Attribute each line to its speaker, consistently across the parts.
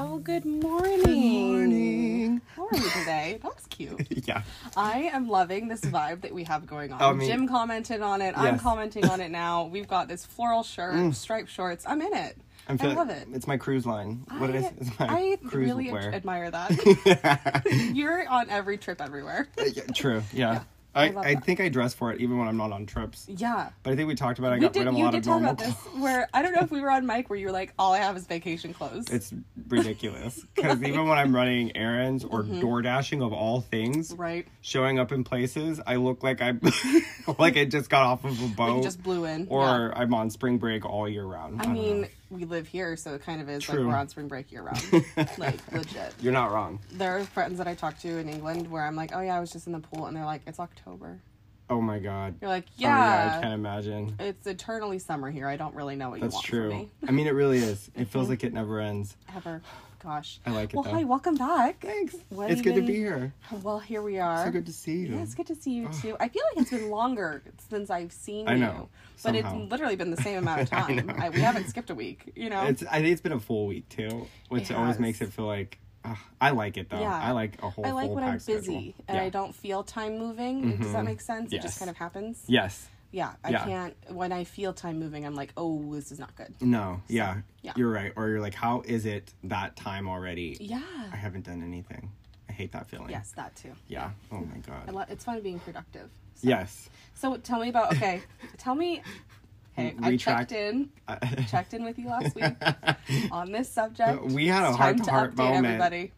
Speaker 1: Oh, Good morning. Good
Speaker 2: morning.
Speaker 1: How are you today? That was cute.
Speaker 2: yeah.
Speaker 1: I am loving this vibe that we have going on.
Speaker 2: I mean-
Speaker 1: Jim commented on it. I'm
Speaker 2: Oh, Yes. Mm.
Speaker 1: commenting on it now. We've got this floral shirt, striped shorts. I'm in it. i
Speaker 2: I'm feeling,
Speaker 1: love it.
Speaker 2: It's my cruise line. What is it's my
Speaker 1: I
Speaker 2: cruise
Speaker 1: really ad-
Speaker 2: wear.
Speaker 1: admire that. You're on every trip everywhere.
Speaker 2: Yeah, true. Yeah.
Speaker 1: I
Speaker 2: I,
Speaker 1: love
Speaker 2: I,
Speaker 1: that.
Speaker 2: think I dress for it even when I'm not on trips.
Speaker 1: Yeah.
Speaker 2: But I think we talked about it. I
Speaker 1: We
Speaker 2: got rid
Speaker 1: did,
Speaker 2: of a
Speaker 1: you
Speaker 2: lot
Speaker 1: did
Speaker 2: of
Speaker 1: talk
Speaker 2: normal
Speaker 1: about this
Speaker 2: clothes.
Speaker 1: where I don't know if we were on mic where you were like, all I have is vacation clothes.
Speaker 2: It's ridiculous. Because even when I'm running errands or door dashing of all things,
Speaker 1: Mm-hmm. right.
Speaker 2: showing up in places, I look like I like I just got off of a boat.
Speaker 1: You just blew in.
Speaker 2: or
Speaker 1: Yeah.
Speaker 2: I'm on spring break all year round.
Speaker 1: I
Speaker 2: don't
Speaker 1: mean,
Speaker 2: know.
Speaker 1: we live here, so it kind of is like
Speaker 2: True.
Speaker 1: we're on spring break year round. like legit.
Speaker 2: you're not wrong.
Speaker 1: There are friends that I talk to in England where I'm like, oh yeah, I was just in the pool, and they're like, it's October.
Speaker 2: Oh my god.
Speaker 1: You're like,
Speaker 2: Oh my God, I
Speaker 1: yeah,
Speaker 2: can't imagine.
Speaker 1: it's eternally summer here. I don't really know what you
Speaker 2: That's
Speaker 1: want from
Speaker 2: true.
Speaker 1: me
Speaker 2: I mean, it really is. It feels like it never ends.
Speaker 1: ever. Gosh.
Speaker 2: I like it,
Speaker 1: Well,
Speaker 2: though.
Speaker 1: hi, welcome back.
Speaker 2: Thanks.
Speaker 1: What
Speaker 2: it's good to
Speaker 1: even-
Speaker 2: be here.
Speaker 1: Well, here we are.
Speaker 2: So good to see you.
Speaker 1: Yeah, it's good to see you too. I feel like it's been longer since I've seen
Speaker 2: I
Speaker 1: you.
Speaker 2: know,
Speaker 1: But
Speaker 2: somehow.
Speaker 1: it's literally been the same amount of time. I we haven't skipped a week, you know?
Speaker 2: It's- I think it's been a full week too, which
Speaker 1: It
Speaker 2: always
Speaker 1: has.
Speaker 2: makes it feel like ugh, I like it though.
Speaker 1: Yeah.
Speaker 2: I like a whole.
Speaker 1: I like
Speaker 2: full
Speaker 1: when I'm
Speaker 2: packed schedule.
Speaker 1: busy and
Speaker 2: yeah. Mm-hmm.
Speaker 1: I don't feel time moving. Does that make sense? It just
Speaker 2: Yes.
Speaker 1: kind of happens.
Speaker 2: Yes.
Speaker 1: Yeah, I
Speaker 2: Yeah.
Speaker 1: can't. When I feel time moving, I'm like, oh, this is not good.
Speaker 2: No. yeah.
Speaker 1: yeah.
Speaker 2: You're right. Or you're like, how is it that time already?
Speaker 1: Yeah.
Speaker 2: I haven't done anything. I hate that feeling.
Speaker 1: Yes, that too.
Speaker 2: Yeah. Oh my
Speaker 1: I
Speaker 2: god.
Speaker 1: lo- it's fun being productive. So.
Speaker 2: yes.
Speaker 1: So tell me about. Okay, tell me. Hey, I checked
Speaker 2: Retract- Uh,
Speaker 1: in. checked in with you last week on this subject.
Speaker 2: We had a
Speaker 1: It's time
Speaker 2: heart-to-heart
Speaker 1: to update
Speaker 2: moment.
Speaker 1: Everybody,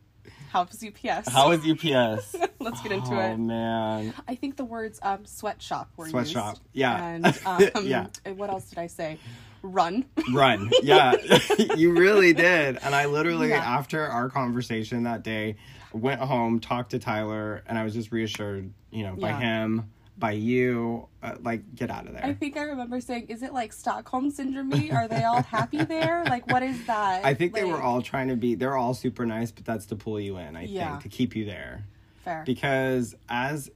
Speaker 1: how's UPS?
Speaker 2: How is UPS?
Speaker 1: Let's get into
Speaker 2: oh
Speaker 1: it.
Speaker 2: man.
Speaker 1: I think the words um, sweatshop were
Speaker 2: Sweatshop,
Speaker 1: used.
Speaker 2: yeah.
Speaker 1: And um,
Speaker 2: Yeah.
Speaker 1: and What else did I say? Run.
Speaker 2: Run. Yeah. you really did. And I literally,
Speaker 1: Yeah.
Speaker 2: after our conversation that day, went home, talked to Tyler, and I was just reassured, you know, by
Speaker 1: Yeah.
Speaker 2: him, by you, uh, like, get out of there.
Speaker 1: I
Speaker 2: I,
Speaker 1: think I remember saying, "Is it like Stockholm syndrome? Are they all happy there? Like, what is that?"
Speaker 2: think they were
Speaker 1: Like,
Speaker 2: all trying to be, they're all super nice, but that's to pull you in, I
Speaker 1: Yeah.
Speaker 2: think, to keep you there.
Speaker 1: fair.
Speaker 2: Because as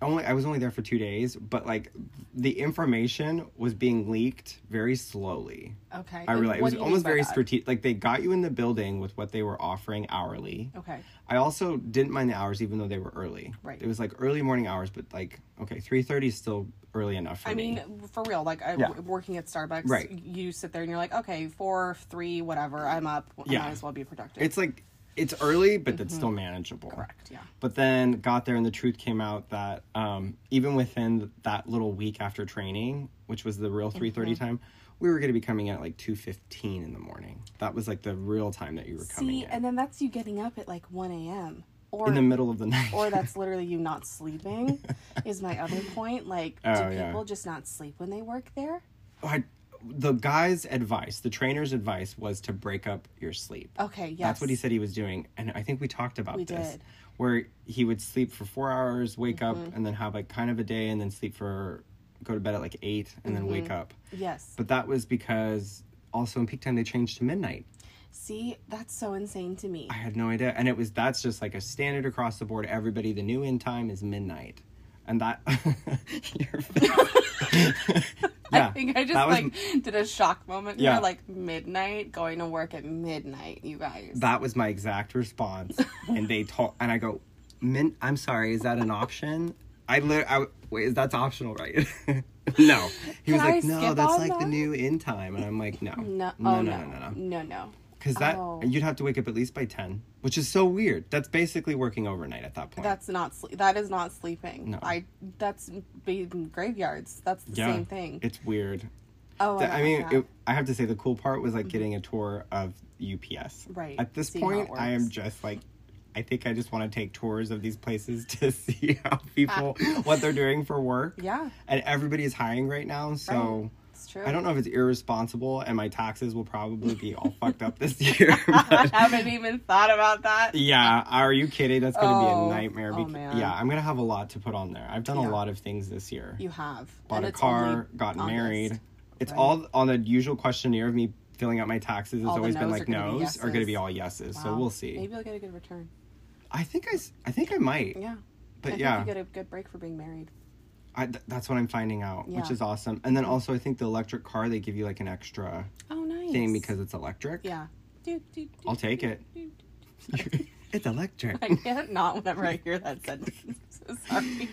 Speaker 2: only, I was only there for two days, but like the information was being leaked very slowly.
Speaker 1: okay,
Speaker 2: I
Speaker 1: and
Speaker 2: realized it
Speaker 1: what
Speaker 2: was
Speaker 1: do you mean
Speaker 2: almost
Speaker 1: by
Speaker 2: very
Speaker 1: that?
Speaker 2: strategic. Like they got you in the building with what they were offering hourly.
Speaker 1: Okay,
Speaker 2: I also didn't mind the hours, even though they were early.
Speaker 1: Right.
Speaker 2: It was like early morning hours, but like okay, three thirty is still early enough for
Speaker 1: I
Speaker 2: me.
Speaker 1: mean, for real, like I,
Speaker 2: Yeah.
Speaker 1: working at Starbucks,
Speaker 2: Right.
Speaker 1: You sit there and you're like, "Okay, four, three, whatever. I'm up. I
Speaker 2: Yeah.
Speaker 1: might as well be productive."
Speaker 2: it's like it's early, but it's still manageable.
Speaker 1: Mm-hmm. correct. Yeah.
Speaker 2: But then got there, and the truth came out that um, even within that little week after training, which was the real three
Speaker 1: Mm-hmm.
Speaker 2: time, we were going to be coming at like two fifteen in the morning. That was like the real time that you were coming
Speaker 1: See,
Speaker 2: in,
Speaker 1: and then that's you getting up at like 1 a.m. or
Speaker 2: in the middle of the night.
Speaker 1: or that's literally you not sleeping. is my other point like, do
Speaker 2: Oh,
Speaker 1: people
Speaker 2: yeah.
Speaker 1: just not sleep when they work there?
Speaker 2: I, the guy's advice, the trainer's advice was to break up your sleep.
Speaker 1: Okay, yes.
Speaker 2: That's what he said he was doing. And I think we talked about
Speaker 1: We
Speaker 2: this.
Speaker 1: did. Mm-hmm.
Speaker 2: Where he would sleep for four hours, wake up, and then have like kind of a day, and then sleep for, go to bed at like eight, and then
Speaker 1: Mm-hmm.
Speaker 2: wake up.
Speaker 1: Yes.
Speaker 2: But that was because also in peak time they changed to midnight.
Speaker 1: See, that's so insane to me.
Speaker 2: I had no idea. And it was, that's just like a standard across the board. Everybody, the new end time is midnight. And that, your face.
Speaker 1: I think I just
Speaker 2: that was-
Speaker 1: like did a shock moment.
Speaker 2: Yeah.
Speaker 1: Yeah. Like midnight, going to work at midnight, you guys.
Speaker 2: That was my exact response, and they told, and I go, "Min, I'm sorry, is that an option?" I literally, I, wait, that's optional, right? no, he
Speaker 1: Can
Speaker 2: was
Speaker 1: I
Speaker 2: like, "No,
Speaker 1: skip
Speaker 2: that's
Speaker 1: on
Speaker 2: like the
Speaker 1: that?"
Speaker 2: new end time," and I'm like, "No,
Speaker 1: no,
Speaker 2: no,
Speaker 1: oh,
Speaker 2: no, no, no, no,"
Speaker 1: no, no.
Speaker 2: because that
Speaker 1: Oh.
Speaker 2: you'd have to wake up at least by ten, which is so weird. That's basically working overnight at that point.
Speaker 1: That's not sleep. That is not sleeping.
Speaker 2: No.
Speaker 1: I. That's being graveyards. That's the
Speaker 2: yeah,
Speaker 1: same thing.
Speaker 2: It's weird.
Speaker 1: oh,
Speaker 2: Th-
Speaker 1: don't
Speaker 2: I
Speaker 1: like
Speaker 2: mean,
Speaker 1: that.
Speaker 2: it, I have to say the cool part was like getting a tour of UPS.
Speaker 1: Right,
Speaker 2: At this
Speaker 1: seeing how it
Speaker 2: point, I am
Speaker 1: works.
Speaker 2: just like, I think I just want to take tours of these places to see how people what they're doing for work.
Speaker 1: Yeah.
Speaker 2: And everybody is hiring right now, so.
Speaker 1: Right. It's true.
Speaker 2: I don't know if it's irresponsible, and my taxes will probably be all fucked up this year. but-
Speaker 1: I haven't even thought about that.
Speaker 2: yeah, are you kidding? That's going to
Speaker 1: Oh,
Speaker 2: be a nightmare.
Speaker 1: oh,
Speaker 2: bec-
Speaker 1: man.
Speaker 2: Yeah, I'm going to have a lot to put on there. I've done
Speaker 1: Yeah.
Speaker 2: a lot of things this year
Speaker 1: You have.
Speaker 2: bought
Speaker 1: And
Speaker 2: a
Speaker 1: it's only
Speaker 2: car, got
Speaker 1: August.
Speaker 2: married. It's
Speaker 1: right?
Speaker 2: all on the usual questionnaire of me filling out my taxes. It's
Speaker 1: All the
Speaker 2: always been
Speaker 1: no's are
Speaker 2: like
Speaker 1: gonna be
Speaker 2: no's are going to be
Speaker 1: yeses.
Speaker 2: all yeses. So
Speaker 1: Wow.
Speaker 2: we'll see.
Speaker 1: Maybe you'll get a good return.
Speaker 2: I think I, s- I think I might.
Speaker 1: Yeah.
Speaker 2: But
Speaker 1: I
Speaker 2: yeah.
Speaker 1: think you get a good break for being married.
Speaker 2: I, th- that's what I'm finding out, which
Speaker 1: Yeah.
Speaker 2: is awesome. And then also, I think the electric car they give you like an extra
Speaker 1: Oh, nice.
Speaker 2: thing because it's electric.
Speaker 1: Yeah. Do, do, do,
Speaker 2: I'll take it.
Speaker 1: do, do, do.
Speaker 2: it's electric.
Speaker 1: I can't not whenever I hear that sentence. I'm so sorry.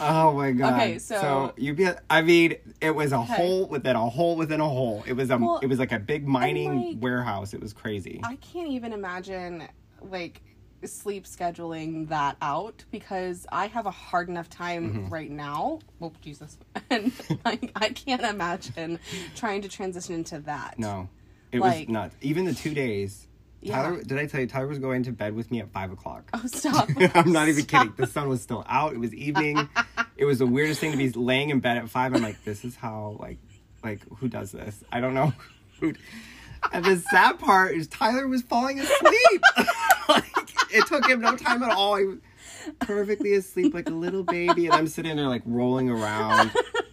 Speaker 2: Oh my god.
Speaker 1: Okay, so-
Speaker 2: you be I mean, it was a
Speaker 1: Okay.
Speaker 2: hole within a hole within a hole. It was a
Speaker 1: Well,
Speaker 2: it was like a big mining
Speaker 1: like-
Speaker 2: warehouse. It was crazy.
Speaker 1: I can't even imagine like sleep scheduling that out because I have a hard enough time
Speaker 2: Mm-hmm.
Speaker 1: right now. Well, Jesus, and like I can't imagine trying to transition into that.
Speaker 2: no. It
Speaker 1: like-
Speaker 2: was nuts. Even the two days.
Speaker 1: Yeah.
Speaker 2: Tyler did I tell you Tyler was going to bed with me at five o'clock.
Speaker 1: Oh, stop.
Speaker 2: I'm not even
Speaker 1: Stop.
Speaker 2: kidding. The sun was still out. It was evening. it was the weirdest thing to be laying in bed at five. I'm like, this is how like like who does this? I don't know. who. And the sad part is Tyler was falling asleep. like, it took him no time at all. He was perfectly asleep like a little baby, and I'm sitting there like rolling around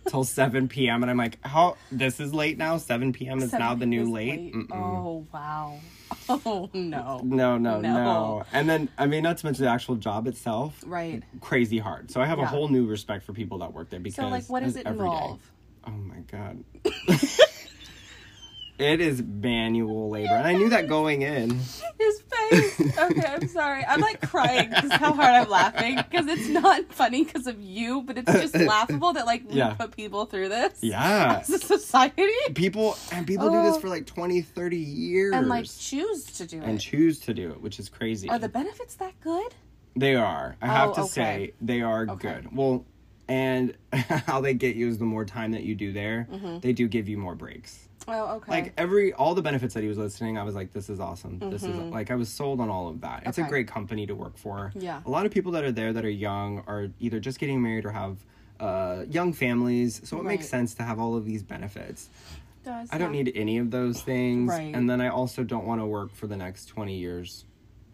Speaker 2: till 7 p.m. And I'm like, how this is late now. 7 p.m. is now the new
Speaker 1: Is
Speaker 2: late. Mm-mm.
Speaker 1: Oh, wow. Oh, no.
Speaker 2: No, no, no,
Speaker 1: No.
Speaker 2: And then I mean, not to mention the actual job itself
Speaker 1: Right.
Speaker 2: crazy hard. So I have
Speaker 1: Yeah.
Speaker 2: a whole new respect for people that work there because
Speaker 1: So, like, what does
Speaker 2: it's
Speaker 1: it
Speaker 2: every day.
Speaker 1: involve?
Speaker 2: Oh my god. it is manual labor. And I knew that going in.
Speaker 1: His face. Okay, I'm sorry. I'm like crying because how hard I'm laughing because it's not funny because of you, but it's just laughable that like we
Speaker 2: Yeah.
Speaker 1: put people through this.
Speaker 2: Yeah.
Speaker 1: As a society.
Speaker 2: People and people do this
Speaker 1: Oh.
Speaker 2: for like 20, 30 years
Speaker 1: And like choose to do it.
Speaker 2: and choose to do it, which is crazy.
Speaker 1: Are the benefits that good?
Speaker 2: They are. I have
Speaker 1: Oh,
Speaker 2: to
Speaker 1: okay.
Speaker 2: say, they are good. Well, and how they get you is the more time that you do there,
Speaker 1: Mm-hmm.
Speaker 2: they do give you more breaks.
Speaker 1: Oh, okay.
Speaker 2: like every all the benefits that he was listening i was like this is awesome this is like i was sold on all of that it's
Speaker 1: Mm-hmm.
Speaker 2: a
Speaker 1: Okay.
Speaker 2: great company to work for
Speaker 1: Yeah.
Speaker 2: a lot of people that are there that are young are either just getting married or have uh, young families so it makes
Speaker 1: Right.
Speaker 2: sense to have all of these benefits
Speaker 1: Does
Speaker 2: i don't
Speaker 1: not-
Speaker 2: need any of those things
Speaker 1: Right.
Speaker 2: and then i also don't want to work for the next 20 years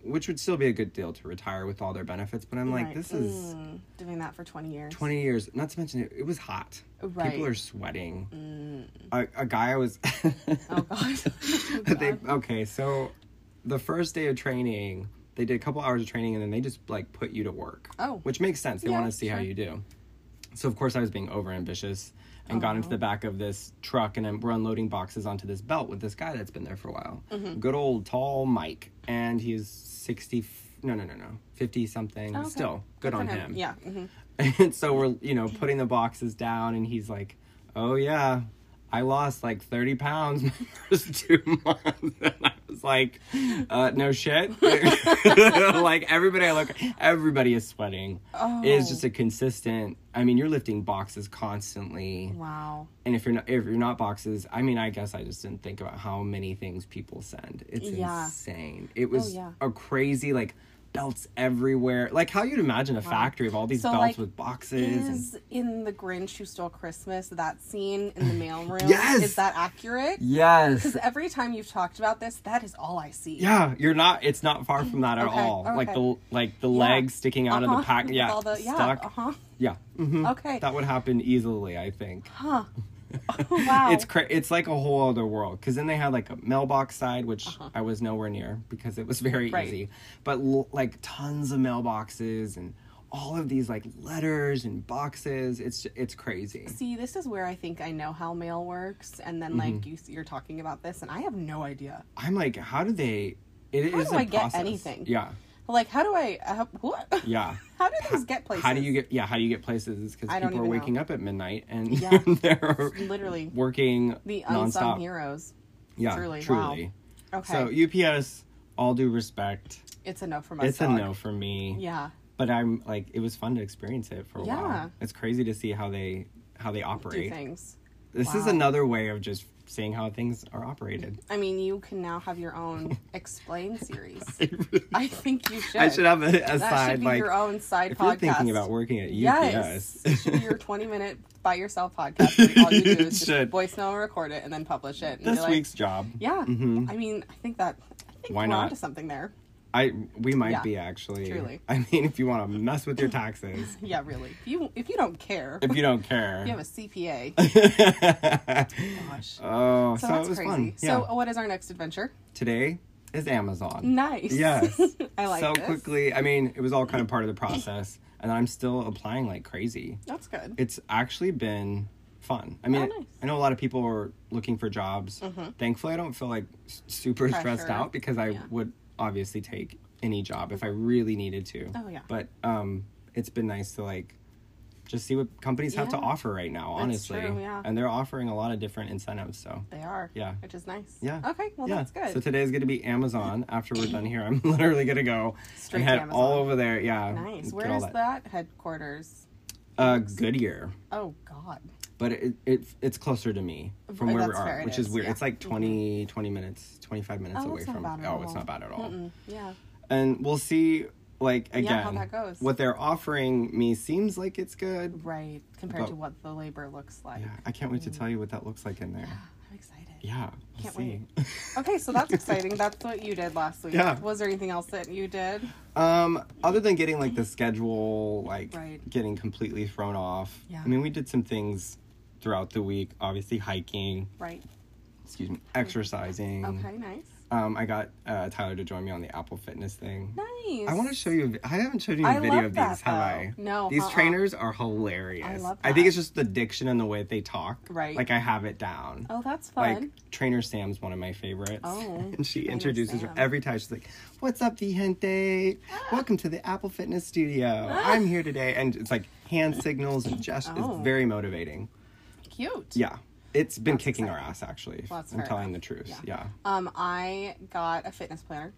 Speaker 2: which would still be a good deal to retire with all their benefits but i'm like
Speaker 1: Right.
Speaker 2: this is
Speaker 1: Mm, doing that for 20 years.
Speaker 2: 20 years not to mention it, it was hot
Speaker 1: Right. Mm.
Speaker 2: people are sweating a, a guy i was
Speaker 1: Oh, God. Oh,
Speaker 2: But they
Speaker 1: God.
Speaker 2: okay so the first day of training they did a couple hours of training and then they just like put you to work
Speaker 1: Oh.
Speaker 2: which makes sense they
Speaker 1: Yeah,
Speaker 2: want to see how
Speaker 1: sure.
Speaker 2: you do so of course i was being over ambitious
Speaker 1: Oh,
Speaker 2: and got into the back of this truck and then we're unloading boxes onto this belt with this guy that's been there for a while
Speaker 1: Mm-hmm.
Speaker 2: good old tall mike and he's 60 no no no no 50 something
Speaker 1: Oh, okay.
Speaker 2: still good,
Speaker 1: for
Speaker 2: on him
Speaker 1: Yeah. mhm.
Speaker 2: and so we're, you know, putting the boxes down, and he's like, "Oh yeah, I lost like thirty pounds in the first two months." And I was like, uh, "No shit." like everybody, I look, everybody is sweating. It is just a consistent. I mean, you're lifting boxes constantly,
Speaker 1: Wow.
Speaker 2: and if you're not, if you're not boxes, I mean, I guess I just didn't think about how many things people send. It's
Speaker 1: Yeah. Oh,
Speaker 2: insane. It was
Speaker 1: yeah.
Speaker 2: a crazy like. Belts everywhere, like how you'd imagine a factory of all these
Speaker 1: So,
Speaker 2: belts
Speaker 1: like,
Speaker 2: with boxes. and-
Speaker 1: Is in the Grinch Who Stole Christmas that scene in the mailroom?
Speaker 2: Yes!
Speaker 1: Is that accurate?
Speaker 2: Yes.
Speaker 1: Because every time you've talked about this, that is all I see.
Speaker 2: Yeah, you're not. It's not far from that at
Speaker 1: Okay,
Speaker 2: all. Like the
Speaker 1: okay.
Speaker 2: like the legs sticking out of the
Speaker 1: Uh-huh.
Speaker 2: pack.
Speaker 1: With
Speaker 2: Yeah,
Speaker 1: all the- yeah,
Speaker 2: stuck.
Speaker 1: uh-huh.
Speaker 2: Yeah, mhm.
Speaker 1: Okay.
Speaker 2: that would happen easily. I think
Speaker 1: Huh. Oh, wow.
Speaker 2: it's cra- it's like a whole other world. Because then they had like a mailbox side, which I was nowhere near because it was very
Speaker 1: Uh-huh. Right.
Speaker 2: easy. But l- like tons of mailboxes and all of these like letters and boxes. It's it's crazy.
Speaker 1: See, this is where I think I know how mail works, and then like
Speaker 2: Mm-hmm.
Speaker 1: you, you're talking about this, and I have no idea.
Speaker 2: I'm like, how do they? It is
Speaker 1: How do
Speaker 2: a
Speaker 1: I get
Speaker 2: process.
Speaker 1: anything?
Speaker 2: Yeah,
Speaker 1: Like, how do I? Uh, what?
Speaker 2: yeah.
Speaker 1: How do things get places?
Speaker 2: How do you get? Yeah, how do you get places? Because
Speaker 1: I don't
Speaker 2: people are
Speaker 1: even
Speaker 2: waking
Speaker 1: know.
Speaker 2: up at midnight and
Speaker 1: Yeah.
Speaker 2: they're
Speaker 1: literally
Speaker 2: working
Speaker 1: the unsung
Speaker 2: nonstop.
Speaker 1: heroes?
Speaker 2: Yeah,
Speaker 1: Truly,
Speaker 2: truly.
Speaker 1: wow. Okay,
Speaker 2: So UPS, all due respect,
Speaker 1: it's a no from us.
Speaker 2: it's a
Speaker 1: dog.
Speaker 2: no for me.
Speaker 1: Yeah,
Speaker 2: But I'm like, it was fun to experience it for a
Speaker 1: Yeah.
Speaker 2: while. It's crazy to see how they how they
Speaker 1: do
Speaker 2: operate.
Speaker 1: things.
Speaker 2: This is
Speaker 1: Wow.
Speaker 2: another way of just seeing how things are operated.
Speaker 1: I mean, you can now have your own explain series.
Speaker 2: I really-
Speaker 1: I think you should.
Speaker 2: I should have a, a
Speaker 1: that should
Speaker 2: side
Speaker 1: be
Speaker 2: like
Speaker 1: your own side
Speaker 2: if
Speaker 1: podcast.
Speaker 2: you're thinking about working at UPS.
Speaker 1: Yes, it should be your 20 minute by yourself podcast. Where all you do
Speaker 2: It
Speaker 1: is just
Speaker 2: should.
Speaker 1: voice memo, record it, and then publish it. And be
Speaker 2: This
Speaker 1: like,
Speaker 2: week's job.
Speaker 1: Yeah,
Speaker 2: Mhm.
Speaker 1: I mean, I think that I think
Speaker 2: Why
Speaker 1: we're
Speaker 2: not?
Speaker 1: onto something there.
Speaker 2: I we might
Speaker 1: Yeah.
Speaker 2: be actually.
Speaker 1: Truly.
Speaker 2: I mean, if you want to mess with your taxes,
Speaker 1: Yeah, really. If you if you don't care,
Speaker 2: if you don't care.
Speaker 1: you have a CPA. Gosh.
Speaker 2: oh, so,
Speaker 1: So
Speaker 2: it
Speaker 1: that's
Speaker 2: was
Speaker 1: crazy.
Speaker 2: fun.
Speaker 1: So
Speaker 2: yeah.
Speaker 1: what is our next adventure?
Speaker 2: today is Amazon.
Speaker 1: Nice.
Speaker 2: Yes.
Speaker 1: I like
Speaker 2: so
Speaker 1: this.
Speaker 2: quickly. I mean, it was all kind of part of the process, and I'm still applying like crazy.
Speaker 1: That's good.
Speaker 2: It's actually been fun. I mean,
Speaker 1: Oh, nice. Mm-hmm.
Speaker 2: I know a lot of people are looking for jobs. Thankfully, I don't feel like s- super stressed
Speaker 1: Pressure.
Speaker 2: out because I
Speaker 1: Yeah.
Speaker 2: would obviously take any job if I really needed to.
Speaker 1: Oh, yeah.
Speaker 2: But um, it's been nice to like just see what companies have to
Speaker 1: Yeah.
Speaker 2: offer right now,
Speaker 1: That's
Speaker 2: honestly.
Speaker 1: true, yeah.
Speaker 2: And they're offering a lot of different incentives, so.
Speaker 1: They are.
Speaker 2: Yeah.
Speaker 1: Which is nice.
Speaker 2: Yeah.
Speaker 1: Okay. Well, that's good.
Speaker 2: So today's going to be Amazon. After we're done here, I'm literally going to go
Speaker 1: Straight
Speaker 2: and
Speaker 1: to
Speaker 2: head
Speaker 1: Amazon.
Speaker 2: all over there. Yeah.
Speaker 1: nice.
Speaker 2: get
Speaker 1: Where
Speaker 2: all
Speaker 1: is that headquarters?
Speaker 2: Uh, Goodyear.
Speaker 1: Oh God.
Speaker 2: But it, it it's closer to me from
Speaker 1: Uh,
Speaker 2: where we
Speaker 1: that's fair,
Speaker 2: are,
Speaker 1: it
Speaker 2: which is,
Speaker 1: is,
Speaker 2: weird.
Speaker 1: yeah. Mm-hmm.
Speaker 2: It's like 20, 20 minutes, 25 minutes
Speaker 1: Oh,
Speaker 2: away
Speaker 1: that's not
Speaker 2: from
Speaker 1: bad at
Speaker 2: Oh,
Speaker 1: all.
Speaker 2: it's not bad at all.
Speaker 1: Mm, Yeah.
Speaker 2: and we'll see like again
Speaker 1: Yeah, how that goes.
Speaker 2: what they're offering me seems like it's good
Speaker 1: Right. Compared
Speaker 2: But-
Speaker 1: to what the labor looks like.
Speaker 2: yeah i can't wait to tell you what that looks like in there
Speaker 1: I'm excited.
Speaker 2: yeah we'll
Speaker 1: Mm. Can't
Speaker 2: see.
Speaker 1: Okay, so that's exciting. That's what you did last week.
Speaker 2: Yeah.
Speaker 1: Was there anything else that you did?
Speaker 2: um other than getting like the schedule like
Speaker 1: Right.
Speaker 2: getting completely thrown off
Speaker 1: Yeah.
Speaker 2: i mean we did some things throughout the week obviously hiking
Speaker 1: Right.
Speaker 2: excuse me exercising
Speaker 1: Okay. Nice.
Speaker 2: um i got uh, tyler to join me on the apple fitness thing
Speaker 1: Nice.
Speaker 2: I want to show you. a vi- I haven't shown you a
Speaker 1: I
Speaker 2: video
Speaker 1: love
Speaker 2: of these,
Speaker 1: that,
Speaker 2: have I?
Speaker 1: though. No,
Speaker 2: These
Speaker 1: uh-uh.
Speaker 2: trainers are hilarious.
Speaker 1: I love
Speaker 2: think
Speaker 1: that.
Speaker 2: it's just the diction and the way they talk.
Speaker 1: Right.
Speaker 2: Like I have it down.
Speaker 1: Oh, that's
Speaker 2: like
Speaker 1: fun.
Speaker 2: trainer Sam's one of my favorites.
Speaker 1: Oh,
Speaker 2: and she
Speaker 1: Trainer
Speaker 2: introduces her
Speaker 1: Sam. Ah.
Speaker 2: every time. She's like, "What's up, Vihente? Welcome to the Apple Fitness Studio. I'm here today." And it's like hand signals and gestures.
Speaker 1: Oh.
Speaker 2: It's very motivating.
Speaker 1: Cute.
Speaker 2: Yeah. It's been
Speaker 1: That's
Speaker 2: kicking our
Speaker 1: exciting.
Speaker 2: ass actually. if
Speaker 1: Well, that's
Speaker 2: I'm
Speaker 1: fair
Speaker 2: telling
Speaker 1: enough.
Speaker 2: the truth. Yeah.
Speaker 1: Yeah. Um, I got a fitness planner.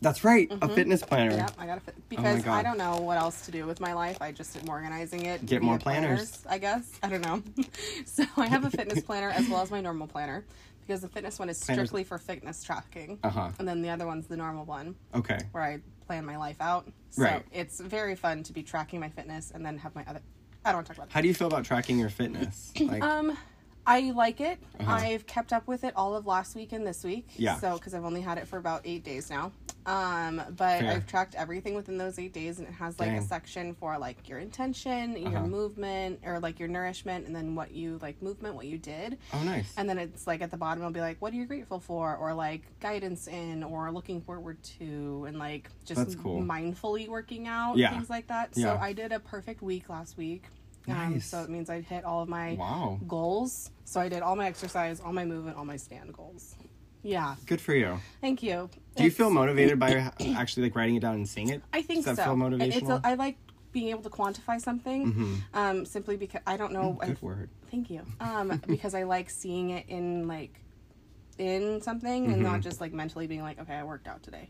Speaker 2: That's right. A fitness planner.
Speaker 1: Mm-hmm. Yep, I got a fit because
Speaker 2: Oh God.
Speaker 1: I don't know what else to do with my life. I just am organizing it.
Speaker 2: Get
Speaker 1: via
Speaker 2: more planners.
Speaker 1: I guess. I don't know. so I have a fitness planner as well as my normal planner because the fitness one is
Speaker 2: Planners-
Speaker 1: strictly for fitness tracking,
Speaker 2: Uh-huh.
Speaker 1: and then the other one's the normal one
Speaker 2: Okay.
Speaker 1: where I plan my life out. So
Speaker 2: Right.
Speaker 1: It's very fun to be tracking my fitness and then have my other. I don't want to talk about it.
Speaker 2: How do you feel about tracking your fitness? Like
Speaker 1: Um, I like it. I've kept up with it all of last week and this week.
Speaker 2: Uh-huh. Yeah.
Speaker 1: So because I've only had it for about eight days now. Um, but
Speaker 2: Fair.
Speaker 1: I've tracked everything within those eight days, and it has like
Speaker 2: Dang.
Speaker 1: a section for like your intention, your
Speaker 2: Uh-huh.
Speaker 1: movement, or like your nourishment, and then what you like movement, what you did.
Speaker 2: Oh, nice.
Speaker 1: And then it's like at the bottom, it'll be like, what are you grateful for? Or like guidance in, or looking forward to, and like just
Speaker 2: That's cool.
Speaker 1: mindfully working out,
Speaker 2: Yeah.
Speaker 1: things like that.
Speaker 2: Yeah.
Speaker 1: So I did a perfect week last week. Um,
Speaker 2: Nice.
Speaker 1: so it means I hit all of my
Speaker 2: Wow.
Speaker 1: goals. So I did all my exercise, all my movement, all my stand goals. Yeah.
Speaker 2: Good for you.
Speaker 1: Thank you.
Speaker 2: Do you
Speaker 1: It's-
Speaker 2: feel motivated by actually like writing it down and seeing it?
Speaker 1: I think
Speaker 2: Does that
Speaker 1: so.
Speaker 2: feel
Speaker 1: I-
Speaker 2: motivational? Mm-hmm.
Speaker 1: It's a, I like being able to quantify something, um, simply because I don't know. I,
Speaker 2: Mm, Good word.
Speaker 1: thank you. Um, because I like seeing it in like in something and
Speaker 2: Mm-hmm.
Speaker 1: not just like mentally being like, okay, I worked out today.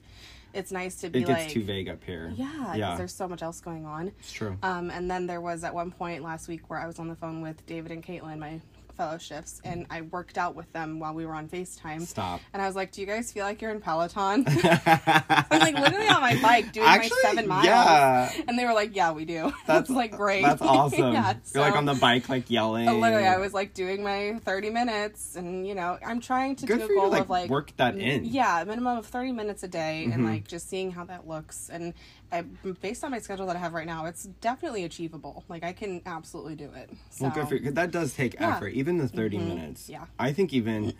Speaker 1: It's nice to be
Speaker 2: It gets
Speaker 1: like,
Speaker 2: too vague up here.
Speaker 1: yeah, 'cause
Speaker 2: Yeah.
Speaker 1: there's so much else going on.
Speaker 2: It's true.
Speaker 1: Um, and then there was at one point last week where I was on the phone with David and Caitlin, my fellowships, and I worked out with them while we were on FaceTime.
Speaker 2: Stop.
Speaker 1: And I was like, "Do you guys feel like you're in Peloton?" I was like, literally on my bike doing
Speaker 2: Actually,
Speaker 1: my seven miles.
Speaker 2: yeah.
Speaker 1: And they were like, "Yeah, we do."
Speaker 2: That's
Speaker 1: That's like great.
Speaker 2: That's awesome.
Speaker 1: yeah,
Speaker 2: You're like on the bike, like yelling.
Speaker 1: so Literally, I was like doing my 30 minutes, and you know, I'm trying to
Speaker 2: Good
Speaker 1: do a
Speaker 2: for you to,
Speaker 1: goal
Speaker 2: like,
Speaker 1: of like
Speaker 2: work that in. Mm-hmm.
Speaker 1: Yeah, a minimum of 30 minutes a day, and like just seeing how that looks. And I, based on my schedule that I have right now, it's definitely achievable. Like I can absolutely do it. So,
Speaker 2: Well, good for you. 'cause That does take
Speaker 1: Yeah. Mm-hmm.
Speaker 2: effort, even the 30 minutes.
Speaker 1: Yeah.
Speaker 2: I think even,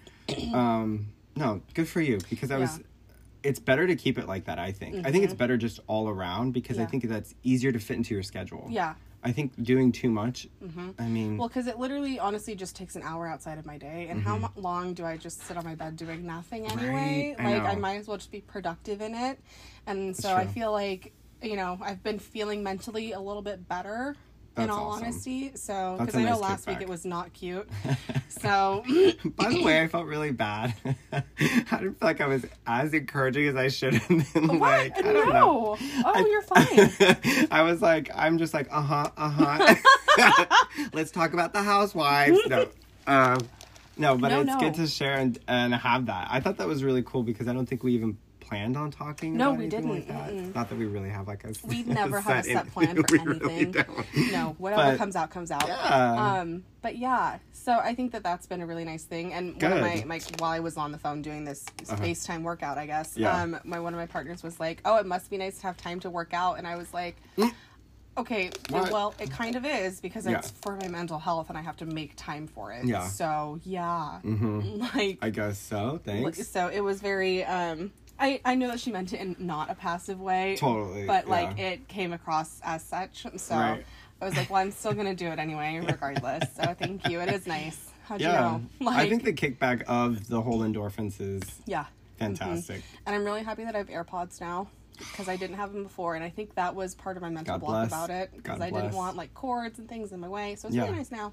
Speaker 2: um, no, good for you because I was.
Speaker 1: Yeah. Mm-hmm.
Speaker 2: It's better to keep it like that. I think. I think it's better just all around because I
Speaker 1: Yeah.
Speaker 2: think that's easier to fit into your schedule.
Speaker 1: Yeah. Mm-hmm.
Speaker 2: I think doing too much. I mean,
Speaker 1: Well, because it literally, honestly, just takes an hour outside of my day, and how mo- long do I just sit on my bed doing nothing anyway?
Speaker 2: Mm-hmm. I
Speaker 1: like, I
Speaker 2: know.
Speaker 1: might as well just be productive in it. And so I
Speaker 2: true.
Speaker 1: feel like, you know, I've been feeling mentally a little bit better. in
Speaker 2: That's
Speaker 1: all
Speaker 2: awesome.
Speaker 1: honesty, so
Speaker 2: That's
Speaker 1: because
Speaker 2: a
Speaker 1: I know
Speaker 2: nice
Speaker 1: last week
Speaker 2: kickback.
Speaker 1: it was not cute, so
Speaker 2: By the way, I felt really bad. I didn't feel like I was as encouraging as I should have been. Like, I don't
Speaker 1: no,
Speaker 2: know.
Speaker 1: oh, you're fine.
Speaker 2: I was like, I'm just like, uh huh, uh huh. Let's talk about the housewives. No, um, no, but
Speaker 1: No,
Speaker 2: it's
Speaker 1: no.
Speaker 2: good to share and, and have that. I thought that was really cool because I don't think we even planned on talking.
Speaker 1: No,
Speaker 2: about
Speaker 1: we
Speaker 2: anything Like
Speaker 1: didn't,
Speaker 2: that. Not that we really have like a.
Speaker 1: We never have a set plan for
Speaker 2: we Really
Speaker 1: anything.
Speaker 2: don't.
Speaker 1: no, whatever
Speaker 2: But-
Speaker 1: comes out comes out.
Speaker 2: Yeah.
Speaker 1: Um, but yeah, so I think that that's been a really nice thing. And one of my
Speaker 2: Good. Uh-huh.
Speaker 1: like while I was on the phone doing this FaceTime workout, I guess.
Speaker 2: Yeah.
Speaker 1: Um, my one of my partners was like, "Oh, it must be nice to have time to work out," and I was like. Okay,
Speaker 2: Hmm. What?
Speaker 1: well, it kind of is because
Speaker 2: Yeah.
Speaker 1: it's for my mental health and I have to make time for it.
Speaker 2: Yeah. Mm-hmm.
Speaker 1: So, yeah. Like,
Speaker 2: I guess so. Thanks.
Speaker 1: so it was very um I, I know that she meant it in not a passive way.
Speaker 2: Totally,
Speaker 1: But like
Speaker 2: yeah.
Speaker 1: it came across as such. So
Speaker 2: Right.
Speaker 1: I was like, Well, I'm still gonna do it anyway, regardless. so thank you. It is nice. How'd
Speaker 2: Yeah,
Speaker 1: you know? Like
Speaker 2: I think the kickback of the whole endorphins is
Speaker 1: Yeah.
Speaker 2: fantastic.
Speaker 1: And I'm really happy that I have AirPods now. because I didn't have them before, and I think that was part of my mental
Speaker 2: God
Speaker 1: block
Speaker 2: bless.
Speaker 1: about it because
Speaker 2: God
Speaker 1: I didn't
Speaker 2: bless.
Speaker 1: want like cords and things in my way. So it's
Speaker 2: Yeah.
Speaker 1: really nice now,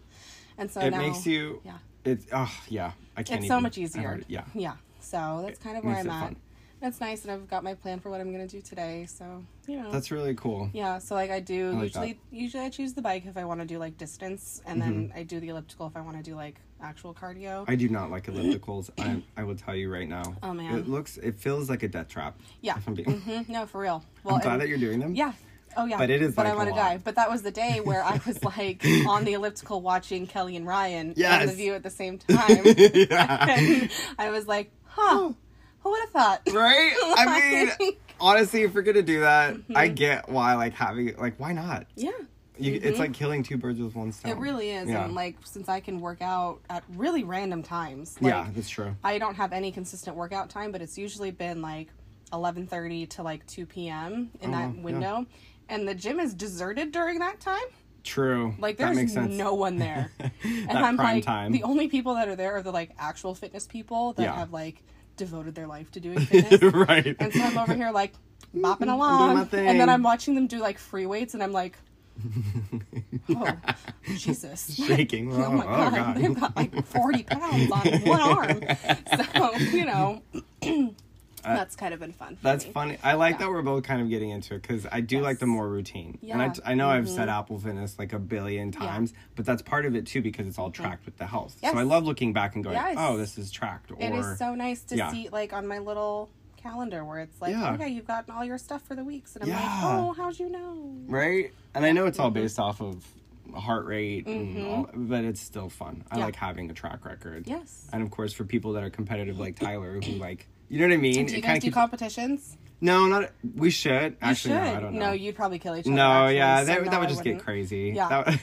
Speaker 1: and so
Speaker 2: it
Speaker 1: now
Speaker 2: makes you.
Speaker 1: yeah.
Speaker 2: It's oh yeah. I can't.
Speaker 1: it's so
Speaker 2: even-
Speaker 1: much
Speaker 2: I've
Speaker 1: easier.
Speaker 2: already- yeah.
Speaker 1: yeah. So that's kind of
Speaker 2: It
Speaker 1: where
Speaker 2: makes
Speaker 1: I'm
Speaker 2: it
Speaker 1: at.
Speaker 2: fun.
Speaker 1: That's nice, and I've got my plan for what I'm gonna do today. So you know.
Speaker 2: That's really cool.
Speaker 1: yeah, so like I do
Speaker 2: I like
Speaker 1: usually usually I choose the bike if I want to do like distance and then I do the elliptical if I want to do like actual cardio.
Speaker 2: Mm-hmm. I do not like ellipticals. I I will tell you right now.
Speaker 1: Oh, man.
Speaker 2: It looks. It feels like a death trap.
Speaker 1: Yeah.
Speaker 2: If I'm being.
Speaker 1: Mhm, No, for real. Well,
Speaker 2: I'm glad
Speaker 1: and-
Speaker 2: that you're doing them.
Speaker 1: Yeah. Oh yeah.
Speaker 2: But it is,
Speaker 1: But I
Speaker 2: like, a
Speaker 1: want to
Speaker 2: lot.
Speaker 1: die. But that was the day where I was like on the elliptical watching Kelly and Ryan
Speaker 2: Yes.
Speaker 1: and the view at the same time.
Speaker 2: yeah.
Speaker 1: And I was like, huh, who would have thought?
Speaker 2: Oh. Right? I mean,
Speaker 1: Like- Mm-hmm.
Speaker 2: honestly, if we're gonna do that, I get why. Like having, like, why not?
Speaker 1: Yeah.
Speaker 2: You, It's like killing two birds with one stone.
Speaker 1: Mm-hmm. It really is.
Speaker 2: Yeah.
Speaker 1: And like since I can work out at really random times. Like,
Speaker 2: yeah, that's true.
Speaker 1: I don't have any consistent workout time, but it's usually been like 11:30 to like 2 p.m. in
Speaker 2: Oh,
Speaker 1: that
Speaker 2: yeah.
Speaker 1: window. And the gym is deserted during that time.
Speaker 2: True.
Speaker 1: Like
Speaker 2: that makes
Speaker 1: there's
Speaker 2: sense.
Speaker 1: no one there.
Speaker 2: that
Speaker 1: and I'm
Speaker 2: prime
Speaker 1: like
Speaker 2: time.
Speaker 1: the only people that are there are the like actual fitness people that
Speaker 2: Yeah.
Speaker 1: have like devoted their life to doing fitness.
Speaker 2: right.
Speaker 1: and so I'm over here like bopping along, and then
Speaker 2: thing.
Speaker 1: I'm watching them do like free weights, and I'm like, oh Jesus,
Speaker 2: Shaking.
Speaker 1: oh my god, they've got like 40 pounds on one arm. So you know, that's kind of been fun. for
Speaker 2: Uh, That's
Speaker 1: me.
Speaker 2: funny. I like that we're both kind of getting into it because I do like the more routine. And I,
Speaker 1: Yeah. Mm-hmm.
Speaker 2: t- I know I've said Apple Fitness like a billion times, but that's part of it too because it's all tracked with the health.
Speaker 1: Yes.
Speaker 2: So I love looking back and going,
Speaker 1: Yes.
Speaker 2: oh, this is tracked. Or
Speaker 1: It is so nice to
Speaker 2: yeah.
Speaker 1: see like on my little calendar where it's like,
Speaker 2: Yeah.
Speaker 1: okay, you've gotten all your stuff for the weeks, and I'm
Speaker 2: Yeah.
Speaker 1: like, oh, how'd you know?
Speaker 2: right? And I know it's
Speaker 1: Mm-hmm.
Speaker 2: all based off of heart rate, and all, but it's still fun. I
Speaker 1: Yeah.
Speaker 2: like having a track record.
Speaker 1: Yes.
Speaker 2: And of course, for people that are competitive like Tyler, who like, you know what I mean?
Speaker 1: Do
Speaker 2: It
Speaker 1: you
Speaker 2: kinda
Speaker 1: guys do
Speaker 2: keeps-
Speaker 1: competitions?
Speaker 2: no, not we should.
Speaker 1: You
Speaker 2: Actually, no, I
Speaker 1: should.
Speaker 2: don't know.
Speaker 1: No, you'd probably kill each other.
Speaker 2: no,
Speaker 1: actually,
Speaker 2: yeah,
Speaker 1: so
Speaker 2: that,
Speaker 1: no,
Speaker 2: that would
Speaker 1: I
Speaker 2: just
Speaker 1: wouldn't.
Speaker 2: get crazy.
Speaker 1: Yeah.
Speaker 2: That would-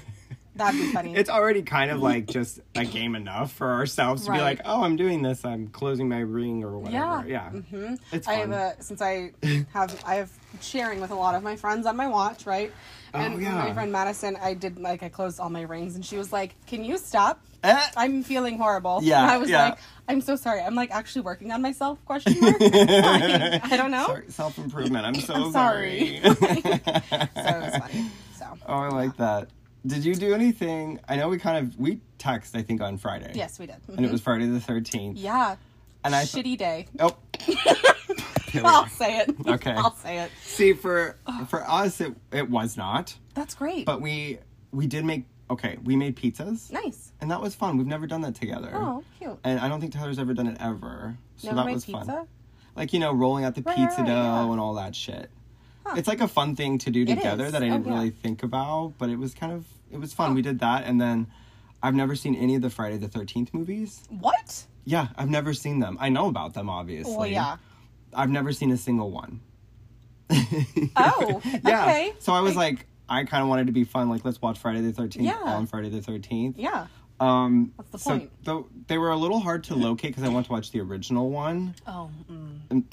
Speaker 1: That'd be funny.
Speaker 2: it's already kind of like just a game enough for ourselves to be
Speaker 1: Right.
Speaker 2: like, oh, I'm doing this. I'm closing my ring or
Speaker 1: Yeah.
Speaker 2: whatever. Yeah. Mm-hmm. It's
Speaker 1: I
Speaker 2: fun.
Speaker 1: have a since I have I have sharing with a lot of my friends on my watch, right? And
Speaker 2: Oh, yeah.
Speaker 1: my friend Madison, I did like I closed all my rings, and she was like, "Can you stop?
Speaker 2: Eh.
Speaker 1: I'm feeling horrible."
Speaker 2: Yeah,
Speaker 1: And I was
Speaker 2: yeah.
Speaker 1: like, "I'm so sorry. I'm like actually working on myself?" Question mark. Like, I don't know.
Speaker 2: Sorry, self improvement. I'm so
Speaker 1: Oh. I'm sorry.
Speaker 2: sorry.
Speaker 1: So it was funny. So
Speaker 2: Oh, I like that. Did you do anything? I know we kind of we text. I think on Friday.
Speaker 1: yes, we did. Mm-hmm.
Speaker 2: And it was Friday the thirteenth.
Speaker 1: yeah.
Speaker 2: And I th-
Speaker 1: Shitty day.
Speaker 2: oh. Here we
Speaker 1: I'll
Speaker 2: are.
Speaker 1: say it.
Speaker 2: Okay.
Speaker 1: I'll say it.
Speaker 2: See for for us it it was not,
Speaker 1: That's great.
Speaker 2: but we we did make okay we made pizzas
Speaker 1: nice.
Speaker 2: and that was fun. We've never done that together.
Speaker 1: Oh, cute.
Speaker 2: And I don't think Tyler's ever done it ever. So
Speaker 1: Never
Speaker 2: that
Speaker 1: made
Speaker 2: was
Speaker 1: pizza.
Speaker 2: fun. Like you know rolling out the
Speaker 1: Right,
Speaker 2: pizza
Speaker 1: right,
Speaker 2: dough
Speaker 1: yeah.
Speaker 2: and all that shit. It's like a fun thing to do together
Speaker 1: is.
Speaker 2: that I
Speaker 1: Oh,
Speaker 2: didn't
Speaker 1: yeah.
Speaker 2: really think about, but it was kind of it was fun. We did that and then I've never seen any of the Friday the 13th movies.
Speaker 1: What?
Speaker 2: Yeah, I've never seen them. I know about them obviously.
Speaker 1: Well, yeah.
Speaker 2: I've never seen a single one.
Speaker 1: Oh,
Speaker 2: Yeah.
Speaker 1: okay.
Speaker 2: So I was like I kind of wanted to be fun like let's watch Friday the 13th
Speaker 1: Yeah.
Speaker 2: on Friday the 13th.
Speaker 1: Yeah.
Speaker 2: Um,
Speaker 1: What's the
Speaker 2: so
Speaker 1: point?
Speaker 2: though they were a little hard to locate because I want to watch the original one.
Speaker 1: Oh, mm.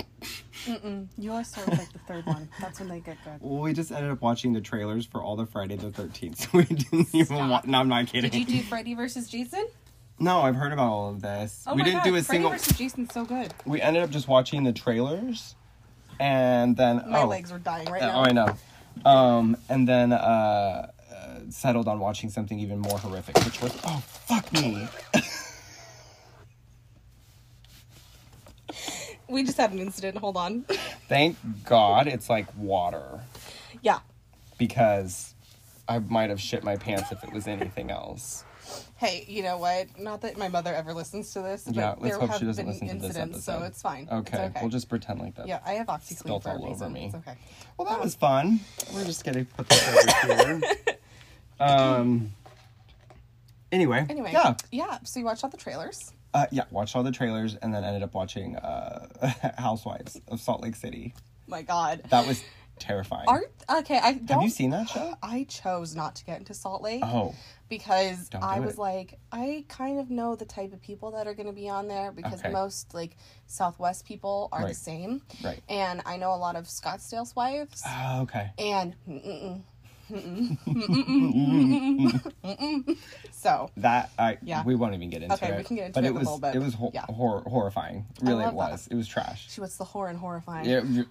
Speaker 1: Mm-mm. yours sort of like the third one. That's when they get good.
Speaker 2: Well, we just ended up watching the trailers for all the Friday the Thirteenth, so we didn't even. Wa- no, I'm not kidding.
Speaker 1: Did you do Freddy versus Jason?
Speaker 2: no, I've heard about all of this.
Speaker 1: Oh
Speaker 2: we
Speaker 1: my God,
Speaker 2: didn't do a
Speaker 1: Freddy
Speaker 2: single.
Speaker 1: versus Jason's so good.
Speaker 2: We ended up just watching the trailers, and then
Speaker 1: My
Speaker 2: oh,
Speaker 1: legs are dying right
Speaker 2: uh,
Speaker 1: now.
Speaker 2: oh, I know. Um, and then uh, uh, settled on watching something even more horrific, which was oh fuck me.
Speaker 1: We just had an incident. Hold on.
Speaker 2: Thank God it's like water.
Speaker 1: yeah.
Speaker 2: because I might have shit my pants if it was anything else.
Speaker 1: Hey, you know what? Not that my mother ever listens to this, but
Speaker 2: Yeah, let's
Speaker 1: there
Speaker 2: hope
Speaker 1: have
Speaker 2: she doesn't
Speaker 1: been
Speaker 2: listen to this
Speaker 1: incidents, so
Speaker 2: episode.
Speaker 1: it's fine. It's
Speaker 2: Okay, we'll just pretend like that.
Speaker 1: Yeah, I have OxyClean
Speaker 2: Spilt
Speaker 1: for a
Speaker 2: all over
Speaker 1: reason.
Speaker 2: me.
Speaker 1: It's okay.
Speaker 2: Well, that was fun. We're just gonna put this over here. Um. Anyway.
Speaker 1: Anyway,
Speaker 2: Yeah.
Speaker 1: yeah. So you watched all the trailers.
Speaker 2: Uh, yeah. Watched all the trailers and then ended up watching uh, Housewives of Salt Lake City.
Speaker 1: My God.
Speaker 2: That was terrifying.
Speaker 1: Aren't okay? I don't.
Speaker 2: have you seen that show?
Speaker 1: I chose not to get into Salt Lake.
Speaker 2: Oh.
Speaker 1: because
Speaker 2: Don't
Speaker 1: I
Speaker 2: do
Speaker 1: was
Speaker 2: it.
Speaker 1: like, I kind of know the type of people that are going to be on there because
Speaker 2: Okay.
Speaker 1: most like Southwest people are the
Speaker 2: Right.
Speaker 1: same,
Speaker 2: Right.
Speaker 1: and I know a lot of Scottsdale's wives,
Speaker 2: Oh, okay.
Speaker 1: and mm-mm, mm-mm, mm-mm, mm-mm, mm-mm. so
Speaker 2: That I
Speaker 1: Yeah.
Speaker 2: we won't even get into
Speaker 1: Okay,
Speaker 2: it.
Speaker 1: we can get into
Speaker 2: but
Speaker 1: it
Speaker 2: it
Speaker 1: in a
Speaker 2: was
Speaker 1: little bit.
Speaker 2: it was hor-
Speaker 1: Yeah.
Speaker 2: hor- horrifying. Really, it
Speaker 1: love that.
Speaker 2: was. It was trash.
Speaker 1: she was the whore and horrifying.
Speaker 2: Yeah, you-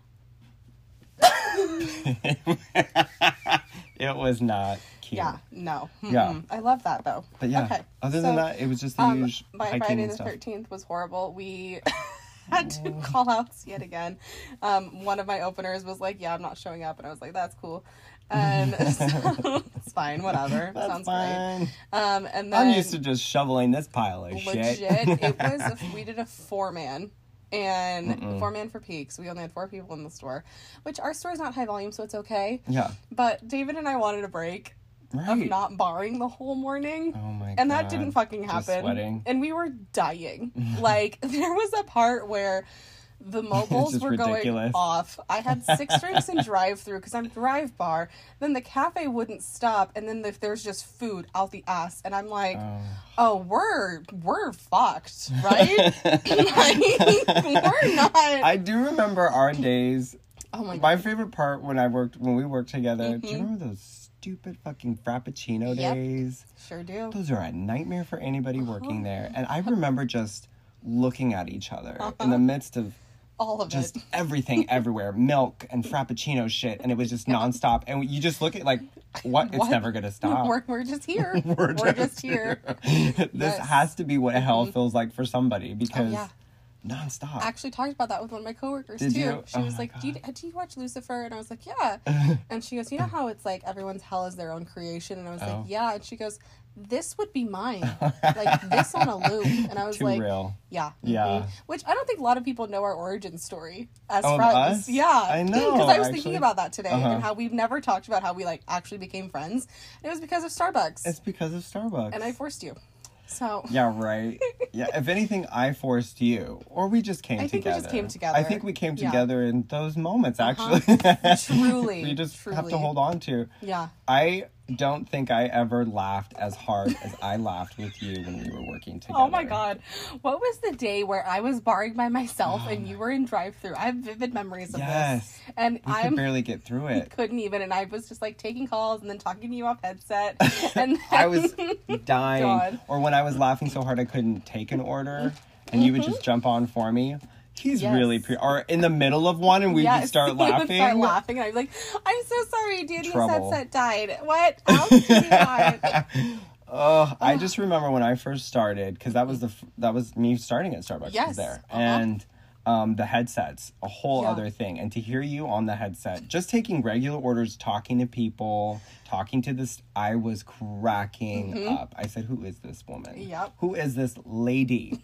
Speaker 2: it was not cute.
Speaker 1: Yeah, no.
Speaker 2: Yeah.
Speaker 1: Mm-mm. I love that though.
Speaker 2: But yeah,
Speaker 1: Okay.
Speaker 2: other
Speaker 1: so,
Speaker 2: than that, it was just the
Speaker 1: um,
Speaker 2: huge
Speaker 1: my
Speaker 2: hiking
Speaker 1: Friday
Speaker 2: and
Speaker 1: the
Speaker 2: stuff. Oh.
Speaker 1: Thirteenth was horrible. We had to call outs yet again. Um, one of my openers was like, "Yeah, I'm not showing up," and I was like, "That's cool." And so, it's fine, whatever.
Speaker 2: That's
Speaker 1: Sounds
Speaker 2: fine.
Speaker 1: great. Um, and then
Speaker 2: I'm used to just shoveling this pile of
Speaker 1: legit,
Speaker 2: shit.
Speaker 1: it was a, we did a four man and four man for peaks. We only had four people in the store, which our store is not high volume, so it's okay.
Speaker 2: yeah.
Speaker 1: But David and I wanted a break of
Speaker 2: Right.
Speaker 1: not barring the whole morning.
Speaker 2: oh my
Speaker 1: and that
Speaker 2: God.
Speaker 1: didn't fucking
Speaker 2: Just
Speaker 1: happen.
Speaker 2: sweating.
Speaker 1: And we were dying. like there was a part where the mobiles
Speaker 2: just
Speaker 1: were going
Speaker 2: ridiculous.
Speaker 1: off. I had six drinks in drive through because I'm drive bar. Then the cafe wouldn't stop, and then if there's just food out the ass, and I'm like, oh, we're we're fucked, right? like, we're not.
Speaker 2: I do remember our days.
Speaker 1: oh my
Speaker 2: My
Speaker 1: god.
Speaker 2: favorite part when I worked when we worked together. Do you remember those stupid fucking Frappuccino
Speaker 1: Mm-hmm. Yep.
Speaker 2: days?
Speaker 1: Sure do.
Speaker 2: Those are a nightmare for anybody working
Speaker 1: Uh-huh.
Speaker 2: there. And I remember just looking at each other in
Speaker 1: Uh-huh.
Speaker 2: the midst of
Speaker 1: All of
Speaker 2: just
Speaker 1: it.
Speaker 2: everything everywhere, milk and Frappuccino shit, and it was just nonstop. And you just look at like, what? It's
Speaker 1: What?
Speaker 2: never gonna stop.
Speaker 1: We're, we're just here. we're, just, here.
Speaker 2: this
Speaker 1: Yes. Mm-hmm. Oh,
Speaker 2: has to be what hell feels like for somebody because
Speaker 1: yeah.
Speaker 2: nonstop.
Speaker 1: actually talked about that with one of my coworkers
Speaker 2: Did
Speaker 1: too.
Speaker 2: you?
Speaker 1: She
Speaker 2: Oh
Speaker 1: was
Speaker 2: my
Speaker 1: like, do you, "Do you watch Lucifer?" And I was like, "Yeah." and she goes, "You know how it's like everyone's hell is their own creation?" And I was
Speaker 2: Oh.
Speaker 1: like, "Yeah." And she goes, "This would be mine, like this on a loop." And I was
Speaker 2: Too
Speaker 1: like,
Speaker 2: real.
Speaker 1: "Yeah,
Speaker 2: Yeah.
Speaker 1: mhm." Which I don't think a lot of people know our origin story as
Speaker 2: Oh, of
Speaker 1: friends.
Speaker 2: us?
Speaker 1: Yeah,
Speaker 2: I know,
Speaker 1: because I was
Speaker 2: actually.
Speaker 1: thinking about that today
Speaker 2: Uh-huh.
Speaker 1: and how we've never talked about how we like actually became friends. And it was because of Starbucks,
Speaker 2: It's because of Starbucks.
Speaker 1: and I forced you. So
Speaker 2: yeah, right. Yeah, if anything, I forced you, or we just came
Speaker 1: I think we
Speaker 2: together.
Speaker 1: just came together.
Speaker 2: I think we came
Speaker 1: Yeah.
Speaker 2: together in those moments,
Speaker 1: Uh-huh.
Speaker 2: actually.
Speaker 1: Truly,
Speaker 2: we just have
Speaker 1: truly.
Speaker 2: to hold on to.
Speaker 1: yeah,
Speaker 2: I don't think I ever laughed as hard as I laughed with you when we were working together.
Speaker 1: Oh my god. What was the day where I was barring by myself and you were in drive through? I have vivid memories of
Speaker 2: Um, Yes.
Speaker 1: this. And
Speaker 2: We
Speaker 1: I
Speaker 2: could barely get through it.
Speaker 1: couldn't even and I was just like taking calls and then talking to you off headset. And
Speaker 2: I was dying.
Speaker 1: God.
Speaker 2: Or when I was laughing so hard I couldn't take an order and you would just jump on for me. He's
Speaker 1: Mm-hmm. Yes.
Speaker 2: really pre or in the middle of one and we would
Speaker 1: Yes,
Speaker 2: start
Speaker 1: we would
Speaker 2: laughing.
Speaker 1: start laughing, and I'd be like, "I'm so sorry, dude. This
Speaker 2: Trouble.
Speaker 1: headset died. What else do you want?"
Speaker 2: Ugh, I just remember when I first started because that was the f- that was me starting at Starbucks was
Speaker 1: Yes,
Speaker 2: there
Speaker 1: uh-huh.
Speaker 2: and um, the headsets a whole
Speaker 1: Yeah.
Speaker 2: other thing and to hear you on the headset just taking regular orders talking to people talking to this I was cracking up I said who is this woman
Speaker 1: Mm-hmm. Yep.
Speaker 2: who is this lady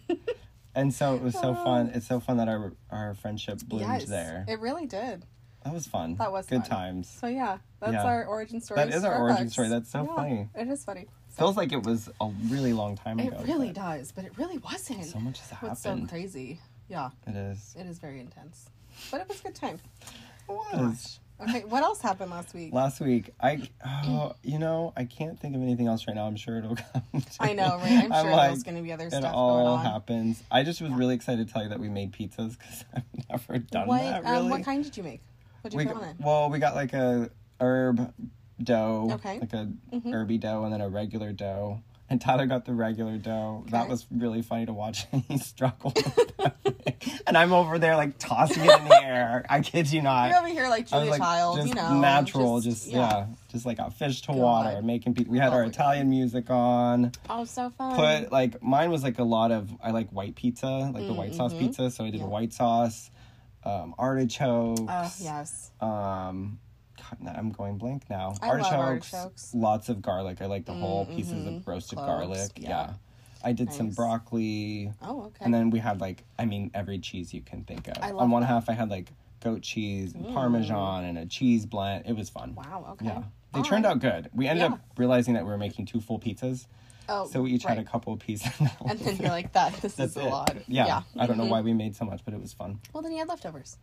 Speaker 2: and so it was so fun it's so fun that our our friendship bloomed
Speaker 1: Oh. Yes,
Speaker 2: there
Speaker 1: it really did.
Speaker 2: that was fun
Speaker 1: That was
Speaker 2: good
Speaker 1: fun.
Speaker 2: times
Speaker 1: So yeah, that's
Speaker 2: Yeah.
Speaker 1: our origin story.
Speaker 2: That
Speaker 1: of
Speaker 2: is our origin
Speaker 1: Starbucks.
Speaker 2: story. That's so
Speaker 1: Yeah,
Speaker 2: funny.
Speaker 1: It is funny.
Speaker 2: feels like it was a really long time
Speaker 1: It
Speaker 2: ago
Speaker 1: really
Speaker 2: but
Speaker 1: does, but it really wasn't.
Speaker 2: so much has happened
Speaker 1: What's so crazy? Yeah.
Speaker 2: it is
Speaker 1: It is very intense, but it was a good time.
Speaker 2: It was.
Speaker 1: Okay, what else happened last week?
Speaker 2: Last week, I, oh, you know, I can't think of anything else right now. I'm sure it'll come. to
Speaker 1: I
Speaker 2: me.
Speaker 1: know, right? I'm sure
Speaker 2: like,
Speaker 1: there's going to be other
Speaker 2: It
Speaker 1: stuff
Speaker 2: all
Speaker 1: going on.
Speaker 2: happens. I just was really excited to tell you that we made pizzas because I've never done
Speaker 1: What
Speaker 2: that really.
Speaker 1: um, what kind did you make? What did
Speaker 2: we
Speaker 1: you
Speaker 2: g-
Speaker 1: put on it?
Speaker 2: well, we got like a herb dough,
Speaker 1: Okay. Mm-hmm.
Speaker 2: like a herby dough, and then a regular dough. And Tyler got the regular dough. That
Speaker 1: Okay.
Speaker 2: was really funny to watch. he struggled, with that thing. and I'm over there like tossing it in the air. I kid you not.
Speaker 1: You're over here like
Speaker 2: I was
Speaker 1: Julia Child,
Speaker 2: just
Speaker 1: you know,
Speaker 2: natural, just, yeah. just like a fish to water,
Speaker 1: God.
Speaker 2: making people. We had
Speaker 1: Oh
Speaker 2: our
Speaker 1: my
Speaker 2: Italian music on.
Speaker 1: Oh, so fun. Mm,
Speaker 2: Put like mine was like a lot of I like white pizza, like the white sauce pizza. So I did
Speaker 1: mm-hmm. Yeah.
Speaker 2: a white sauce, um, artichokes.
Speaker 1: oh yes,
Speaker 2: Um, God, now I'm going blank now.
Speaker 1: I love artichokes. Mm-hmm,
Speaker 2: Lots of garlic. I like the whole pieces of roasted
Speaker 1: Cloves,
Speaker 2: garlic.
Speaker 1: yeah.
Speaker 2: Yeah. I did some
Speaker 1: Nice.
Speaker 2: broccoli.
Speaker 1: oh okay.
Speaker 2: And then we had like, I mean, every cheese you can think of.
Speaker 1: I love
Speaker 2: On one
Speaker 1: that. Mm.
Speaker 2: half, I had like goat cheese and parmesan and a cheese blend. It was fun.
Speaker 1: wow, okay.
Speaker 2: Yeah. They
Speaker 1: All
Speaker 2: turned
Speaker 1: right.
Speaker 2: out good. We ended
Speaker 1: Yeah.
Speaker 2: up realizing that we were making two full pizzas.
Speaker 1: Oh,
Speaker 2: So we each had
Speaker 1: right.
Speaker 2: a couple of pieces.
Speaker 1: And then Mm-hmm. you're like that. This
Speaker 2: That's
Speaker 1: is a
Speaker 2: it.
Speaker 1: lot.
Speaker 2: Yeah. I don't know why we made so much, but it was fun.
Speaker 1: Well, then you had leftovers.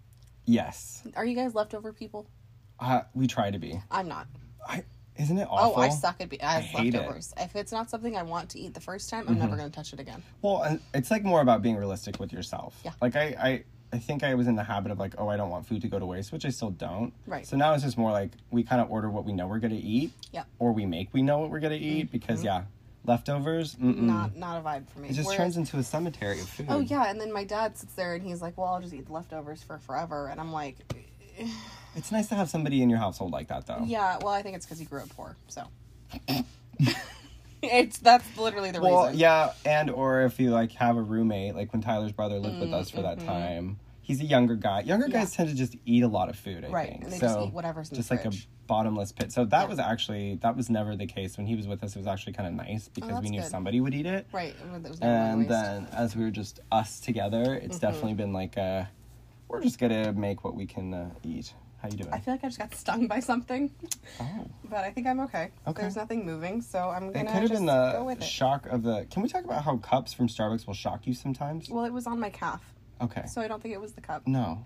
Speaker 2: Yes.
Speaker 1: Are you guys leftover people?
Speaker 2: Uh, we try to be.
Speaker 1: I'm not.
Speaker 2: I, isn't it awful?
Speaker 1: Oh, I suck at be- I have
Speaker 2: hate it. Mm-hmm.
Speaker 1: leftovers. If it's not something I want to eat the first time, I'm never going to touch it again.
Speaker 2: Well, and it's like more about being realistic with yourself.
Speaker 1: Yeah.
Speaker 2: Like I, I, I think I was in the habit of like, oh, I don't want food to go to waste, which I still don't.
Speaker 1: Right.
Speaker 2: So now it's just more like we kind of order what we know we're gonna eat.
Speaker 1: Yep.
Speaker 2: Or we make we know what we're gonna eat because yeah, leftovers. Mm-mm.
Speaker 1: Mm-hmm. Not not a vibe for me.
Speaker 2: Mm. it just
Speaker 1: Whereas-
Speaker 2: turns into a cemetery of food.
Speaker 1: Oh yeah, and then my dad sits there and he's like, "Well, I'll just eat the leftovers for forever," and I'm like,
Speaker 2: It's nice to have somebody in your household like that, though.
Speaker 1: Yeah, well, I think it's because he grew up poor, so. it's that's literally the
Speaker 2: Well,
Speaker 1: reason.
Speaker 2: yeah, and or if you like have a roommate, like when Tyler's brother lived
Speaker 1: Mm-hmm,
Speaker 2: with us for that time, he's a younger guy. Younger guys tend to just eat a lot of food, I
Speaker 1: Right,
Speaker 2: think.
Speaker 1: and they
Speaker 2: so
Speaker 1: just eat whatever's in the
Speaker 2: just like a
Speaker 1: fridge.
Speaker 2: bottomless pit. So that was actually that was never the case when he was with us. It was actually kind of nice because we
Speaker 1: Oh, that's
Speaker 2: knew
Speaker 1: good.
Speaker 2: somebody would eat it.
Speaker 1: Right. it was- it was Mm-hmm. never
Speaker 2: And
Speaker 1: waste.
Speaker 2: then as we were just us together, it's definitely been like a we're just gonna make what we can uh, eat. How you doing?
Speaker 1: I feel like I just got stung by something,
Speaker 2: oh.
Speaker 1: but I think I'm okay.
Speaker 2: Okay.
Speaker 1: There's nothing moving, so I'm
Speaker 2: It
Speaker 1: gonna
Speaker 2: could have
Speaker 1: just
Speaker 2: been
Speaker 1: go with
Speaker 2: the
Speaker 1: it.
Speaker 2: shock of the. Can we talk about how cups from Starbucks will shock you sometimes?
Speaker 1: well, it was on my calf,
Speaker 2: Okay.
Speaker 1: so I don't think it was the cup.
Speaker 2: No.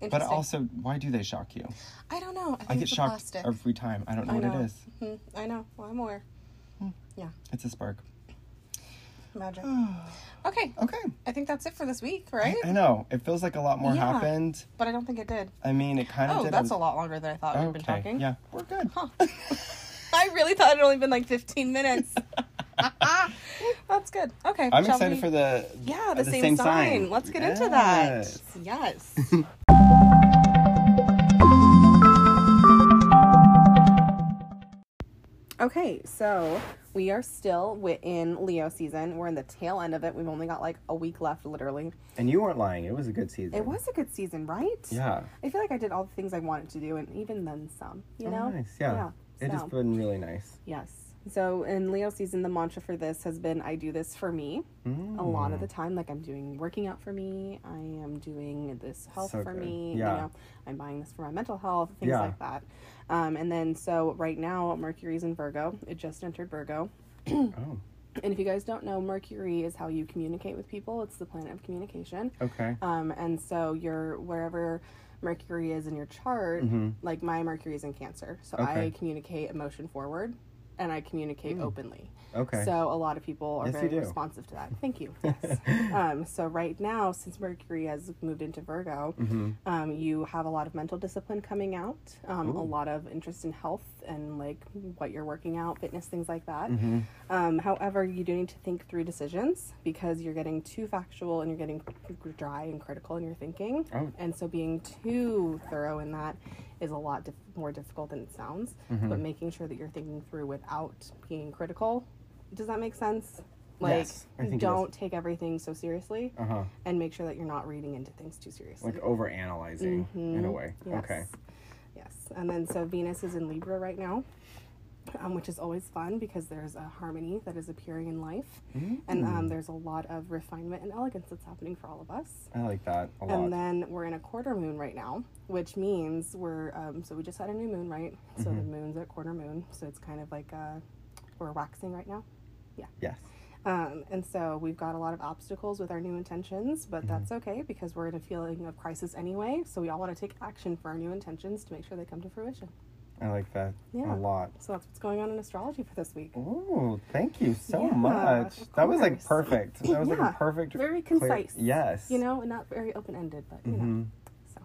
Speaker 2: But
Speaker 1: Interesting.
Speaker 2: also, why do they shock you?
Speaker 1: I don't know. I think
Speaker 2: I get
Speaker 1: it's the
Speaker 2: shocked
Speaker 1: plastic.
Speaker 2: every time. I don't know
Speaker 1: I
Speaker 2: what
Speaker 1: know.
Speaker 2: it is.
Speaker 1: Mhm, I know. Well, I'm aware. Yeah,
Speaker 2: It's a spark.
Speaker 1: magic.
Speaker 2: okay.
Speaker 1: okay, I think that's it for this week, right?
Speaker 2: I know. It feels like a lot more
Speaker 1: Yeah.
Speaker 2: happened.
Speaker 1: but I don't think it did.
Speaker 2: I mean, it kind of
Speaker 1: Oh,
Speaker 2: did.
Speaker 1: that's
Speaker 2: I
Speaker 1: a lot longer than I thought
Speaker 2: was-
Speaker 1: we've been
Speaker 2: okay,
Speaker 1: talking.
Speaker 2: Yeah. We're good.
Speaker 1: Huh. I really thought it'd only been like 15 minutes. that's good. Okay.
Speaker 2: I'm
Speaker 1: shall
Speaker 2: excited
Speaker 1: we-
Speaker 2: for the.
Speaker 1: Yeah, the,
Speaker 2: the
Speaker 1: same,
Speaker 2: same
Speaker 1: sign.
Speaker 2: sign.
Speaker 1: Let's get into that.
Speaker 2: Yes.
Speaker 1: Yes. okay, so we are still within Leo season. We're in the tail end of it. We've only got like a week left, literally.
Speaker 2: And you weren't lying. It was a good season.
Speaker 1: It was a good season, right?
Speaker 2: Yeah.
Speaker 1: I feel like I did all the things I wanted to do, and even then some. You know.
Speaker 2: Oh, nice. Yeah.
Speaker 1: Yeah,
Speaker 2: It
Speaker 1: so.
Speaker 2: has been really nice.
Speaker 1: Yes. So in Leo season, the mantra for this has been I do this for me.
Speaker 2: Mm,
Speaker 1: A lot of the time, like I'm doing working out for me, I am doing this health
Speaker 2: So
Speaker 1: for
Speaker 2: good.
Speaker 1: me,
Speaker 2: Yeah.
Speaker 1: you know, I'm buying this for my mental health, things
Speaker 2: Yeah.
Speaker 1: like that. Um, and then so right now, Mercury's in Virgo, it just entered Virgo.
Speaker 2: Oh.
Speaker 1: And if you guys don't know, Mercury is how you communicate with people, it's the planet of communication.
Speaker 2: Okay.
Speaker 1: Um, and so you're wherever Mercury is in your chart, like my Mercury is in Cancer. So I
Speaker 2: Mm-hmm. Okay. Mm.
Speaker 1: communicate emotion forward and I communicate openly.
Speaker 2: Okay.
Speaker 1: So a lot of people are
Speaker 2: Yes, you
Speaker 1: very
Speaker 2: do.
Speaker 1: responsive to that. Thank you. Yes. um, so right now, since Mercury has moved into Virgo,
Speaker 2: Mm-hmm,
Speaker 1: um, you have a lot of mental discipline coming out, um, a lot of interest in health and like what you're working out, fitness, things like that.
Speaker 2: Mm-hmm.
Speaker 1: Um, however, you do need to think through decisions because you're getting too factual and you're getting dry and critical in your thinking.
Speaker 2: Oh.
Speaker 1: And so being too thorough in that is a lot dif- more difficult than it sounds.
Speaker 2: Mm-hmm.
Speaker 1: But making sure that you're thinking through without being critical. Does that make sense? Like,
Speaker 2: Yes, I think it does.
Speaker 1: don't take everything so seriously
Speaker 2: Uh huh.
Speaker 1: and make sure that you're not reading into things too seriously.
Speaker 2: Like overanalyzing in a way.
Speaker 1: Mm-hmm, Yes.
Speaker 2: Okay.
Speaker 1: Yes. And then so Venus is in Libra right now, um, which is always fun because there's a harmony that is appearing in life.
Speaker 2: Mm.
Speaker 1: And um, there's a lot of refinement and elegance that's happening for all of us.
Speaker 2: I like that a lot.
Speaker 1: And then we're in a quarter moon right now, which means we're, um, so we just had a new moon, right? So
Speaker 2: Mm-hmm.
Speaker 1: the moon's at quarter moon. So it's kind of like uh, we're waxing right now.
Speaker 2: yes.
Speaker 1: Um, and so we've got a lot of obstacles with our new intentions,
Speaker 2: Mm-hmm.
Speaker 1: but that's okay because we're in a feeling of crisis anyway. So we all want to take action for our new intentions to make sure they come to fruition.
Speaker 2: I like that
Speaker 1: Yeah.
Speaker 2: a lot.
Speaker 1: So that's what's going on in astrology for this week.
Speaker 2: Oh, thank you so
Speaker 1: Yeah,
Speaker 2: much.
Speaker 1: of
Speaker 2: That was like
Speaker 1: course.
Speaker 2: perfect. That was
Speaker 1: Yeah,
Speaker 2: like a perfect,
Speaker 1: Very
Speaker 2: clear-
Speaker 1: concise.
Speaker 2: yes. Mm-hmm.
Speaker 1: You know, and not very open ended, but you know. So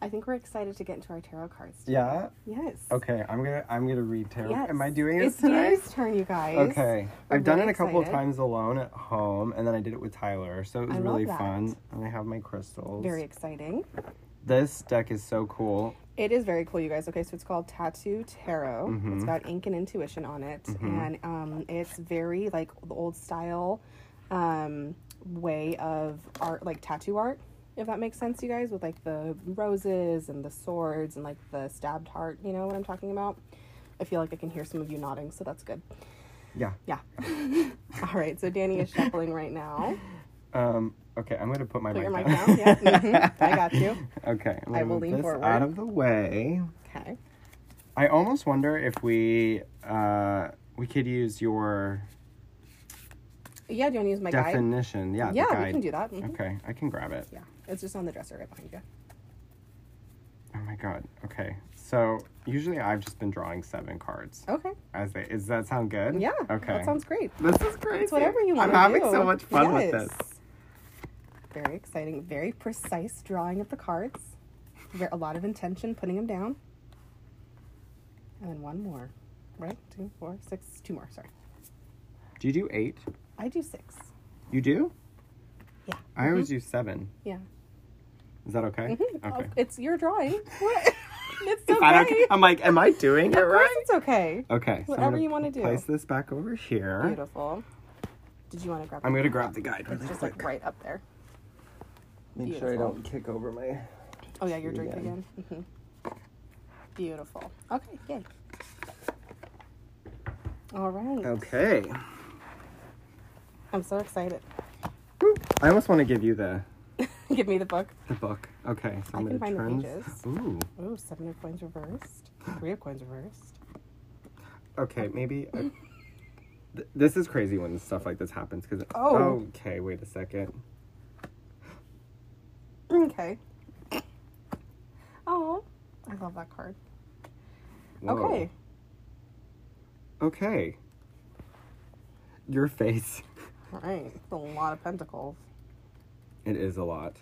Speaker 1: I think we're excited to get into our tarot cards.
Speaker 2: Yeah.
Speaker 1: Yes.
Speaker 2: Okay. I'm gonna I'm gonna read tarot.
Speaker 1: Yes.
Speaker 2: Am I doing it
Speaker 1: It's
Speaker 2: today?
Speaker 1: Dana's turn, you guys.
Speaker 2: Okay.
Speaker 1: We're
Speaker 2: I've done it
Speaker 1: very
Speaker 2: a couple of
Speaker 1: excited.
Speaker 2: times alone at home, and then I did it with Tyler, so it was
Speaker 1: I love
Speaker 2: really
Speaker 1: that.
Speaker 2: fun. And I have my crystals.
Speaker 1: Very exciting.
Speaker 2: This deck is so cool.
Speaker 1: It is very cool, you guys. Okay, so it's called Tattoo Tarot.
Speaker 2: Mm-hmm.
Speaker 1: It's got ink and intuition on it, and um, it's very like the old style um, way of art, like tattoo art. If that makes sense, you guys, with like the roses and the swords and like the stabbed heart. You know what I'm talking about? I feel like I can hear some of you nodding, so that's good.
Speaker 2: Yeah.
Speaker 1: Yeah. All right. So Danny is shuffling right now.
Speaker 2: Um. Okay. I'm gonna put my
Speaker 1: Put
Speaker 2: mic
Speaker 1: your mic
Speaker 2: down.
Speaker 1: down. Yeah. mhm, I got you.
Speaker 2: okay. I'm gonna
Speaker 1: will
Speaker 2: move
Speaker 1: lean
Speaker 2: this
Speaker 1: forward.
Speaker 2: out of the way.
Speaker 1: Okay.
Speaker 2: I almost wonder if we uh we could use your
Speaker 1: Yeah. Do you want to use my guide?
Speaker 2: definition. Yeah. the
Speaker 1: Yeah, we
Speaker 2: guide.
Speaker 1: can do that. mhm.
Speaker 2: Okay, I can grab it.
Speaker 1: Yeah, it's just on the dresser right behind you.
Speaker 2: Oh my god. Okay. So usually I've just been drawing seven cards.
Speaker 1: Okay.
Speaker 2: As they is that sound good?
Speaker 1: Oh. Yeah.
Speaker 2: Okay.
Speaker 1: That sounds great.
Speaker 2: This is crazy.
Speaker 1: It's whatever you want.
Speaker 2: I'm having so much fun with this.
Speaker 1: Very exciting. Very precise drawing of the cards. Ver- A lot of intention putting them down. And then one more. Right? Two, four, six. Two more. Sorry.
Speaker 2: Do you do eight?
Speaker 1: I do six.
Speaker 2: You do?
Speaker 1: Yeah. Mm-hmm.
Speaker 2: I always do seven.
Speaker 1: Yeah.
Speaker 2: Is that okay? Okay.
Speaker 1: Mm-hmm. Oh, It's your drawing. What? It's okay.
Speaker 2: I don't, I'm like, am I doing it
Speaker 1: Of course
Speaker 2: right?
Speaker 1: it's okay.
Speaker 2: Okay. so I'm
Speaker 1: Whatever
Speaker 2: gonna
Speaker 1: you wanna do.
Speaker 2: Place this back over here.
Speaker 1: Beautiful. Did you want to grab?
Speaker 2: I'm
Speaker 1: the-
Speaker 2: gonna grab the guide really
Speaker 1: Just
Speaker 2: quick.
Speaker 1: like right up there.
Speaker 2: Make sure I
Speaker 1: beautiful.
Speaker 2: don't kick over my.
Speaker 1: Oh yeah, your
Speaker 2: See
Speaker 1: drink again.
Speaker 2: again.
Speaker 1: hmm Beautiful. Okay, yay. All right.
Speaker 2: Um, Okay.
Speaker 1: I'm so excited.
Speaker 2: Woo. I almost want to give you the
Speaker 1: Give me the book.
Speaker 2: the book. Okay. So
Speaker 1: I
Speaker 2: I'm
Speaker 1: can
Speaker 2: gonna
Speaker 1: find the
Speaker 2: turn.
Speaker 1: pages.
Speaker 2: Ooh.
Speaker 1: Ooh, seven of coins reversed. Three of coins reversed.
Speaker 2: Okay. Maybe. I- Th- This is crazy when stuff like this happens because.
Speaker 1: Oh.
Speaker 2: Okay. Wait a second.
Speaker 1: Okay. Oh, I love that card.
Speaker 2: Whoa.
Speaker 1: Okay.
Speaker 2: Okay. Your face.
Speaker 1: All right. It's a lot of pentacles.
Speaker 2: It is a lot.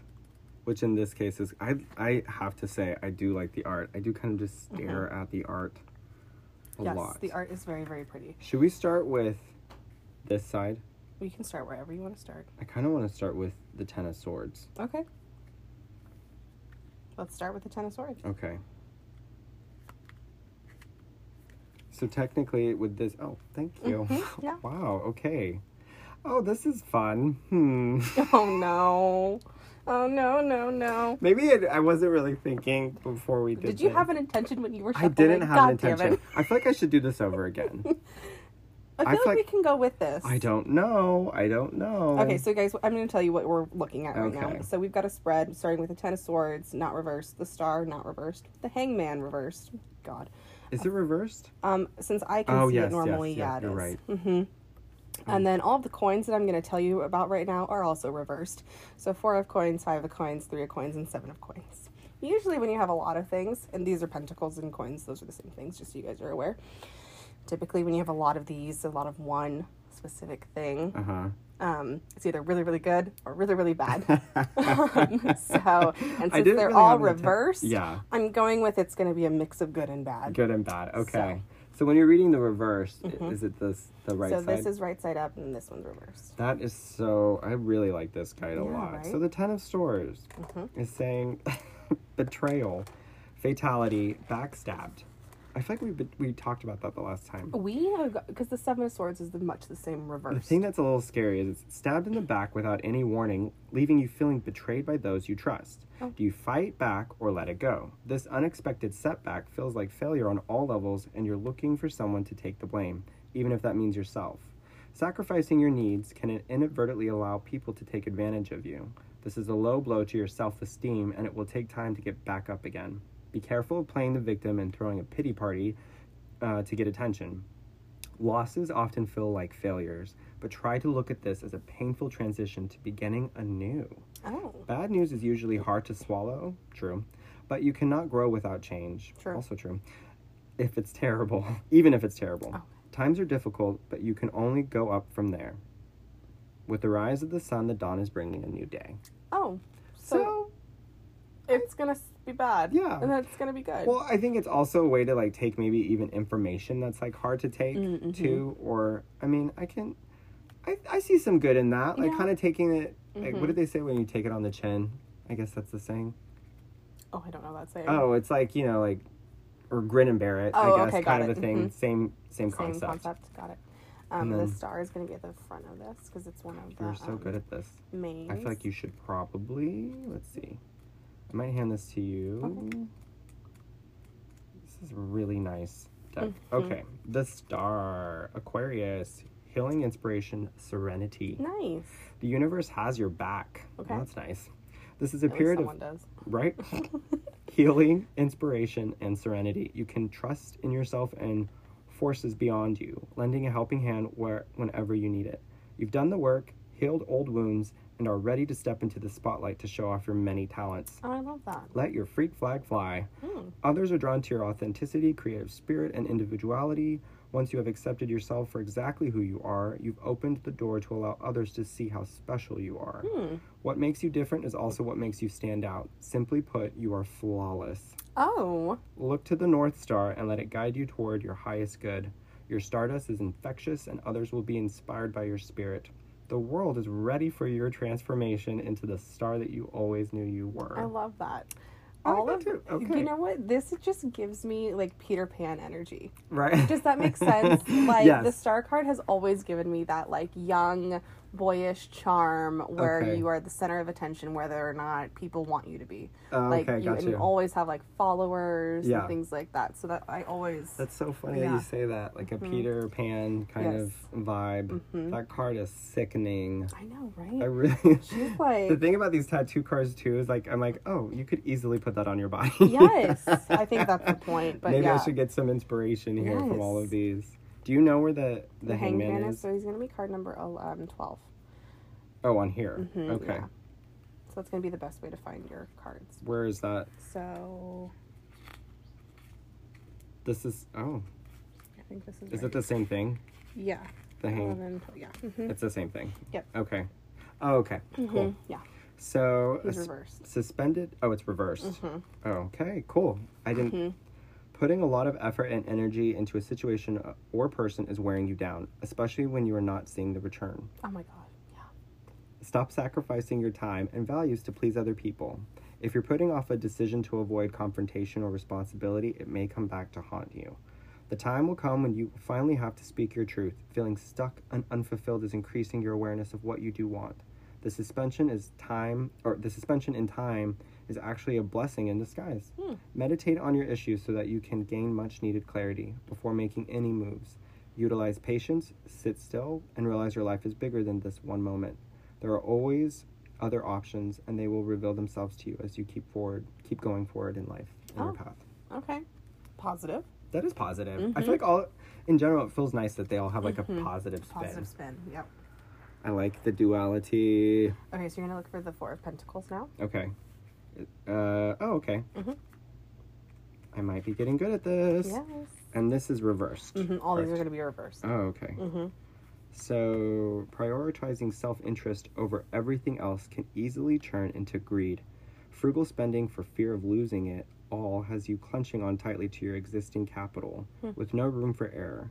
Speaker 2: Which in this case is I I have to say I do like the art. I do kind of just stare at the art a
Speaker 1: Mm-hmm. yes,
Speaker 2: lot.
Speaker 1: the art is very, very pretty.
Speaker 2: Should we start with this side?
Speaker 1: We can start wherever you want to start.
Speaker 2: I kind of want to start with the Ten of Swords.
Speaker 1: Okay. Let's start with the Ten of Swords.
Speaker 2: Okay. So technically, with this, oh, thank you.
Speaker 1: Mhm, yeah.
Speaker 2: Wow. Okay. Oh, this is fun. Hmm.
Speaker 1: Oh no. Oh no, no, no.
Speaker 2: Maybe it, I wasn't really thinking before we did.
Speaker 1: Did you
Speaker 2: this.
Speaker 1: have an intention when you were
Speaker 2: I
Speaker 1: shuffling?
Speaker 2: didn't have
Speaker 1: Oh
Speaker 2: an
Speaker 1: God damn it.
Speaker 2: intention. I feel like I should do this over again.
Speaker 1: I feel
Speaker 2: I feel
Speaker 1: like, we
Speaker 2: like-
Speaker 1: can go with this.
Speaker 2: I don't know. I don't know.
Speaker 1: Okay, so guys, I'm going to tell you what we're looking at right now.
Speaker 2: Okay.
Speaker 1: So we've got a spread starting with the Ten of Swords, not reversed, the Star, not reversed, the Hangman, reversed. God.
Speaker 2: is it reversed?
Speaker 1: Um, since I can
Speaker 2: Oh,
Speaker 1: see
Speaker 2: yes,
Speaker 1: it normally,
Speaker 2: yes,
Speaker 1: yeah,
Speaker 2: yeah,
Speaker 1: it
Speaker 2: you're
Speaker 1: is.
Speaker 2: right. Mm.
Speaker 1: hmm And then all of the coins that I'm going to tell you about right now are also reversed. So four of coins, five of coins, three of coins, and seven of coins. Usually, when you have a lot of things, and these are pentacles and coins, those are the same things, just so you guys are aware. Typically, when you have a lot of these, a lot of one specific thing,
Speaker 2: Uh huh.
Speaker 1: um, it's either really, really good or really, really bad. Um, so, and
Speaker 2: I
Speaker 1: since
Speaker 2: didn't
Speaker 1: they're
Speaker 2: really
Speaker 1: all
Speaker 2: have an atten-
Speaker 1: reversed,
Speaker 2: Yeah.
Speaker 1: I'm going with it's going to be a mix of good and bad.
Speaker 2: Good and bad. Okay. So, when you're reading the reverse, i- is it this the right
Speaker 1: Mm-hmm. so
Speaker 2: side?
Speaker 1: this is right side up and this one's reversed.
Speaker 2: that is so. I really like this guide
Speaker 1: Yeah,
Speaker 2: a lot.
Speaker 1: right? Mm-hmm.
Speaker 2: So the Ten of Swords is saying betrayal, fatality, backstabbed. I feel like we bet- we talked about that the last time.
Speaker 1: We because the seven of swords is the, much the same
Speaker 2: The
Speaker 1: reverse.
Speaker 2: thing that's a little scary is it's stabbed in the back without any warning, leaving you feeling betrayed by those you trust. Do you fight back or let it go? This unexpected setback feels like failure on all levels, and you're looking for someone to take the blame, even if that means yourself. Sacrificing your needs can inadvertently allow people to take advantage of you. This is a low blow to your self esteem, and it will take time to get back up again. Be careful of playing the victim and throwing a pity party uh, to get attention. Losses often feel like failures, but try to look at this as a painful transition to beginning anew.
Speaker 1: Oh,
Speaker 2: Bad news is usually hard to swallow, true, but you cannot grow without change,
Speaker 1: True.
Speaker 2: also true. If it's terrible, even if it's terrible.
Speaker 1: Oh.
Speaker 2: Times are difficult, but you can only go up from there. With the rise of the sun, the dawn is bringing a new day.
Speaker 1: oh, so,
Speaker 2: So,
Speaker 1: it's gonna s- be bad.
Speaker 2: Yeah.
Speaker 1: and then it's gonna be good.
Speaker 2: well, I think it's also a way to like take maybe even information that's like hard to take
Speaker 1: Mm,
Speaker 2: too, or I mean, I can, I, I see some good in that, like
Speaker 1: Yeah.
Speaker 2: kind of taking it. Like,
Speaker 1: Mhm.
Speaker 2: what did they say when you take it on the chin? I guess that's the saying.
Speaker 1: oh, I don't know that saying.
Speaker 2: Oh, it's like you know, like or grin and bear it.
Speaker 1: Oh,
Speaker 2: I guess
Speaker 1: okay, got
Speaker 2: kind of
Speaker 1: it.
Speaker 2: a thing.
Speaker 1: Mhm.
Speaker 2: Same
Speaker 1: same
Speaker 2: same concept.
Speaker 1: concept. Got it. Um,
Speaker 2: And
Speaker 1: the
Speaker 2: then-
Speaker 1: star is gonna be at the front of this because it's one of the
Speaker 2: You're so
Speaker 1: um,
Speaker 2: good at this.
Speaker 1: mains.
Speaker 2: I feel like you should probably let's see. I might hand this to you. This is a really nice deck.
Speaker 1: Mm-hmm.
Speaker 2: Okay, the star Aquarius, healing inspiration, serenity.
Speaker 1: Nice.
Speaker 2: The universe has your back.
Speaker 1: Okay.
Speaker 2: That's nice. This is a
Speaker 1: At least
Speaker 2: period of
Speaker 1: someone does.
Speaker 2: right? Healing, inspiration, and serenity. You can trust in yourself and forces beyond you, lending a helping hand where whenever you need it. You've done the work, healed old wounds, and are ready to step into the spotlight to show off your many talents.
Speaker 1: Oh, I love that.
Speaker 2: Let your freak flag fly.
Speaker 1: Hmm.
Speaker 2: Others are drawn to your authenticity, creative spirit, and individuality. Once you have accepted yourself for exactly who you are, you've opened the door to allow others to see how special you are.
Speaker 1: Hmm.
Speaker 2: What makes you different is also what makes you stand out. Simply put, you are flawless.
Speaker 1: Oh,
Speaker 2: Look to the North Star and let it guide you toward your highest good. Your stardust is infectious, and others will be inspired by your spirit. The world is ready for your transformation into the star that you always knew you were.
Speaker 1: I love that.
Speaker 2: I like
Speaker 1: All
Speaker 2: that
Speaker 1: of
Speaker 2: too.
Speaker 1: you
Speaker 2: Okay.
Speaker 1: know what? This just gives me like Peter Pan energy.
Speaker 2: right?
Speaker 1: Does that make sense? Like
Speaker 2: yes.
Speaker 1: the star card has always given me that like young boyish charm where
Speaker 2: Okay.
Speaker 1: you are the center of attention whether or not people want you to be.
Speaker 2: Oh,
Speaker 1: like
Speaker 2: okay,
Speaker 1: you and
Speaker 2: gotcha.
Speaker 1: you always have like followers
Speaker 2: Yeah.
Speaker 1: and things like that. So that I always
Speaker 2: That's so funny that
Speaker 1: Yeah. Mm-hmm.
Speaker 2: you say that. Like a Peter Pan kind
Speaker 1: Yes. Mm-hmm.
Speaker 2: of vibe. That card is sickening.
Speaker 1: I know,
Speaker 2: I
Speaker 1: right?
Speaker 2: really.
Speaker 1: She's
Speaker 2: the
Speaker 1: like
Speaker 2: thing about these tattoo cards too is like I'm like, oh, you could easily put that on your body.
Speaker 1: Yes. I think that's the point. But
Speaker 2: Maybe
Speaker 1: yeah.
Speaker 2: I should get some inspiration here from all
Speaker 1: Yes.
Speaker 2: of these. Do you know where the the, hangman, is?
Speaker 1: so he's gonna be card number el- um, twelve.
Speaker 2: Oh, on here. okay.
Speaker 1: Mm-hmm, yeah. So that's gonna be the best way to find your cards.
Speaker 2: Where is that?
Speaker 1: So
Speaker 2: This is oh,
Speaker 1: I think this is.
Speaker 2: is
Speaker 1: right.
Speaker 2: it the same thing?
Speaker 1: Yeah.
Speaker 2: The hang.
Speaker 1: Eleven, twelve. Yeah. hmm
Speaker 2: It's the same thing.
Speaker 1: Yep.
Speaker 2: Okay. Oh, okay. Cool.
Speaker 1: Yeah.
Speaker 2: So a
Speaker 1: He's
Speaker 2: s-
Speaker 1: reversed.
Speaker 2: suspended. Oh, it's reversed. Oh, Okay. Cool. I didn't. Putting a lot of effort and energy into a situation or person is wearing you down, especially when you are not seeing the return.
Speaker 1: Oh my god. Yeah.
Speaker 2: Stop sacrificing your time and values to please other people. If you're putting off a decision to avoid confrontation or responsibility, it may come back to haunt you. The time will come when you finally have to speak your truth. Feeling stuck and unfulfilled is increasing your awareness of what you do want. The suspension is time or the suspension in time is actually a blessing in disguise. Meditate on your issues so that you can gain much needed clarity before making any moves. Utilize patience, sit still, and realize your life is bigger than this one moment. There are always other options, and they will reveal themselves to you as you keep forward, keep going forward in life on
Speaker 1: Oh.
Speaker 2: your path.
Speaker 1: Okay. Positive.
Speaker 2: That is positive.
Speaker 1: Mm-hmm.
Speaker 2: I feel like all, in general, it feels nice that they all have like a positive spin.
Speaker 1: Positive spin. Yep.
Speaker 2: I like the duality.
Speaker 1: Okay, so you're gonna look for the four of pentacles now.
Speaker 2: Okay. Uh, oh, okay. I might be getting good at this.
Speaker 1: Mm-hmm. Yes.
Speaker 2: And this is reversed.
Speaker 1: Mhm, All these are
Speaker 2: correct?
Speaker 1: gonna be reversed.
Speaker 2: Oh, okay.
Speaker 1: Mm-hmm.
Speaker 2: So, prioritizing self interest over everything else can easily turn into greed. Frugal spending for fear of losing it all has you clenching on tightly to your existing capital with no room for error.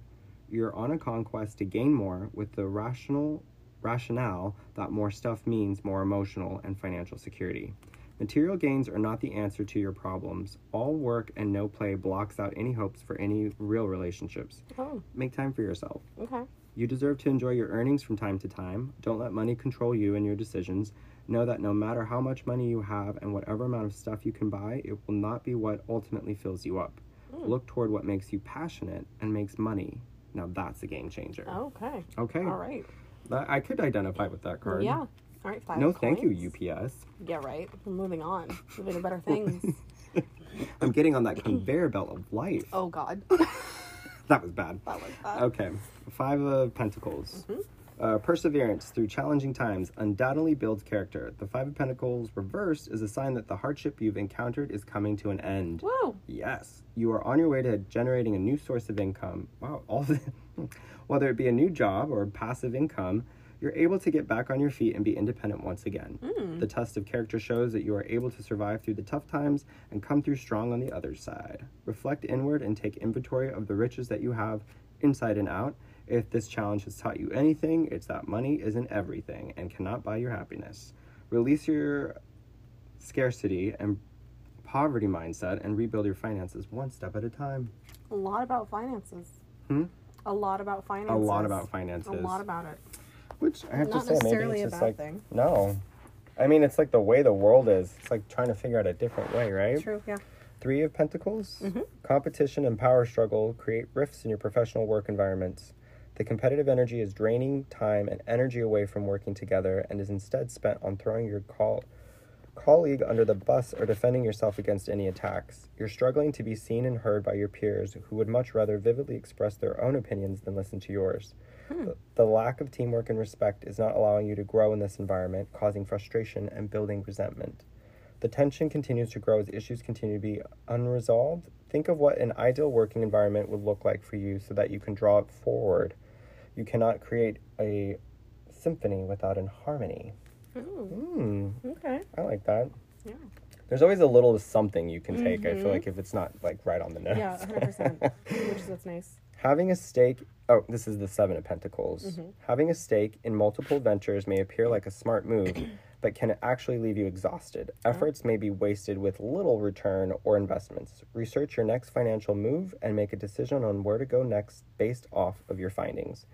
Speaker 2: You're on a conquest to gain more with the rational rationale that more stuff means more emotional and financial security. Material gains are not the answer to your problems. All work and no play blocks out any hopes for any real relationships.
Speaker 1: Oh.
Speaker 2: Make time for yourself.
Speaker 1: Okay.
Speaker 2: You deserve to enjoy your earnings from time to time. Don't let money control you and your decisions. Know that no matter how much money you have and whatever amount of stuff you can buy, it will not be what ultimately fills you up.
Speaker 1: Hmm.
Speaker 2: Look toward what makes you passionate and makes money. Now that's a game changer.
Speaker 1: Okay.
Speaker 2: Okay.
Speaker 1: Oh. All right.
Speaker 2: That- I could identify with that card.
Speaker 1: Yeah. All right. Five.
Speaker 2: No,
Speaker 1: of
Speaker 2: thank
Speaker 1: coins.
Speaker 2: you, UPS.
Speaker 1: Yeah. Right. We're moving on. Moving to better things.
Speaker 2: I'm getting on that conveyor belt of life.
Speaker 1: oh God.
Speaker 2: That was bad.
Speaker 1: I like that.
Speaker 2: Okay, Five of Pentacles. Uh, perseverance through challenging times undoubtedly builds character. The Five of Pentacles reversed is a sign that the hardship you've encountered is coming to an end.
Speaker 1: Woo.
Speaker 2: Yes, you are on your way to generating a new source of income. Wow, all the, whether it be a new job or passive income, you're able to get back on your feet and be independent once again. The test of character shows that you are able to survive through the tough times and come through strong on the other side. Reflect inward and take inventory of the riches that you have inside and out. If this challenge has taught you anything, it's that money isn't everything and cannot buy your happiness. Release your scarcity and poverty mindset and rebuild your finances one step at a time.
Speaker 1: A lot about finances.
Speaker 2: Hmm?
Speaker 1: A lot about finances.
Speaker 2: A lot about finances.
Speaker 1: A lot about it.
Speaker 2: which I have
Speaker 1: Not
Speaker 2: to say, maybe
Speaker 1: necessarily
Speaker 2: it's
Speaker 1: a
Speaker 2: just
Speaker 1: bad
Speaker 2: like
Speaker 1: thing.
Speaker 2: no. I mean, it's like the way the world is. It's like trying to figure out a different way, right?
Speaker 1: True. Yeah.
Speaker 2: Three of Pentacles. Competition and power struggle create rifts in your professional work environments. The competitive energy is draining time and energy away from working together and is instead spent on throwing your call, colleague under the bus or defending yourself against any attacks. You're struggling to be seen and heard by your peers who would much rather vividly express their own opinions than listen to yours. The, the lack of teamwork and respect is not allowing you to grow in this environment, causing frustration and building resentment. The tension continues to grow as issues continue to be unresolved. Think of what an ideal working environment would look like for you so that you can draw it forward. You cannot create a symphony without an harmony. Hmm,
Speaker 1: Okay.
Speaker 2: I like that.
Speaker 1: Yeah.
Speaker 2: There's always a little something you can take. I feel like if it's not like right on the nose.
Speaker 1: Yeah. Hundred percent. Which is what's nice.
Speaker 2: Having a stake, oh, this is the Seven of Pentacles. Having a stake in multiple ventures may appear like a smart move, but can actually leave you exhausted. Efforts may be wasted with little return or investments. Research your next financial move and make a decision on where to go next based off of your findings.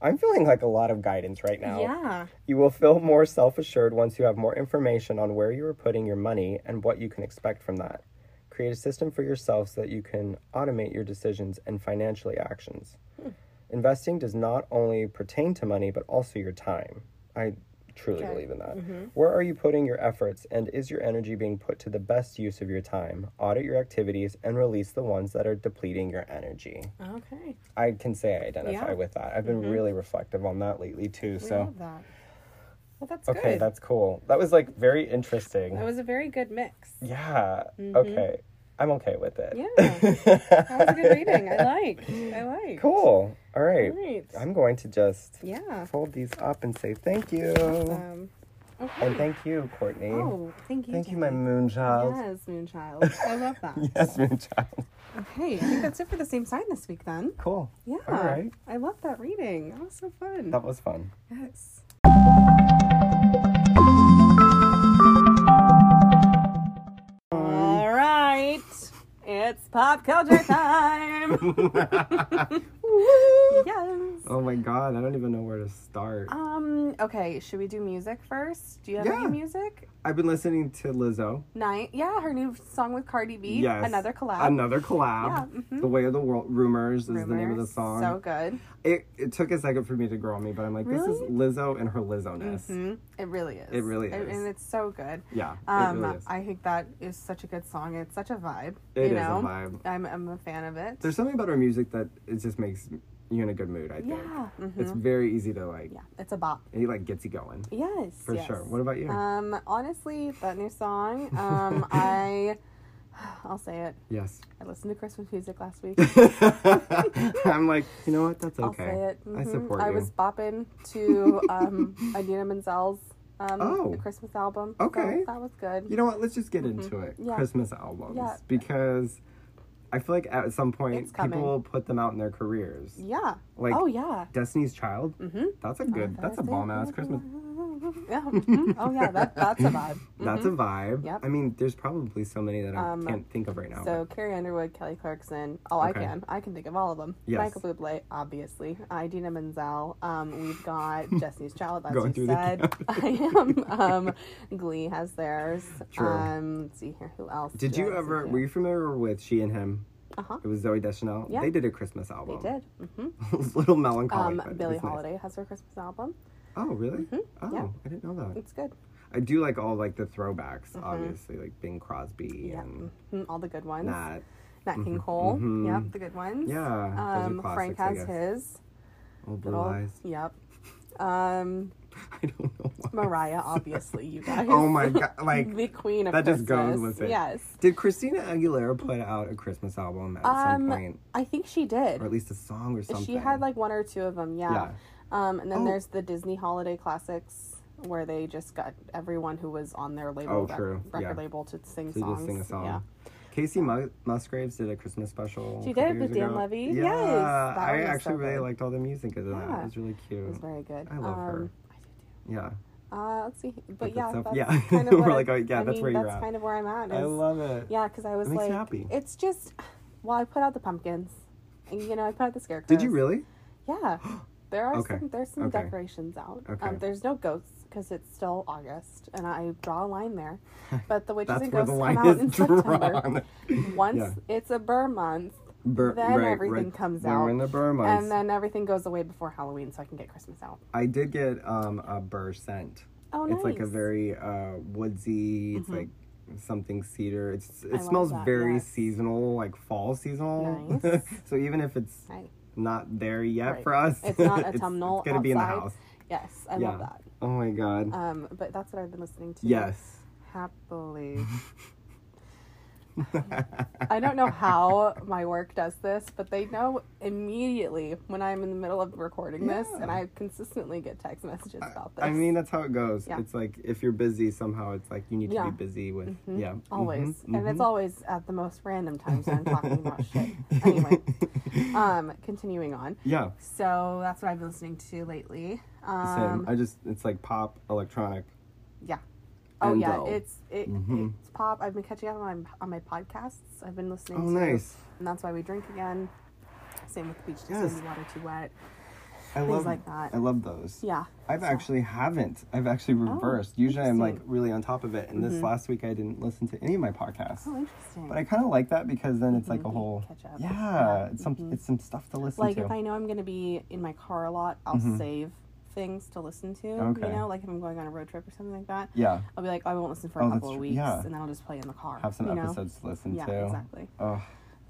Speaker 2: I'm feeling like a lot of guidance right now.
Speaker 1: Yeah.
Speaker 2: You will feel more self assured once you have more information on where you are putting your money and what you can expect from that. Create a system for yourself so that you can automate your decisions and financially actions.
Speaker 1: Hmm.
Speaker 2: Investing does not only pertain to money, but also your time. I truly
Speaker 1: Okay. Mm-hmm.
Speaker 2: believe in that. Where are you putting your efforts, and is your energy being put to the best use of your time? Audit your activities and release the ones that are depleting your energy.
Speaker 1: Okay.
Speaker 2: I can say I identify
Speaker 1: Yeah. Mm-hmm.
Speaker 2: with that. I've been really reflective on that lately, too.
Speaker 1: We
Speaker 2: so.
Speaker 1: love that. Well, that's
Speaker 2: Okay,
Speaker 1: good.
Speaker 2: that's cool. That was like very interesting.
Speaker 1: That was a very good mix.
Speaker 2: yeah. Okay. I'm okay with it.
Speaker 1: Yeah. that was a good reading. I like. I like.
Speaker 2: Cool. All right.
Speaker 1: Right.
Speaker 2: I'm going to just
Speaker 1: Yeah.
Speaker 2: fold these up and say thank you.
Speaker 1: Um, okay.
Speaker 2: And thank you, Courtney.
Speaker 1: oh, thank you.
Speaker 2: thank you, my
Speaker 1: Jenny.
Speaker 2: moon child.
Speaker 1: Yes, Moonchild. I love that.
Speaker 2: Yes, moon child.
Speaker 1: Okay, I think that's it for the same sign this week then.
Speaker 2: Cool.
Speaker 1: Yeah.
Speaker 2: All right.
Speaker 1: I love that reading. That was so fun.
Speaker 2: That was fun.
Speaker 1: Yes. All right. It's pop culture time. yes.
Speaker 2: Oh my god, I don't even know where to start.
Speaker 1: Um, okay, should we do music first? Do you have
Speaker 2: Yeah.
Speaker 1: any music?
Speaker 2: I've been listening to Lizzo.
Speaker 1: Night. Yeah, her new song with Cardi B.
Speaker 2: Yes.
Speaker 1: Another collab.
Speaker 2: Another collab.
Speaker 1: Yeah, mhm.
Speaker 2: The Way of the World Rumors is the name of the
Speaker 1: Rumors.
Speaker 2: song.
Speaker 1: So good.
Speaker 2: It, it took a second for me to grow on me, but I'm like, this is
Speaker 1: Really?
Speaker 2: Lizzo and her Lizzo-ness.
Speaker 1: hmm It really is.
Speaker 2: It really
Speaker 1: And-
Speaker 2: is.
Speaker 1: and it's so good.
Speaker 2: Yeah,
Speaker 1: Um,
Speaker 2: it really is.
Speaker 1: I think that is such a good song. It's such a vibe.
Speaker 2: It
Speaker 1: you
Speaker 2: is a
Speaker 1: know?
Speaker 2: vibe.
Speaker 1: I'm, I'm a fan of it.
Speaker 2: There's something about our music that it just makes you in a good mood. I think
Speaker 1: Yeah, Mm-hmm.
Speaker 2: it's very easy to like.
Speaker 1: yeah, it's a bop.
Speaker 2: It like gets you going
Speaker 1: Yes,
Speaker 2: for
Speaker 1: yes.
Speaker 2: sure. What about you?
Speaker 1: Um, honestly, that new song. Um, I, I'll say it.
Speaker 2: yes.
Speaker 1: I listened to Christmas music last week.
Speaker 2: I'm like, you know what? That's
Speaker 1: I'll
Speaker 2: okay.
Speaker 1: say it.
Speaker 2: I
Speaker 1: Mhm.
Speaker 2: support
Speaker 1: I
Speaker 2: you.
Speaker 1: was bopping to um, Idina Menzel's um,
Speaker 2: Oh.
Speaker 1: the Christmas album. so
Speaker 2: Okay.
Speaker 1: that was good.
Speaker 2: You know what? Let's just get into it.
Speaker 1: Mm-hmm. Yeah.
Speaker 2: Christmas albums
Speaker 1: Yeah.
Speaker 2: because I feel like at some point
Speaker 1: It's coming.
Speaker 2: people will put them out in their careers.
Speaker 1: Yeah.
Speaker 2: Like-
Speaker 1: oh yeah.
Speaker 2: Destiny's Child.
Speaker 1: Mm-hmm.
Speaker 2: That's a good. that's a bomb ass Christmas.
Speaker 1: Yeah. mhm. Oh yeah. That, that's a vibe.
Speaker 2: That's a vibe.
Speaker 1: Mm-hmm. Yep.
Speaker 2: I mean, there's probably so many that I
Speaker 1: Um,
Speaker 2: can't think of right now.
Speaker 1: So Carrie Underwood, Kelly Clarkson. Oh,
Speaker 2: Oh, Okay.
Speaker 1: I can. I can think of all of them.
Speaker 2: Yes.
Speaker 1: Michael Bublé, obviously. Idina Menzel. Um, we've got Destiny's Child, as
Speaker 2: Going
Speaker 1: you
Speaker 2: through the
Speaker 1: said. I am. Um, Glee has theirs.
Speaker 2: True.
Speaker 1: Um, let's see here. Who else?
Speaker 2: Did you ever? Were you familiar with She and Him?
Speaker 1: Uh huh.
Speaker 2: It was Zoe Deschanel.
Speaker 1: Yeah.
Speaker 2: They did a Christmas album.
Speaker 1: They did. hmm
Speaker 2: it was a little melancholic.
Speaker 1: Um,
Speaker 2: but it
Speaker 1: Billie
Speaker 2: was nice.
Speaker 1: Holiday has her Christmas album.
Speaker 2: Oh, really? Oh,
Speaker 1: yeah. Mm-hmm.
Speaker 2: I didn't know that.
Speaker 1: It's good.
Speaker 2: I do like all like the throwbacks, obviously, like Bing Crosby
Speaker 1: Mm-hmm. Yeah.
Speaker 2: and
Speaker 1: Mhm. All the good ones.
Speaker 2: that.
Speaker 1: Nat King Cole.
Speaker 2: mhm.
Speaker 1: Yep. The good ones.
Speaker 2: Yeah, those are
Speaker 1: Um, Frank
Speaker 2: classics, I
Speaker 1: has
Speaker 2: guess.
Speaker 1: his.
Speaker 2: Old
Speaker 1: Good
Speaker 2: blue
Speaker 1: old-
Speaker 2: eyes.
Speaker 1: Yep. Um,
Speaker 2: I don't know why.
Speaker 1: Mariah, obviously, you guys.
Speaker 2: Oh my god! Like
Speaker 1: the queen of
Speaker 2: that just goes
Speaker 1: Christmas.
Speaker 2: with it.
Speaker 1: Yes.
Speaker 2: Did Christina Aguilera put out a Christmas album at some
Speaker 1: Um,
Speaker 2: point,
Speaker 1: I think she did.
Speaker 2: or at least a song or something?
Speaker 1: She had like one or two of them, yeah.
Speaker 2: Yeah.
Speaker 1: Um, and then
Speaker 2: Oh.
Speaker 1: there's the Disney Holiday Classics where they just got everyone who was on their label,
Speaker 2: Oh, true.
Speaker 1: record
Speaker 2: Yeah.
Speaker 1: label, to sing
Speaker 2: to
Speaker 1: songs.
Speaker 2: just sing a song.
Speaker 1: Yeah.
Speaker 2: Casey Mu- Musgraves did a Christmas special.
Speaker 1: She
Speaker 2: a couple
Speaker 1: did with
Speaker 2: years
Speaker 1: Dan
Speaker 2: ago.
Speaker 1: Levy.
Speaker 2: Yeah,
Speaker 1: Yes, that one
Speaker 2: I
Speaker 1: was so
Speaker 2: actually really
Speaker 1: good.
Speaker 2: liked all the music of that.
Speaker 1: Yeah.
Speaker 2: It was really cute.
Speaker 1: It was very good.
Speaker 2: I love
Speaker 1: um,
Speaker 2: her.
Speaker 1: I did too.
Speaker 2: Yeah,
Speaker 1: Uh, let's see. But
Speaker 2: that's
Speaker 1: yeah,
Speaker 2: so-
Speaker 1: that's
Speaker 2: yeah.
Speaker 1: kind of
Speaker 2: We're
Speaker 1: what I-
Speaker 2: like, oh, yeah,
Speaker 1: I
Speaker 2: that's
Speaker 1: mean,
Speaker 2: where you're
Speaker 1: that's
Speaker 2: at.
Speaker 1: kind of where I'm at.
Speaker 2: I
Speaker 1: is-
Speaker 2: love it.
Speaker 1: Yeah, because I was
Speaker 2: makes me
Speaker 1: like,
Speaker 2: happy.
Speaker 1: it's just, well, I put out the pumpkins. And, You know, I put out the scarecrows.
Speaker 2: Did you really?
Speaker 1: Yeah. There are
Speaker 2: Okay.
Speaker 1: some there's some
Speaker 2: Okay.
Speaker 1: decorations out.
Speaker 2: Okay.
Speaker 1: Um, there's no ghosts because it's still August, and I draw a line there. But the witches
Speaker 2: That's
Speaker 1: and
Speaker 2: where
Speaker 1: ghosts
Speaker 2: the
Speaker 1: come
Speaker 2: line
Speaker 1: out in
Speaker 2: is
Speaker 1: September.
Speaker 2: drawn.
Speaker 1: Once
Speaker 2: Yeah.
Speaker 1: it's a burr month,
Speaker 2: Bur-
Speaker 1: then everything comes
Speaker 2: when
Speaker 1: out,
Speaker 2: We're in the burr months.
Speaker 1: and then everything goes away before Halloween, so I can get Christmas out.
Speaker 2: I did get um, a burr scent.
Speaker 1: Oh,
Speaker 2: It's like a
Speaker 1: nice.
Speaker 2: very uh, woodsy. It's like something cedar. It's it
Speaker 1: love
Speaker 2: smells
Speaker 1: that,
Speaker 2: very
Speaker 1: yes.
Speaker 2: seasonal, like fall seasonal.
Speaker 1: Nice.
Speaker 2: so even if it's
Speaker 1: Right.
Speaker 2: not there yet
Speaker 1: Right.
Speaker 2: for us,
Speaker 1: It's not
Speaker 2: it's,
Speaker 1: autumnal.
Speaker 2: it's gonna be in the
Speaker 1: outside.
Speaker 2: house.
Speaker 1: Yes, I love that.
Speaker 2: Oh my god.
Speaker 1: Um, but that's what I've been listening to.
Speaker 2: yes.
Speaker 1: Happily. I don't know how my work does this, but they know immediately when I'm in the middle of recording this, and I consistently get text messages about this.
Speaker 2: I mean, that's how it goes.
Speaker 1: Yeah.
Speaker 2: It's like if you're busy, somehow it's like you need to
Speaker 1: Yeah. Mm-hmm.
Speaker 2: be busy with yeah.
Speaker 1: always,
Speaker 2: mhm,
Speaker 1: and it's
Speaker 2: mhm.
Speaker 1: always at the most random times when I'm talking about shit. Anyway, um, continuing on.
Speaker 2: yeah.
Speaker 1: So that's what I've been listening to lately.
Speaker 2: Same.
Speaker 1: Um,
Speaker 2: I just it's like pop electronic.
Speaker 1: yeah. Oh
Speaker 2: And
Speaker 1: yeah,
Speaker 2: Dell.
Speaker 1: it's it,
Speaker 2: Mhm.
Speaker 1: it's pop. I've been catching up on my, on my podcasts. I've been listening.
Speaker 2: Oh,
Speaker 1: to,
Speaker 2: nice.
Speaker 1: And that's why we drink again. Same with the beach.
Speaker 2: Yes.
Speaker 1: Yes. The water too wet.
Speaker 2: I
Speaker 1: Things
Speaker 2: love
Speaker 1: like that.
Speaker 2: I love those.
Speaker 1: Yeah. Oh,
Speaker 2: I've actually haven't. I've actually reversed. Usually I'm like really on top of it, and this last week I didn't listen to any of my podcasts.
Speaker 1: Mm-hmm. Oh, interesting.
Speaker 2: But I kind of like that because then it's like a whole
Speaker 1: catch up. Mm-hmm.
Speaker 2: yeah, it's some it's some stuff to listen
Speaker 1: like
Speaker 2: to.
Speaker 1: if I know I'm gonna be in my car a lot, I'll save things to listen to.
Speaker 2: Mm-hmm. Okay.
Speaker 1: You know, like if I'm going on a road trip or something like that.
Speaker 2: yeah,
Speaker 1: I'll be like, oh, I won't listen for a
Speaker 2: Oh, that's
Speaker 1: couple of
Speaker 2: true.
Speaker 1: weeks,
Speaker 2: Yeah.
Speaker 1: and then I'll just play in the car.
Speaker 2: have some
Speaker 1: you know?
Speaker 2: episodes to listen
Speaker 1: Yeah,
Speaker 2: to.
Speaker 1: exactly.
Speaker 2: Ugh.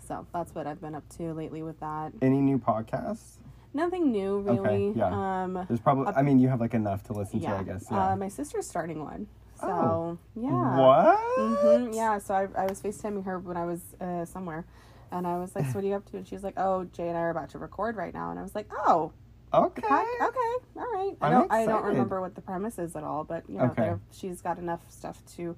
Speaker 1: So that's what I've been up to lately with that.
Speaker 2: Any new podcasts?
Speaker 1: Nothing new really.
Speaker 2: yeah.
Speaker 1: Um,
Speaker 2: There's probably. I mean, you have like enough to listen
Speaker 1: yeah.
Speaker 2: to, I guess. Yeah.
Speaker 1: Uh, my sister's starting one. So
Speaker 2: Oh.
Speaker 1: yeah.
Speaker 2: What?
Speaker 1: hmm yeah, so I, I was FaceTiming her when I was uh, somewhere, and I was like, so what are you up to? And she was like, oh, Jay and I are about to record right now. And I was like, oh,
Speaker 2: Okay.
Speaker 1: heck, okay, all right. I
Speaker 2: I'm
Speaker 1: don't, I don't
Speaker 2: excited.
Speaker 1: remember what the premise is at all, but, you know,
Speaker 2: Okay.
Speaker 1: there she's got enough stuff to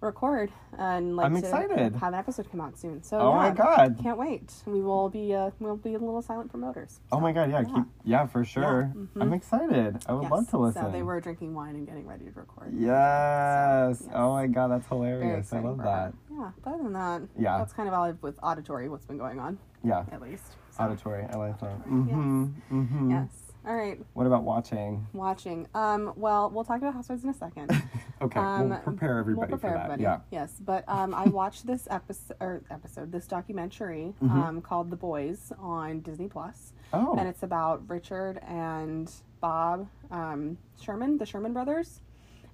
Speaker 1: record and like
Speaker 2: I'm
Speaker 1: to
Speaker 2: excited.
Speaker 1: have an episode come out soon. So
Speaker 2: Oh my
Speaker 1: yeah,
Speaker 2: God.
Speaker 1: Can't wait. We will be uh, we'll be little silent promoters.
Speaker 2: Oh my god, yeah,
Speaker 1: Yeah. Mm-hmm.
Speaker 2: keep yeah, for sure. I'm excited. I would
Speaker 1: Yes.
Speaker 2: love to listen.
Speaker 1: So they were drinking wine and getting ready to record.
Speaker 2: Yes.
Speaker 1: Yes.
Speaker 2: Oh my god, that's
Speaker 1: Very
Speaker 2: hilarious. I
Speaker 1: exciting
Speaker 2: love
Speaker 1: for
Speaker 2: that.
Speaker 1: her. Yeah, but other than that,
Speaker 2: Yeah.
Speaker 1: that's kind of all I've with auditory what's been going on,
Speaker 2: Yeah.
Speaker 1: at least. So,
Speaker 2: Auditory. I like that.
Speaker 1: Auditory, yes.
Speaker 2: Mm-hmm. Mm-hmm.
Speaker 1: Yes. All right,
Speaker 2: What about watching?
Speaker 1: watching. Um, well, we'll talk about Housewives in a second. Um,
Speaker 2: Okay, we'll prepare everybody for that. Yeah.
Speaker 1: Yes, but um, I watched this episode, or episode, this documentary
Speaker 2: Mm-hmm.
Speaker 1: um, called The Boys on Disney Plus,
Speaker 2: Oh.
Speaker 1: and it's about Richard and Bob um, Sherman, the Sherman brothers,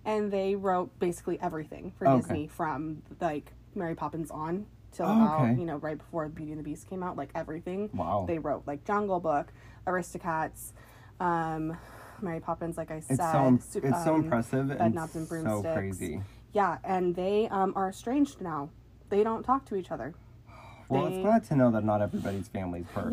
Speaker 1: and they wrote basically everything for
Speaker 2: Okay.
Speaker 1: Disney from like Mary Poppins on till
Speaker 2: Oh,
Speaker 1: about
Speaker 2: okay.
Speaker 1: you know right before Beauty and the Beast came out, like everything.
Speaker 2: Wow.
Speaker 1: They wrote like Jungle Book, Aristocats, um, Mary Poppins, like I said.
Speaker 2: it's so im-
Speaker 1: Sup-
Speaker 2: it's so
Speaker 1: um,
Speaker 2: impressive and
Speaker 1: Bedknobs and
Speaker 2: so
Speaker 1: Broomsticks.
Speaker 2: crazy.
Speaker 1: yeah, and they um, are estranged now. They don't talk to each other.
Speaker 2: Well,
Speaker 1: They-
Speaker 2: it's glad to know that not everybody's family's perfect.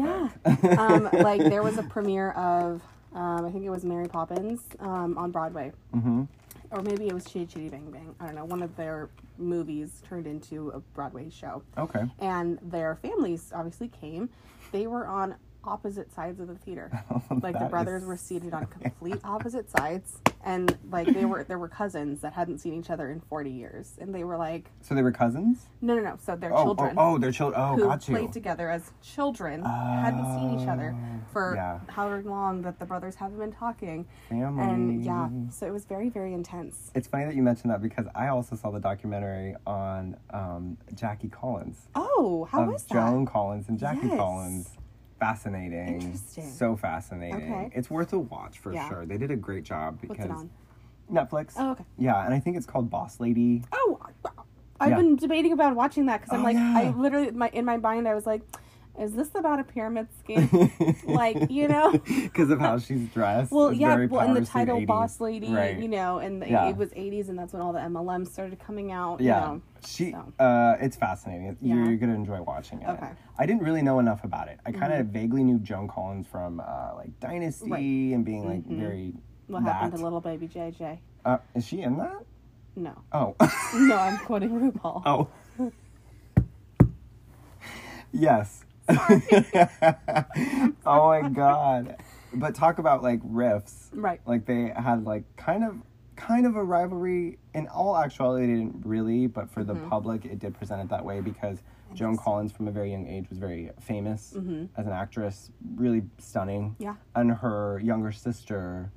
Speaker 1: Yeah. um, like there was a premiere of, um, I think it was Mary Poppins um, on Broadway,
Speaker 2: Mm-hmm.
Speaker 1: or maybe it was Chitty Chitty Bang Bang. I don't know. One of their movies turned into a Broadway show,
Speaker 2: Okay.
Speaker 1: and their families obviously came. They were on opposite sides of the theater. Like
Speaker 2: Oh, That
Speaker 1: the
Speaker 2: is
Speaker 1: brothers were seated on complete opposite sides, and like they were there were cousins that hadn't seen each other in forty years, and they were like,
Speaker 2: So they were cousins?
Speaker 1: no, no, no. So they're
Speaker 2: Oh,
Speaker 1: children.
Speaker 2: oh, oh, they're children. Oh,
Speaker 1: who
Speaker 2: got you.
Speaker 1: played together as children hadn't seen each other for
Speaker 2: Oh, yeah.
Speaker 1: however long that the brothers haven't been talking and
Speaker 2: Family.
Speaker 1: yeah so it was very very intense
Speaker 2: It's funny that you mentioned that because I also saw the documentary on um, Jackie Collins.
Speaker 1: oh how
Speaker 2: Of
Speaker 1: was that
Speaker 2: Joan Collins and Jackie
Speaker 1: Yes.
Speaker 2: Collins. Fascinating.
Speaker 1: Interesting.
Speaker 2: So fascinating.
Speaker 1: Okay.
Speaker 2: It's worth a watch for
Speaker 1: Yeah.
Speaker 2: sure. They did a great job
Speaker 1: what's
Speaker 2: because
Speaker 1: it on
Speaker 2: Netflix.
Speaker 1: Oh, okay.
Speaker 2: Yeah, and I think it's called Boss Lady.
Speaker 1: oh I- i've
Speaker 2: Yeah.
Speaker 1: been debating about watching that because i'm
Speaker 2: Oh,
Speaker 1: like
Speaker 2: yeah.
Speaker 1: i literally my in my mind i was like is this about a pyramid scheme like you know
Speaker 2: Because of how she's dressed.
Speaker 1: Well,
Speaker 2: It's
Speaker 1: yeah,
Speaker 2: very
Speaker 1: well, and
Speaker 2: power
Speaker 1: the
Speaker 2: suit
Speaker 1: title
Speaker 2: 80s.
Speaker 1: "Boss Lady,"
Speaker 2: Right.
Speaker 1: you know, and the,
Speaker 2: Yeah.
Speaker 1: it was '80s, and that's when all the MLMs started coming out.
Speaker 2: Yeah.
Speaker 1: you know.
Speaker 2: She,
Speaker 1: so.
Speaker 2: uh, it's fascinating. You're,
Speaker 1: Yeah.
Speaker 2: you're gonna enjoy watching it.
Speaker 1: Okay. Mm-hmm.
Speaker 2: I didn't really know enough about it. I kind of vaguely knew Joan Collins from uh, like Dynasty
Speaker 1: Right. Mm-hmm.
Speaker 2: and being like very.
Speaker 1: what happened
Speaker 2: that.
Speaker 1: to little baby JJ?
Speaker 2: Uh, is she in that?
Speaker 1: No,
Speaker 2: Oh,
Speaker 1: no, I'm quoting RuPaul.
Speaker 2: oh. yes. oh my god! But talk about like riffs.
Speaker 1: Right.
Speaker 2: Like they had like kind of kind of a rivalry. In all actuality, they didn't really, but for
Speaker 1: Mm-hmm.
Speaker 2: the public, it did present it that way because Joan Collins, from a very young age, was very famous as an actress, really stunning.
Speaker 1: Mm-hmm. Yeah.
Speaker 2: And her younger sister,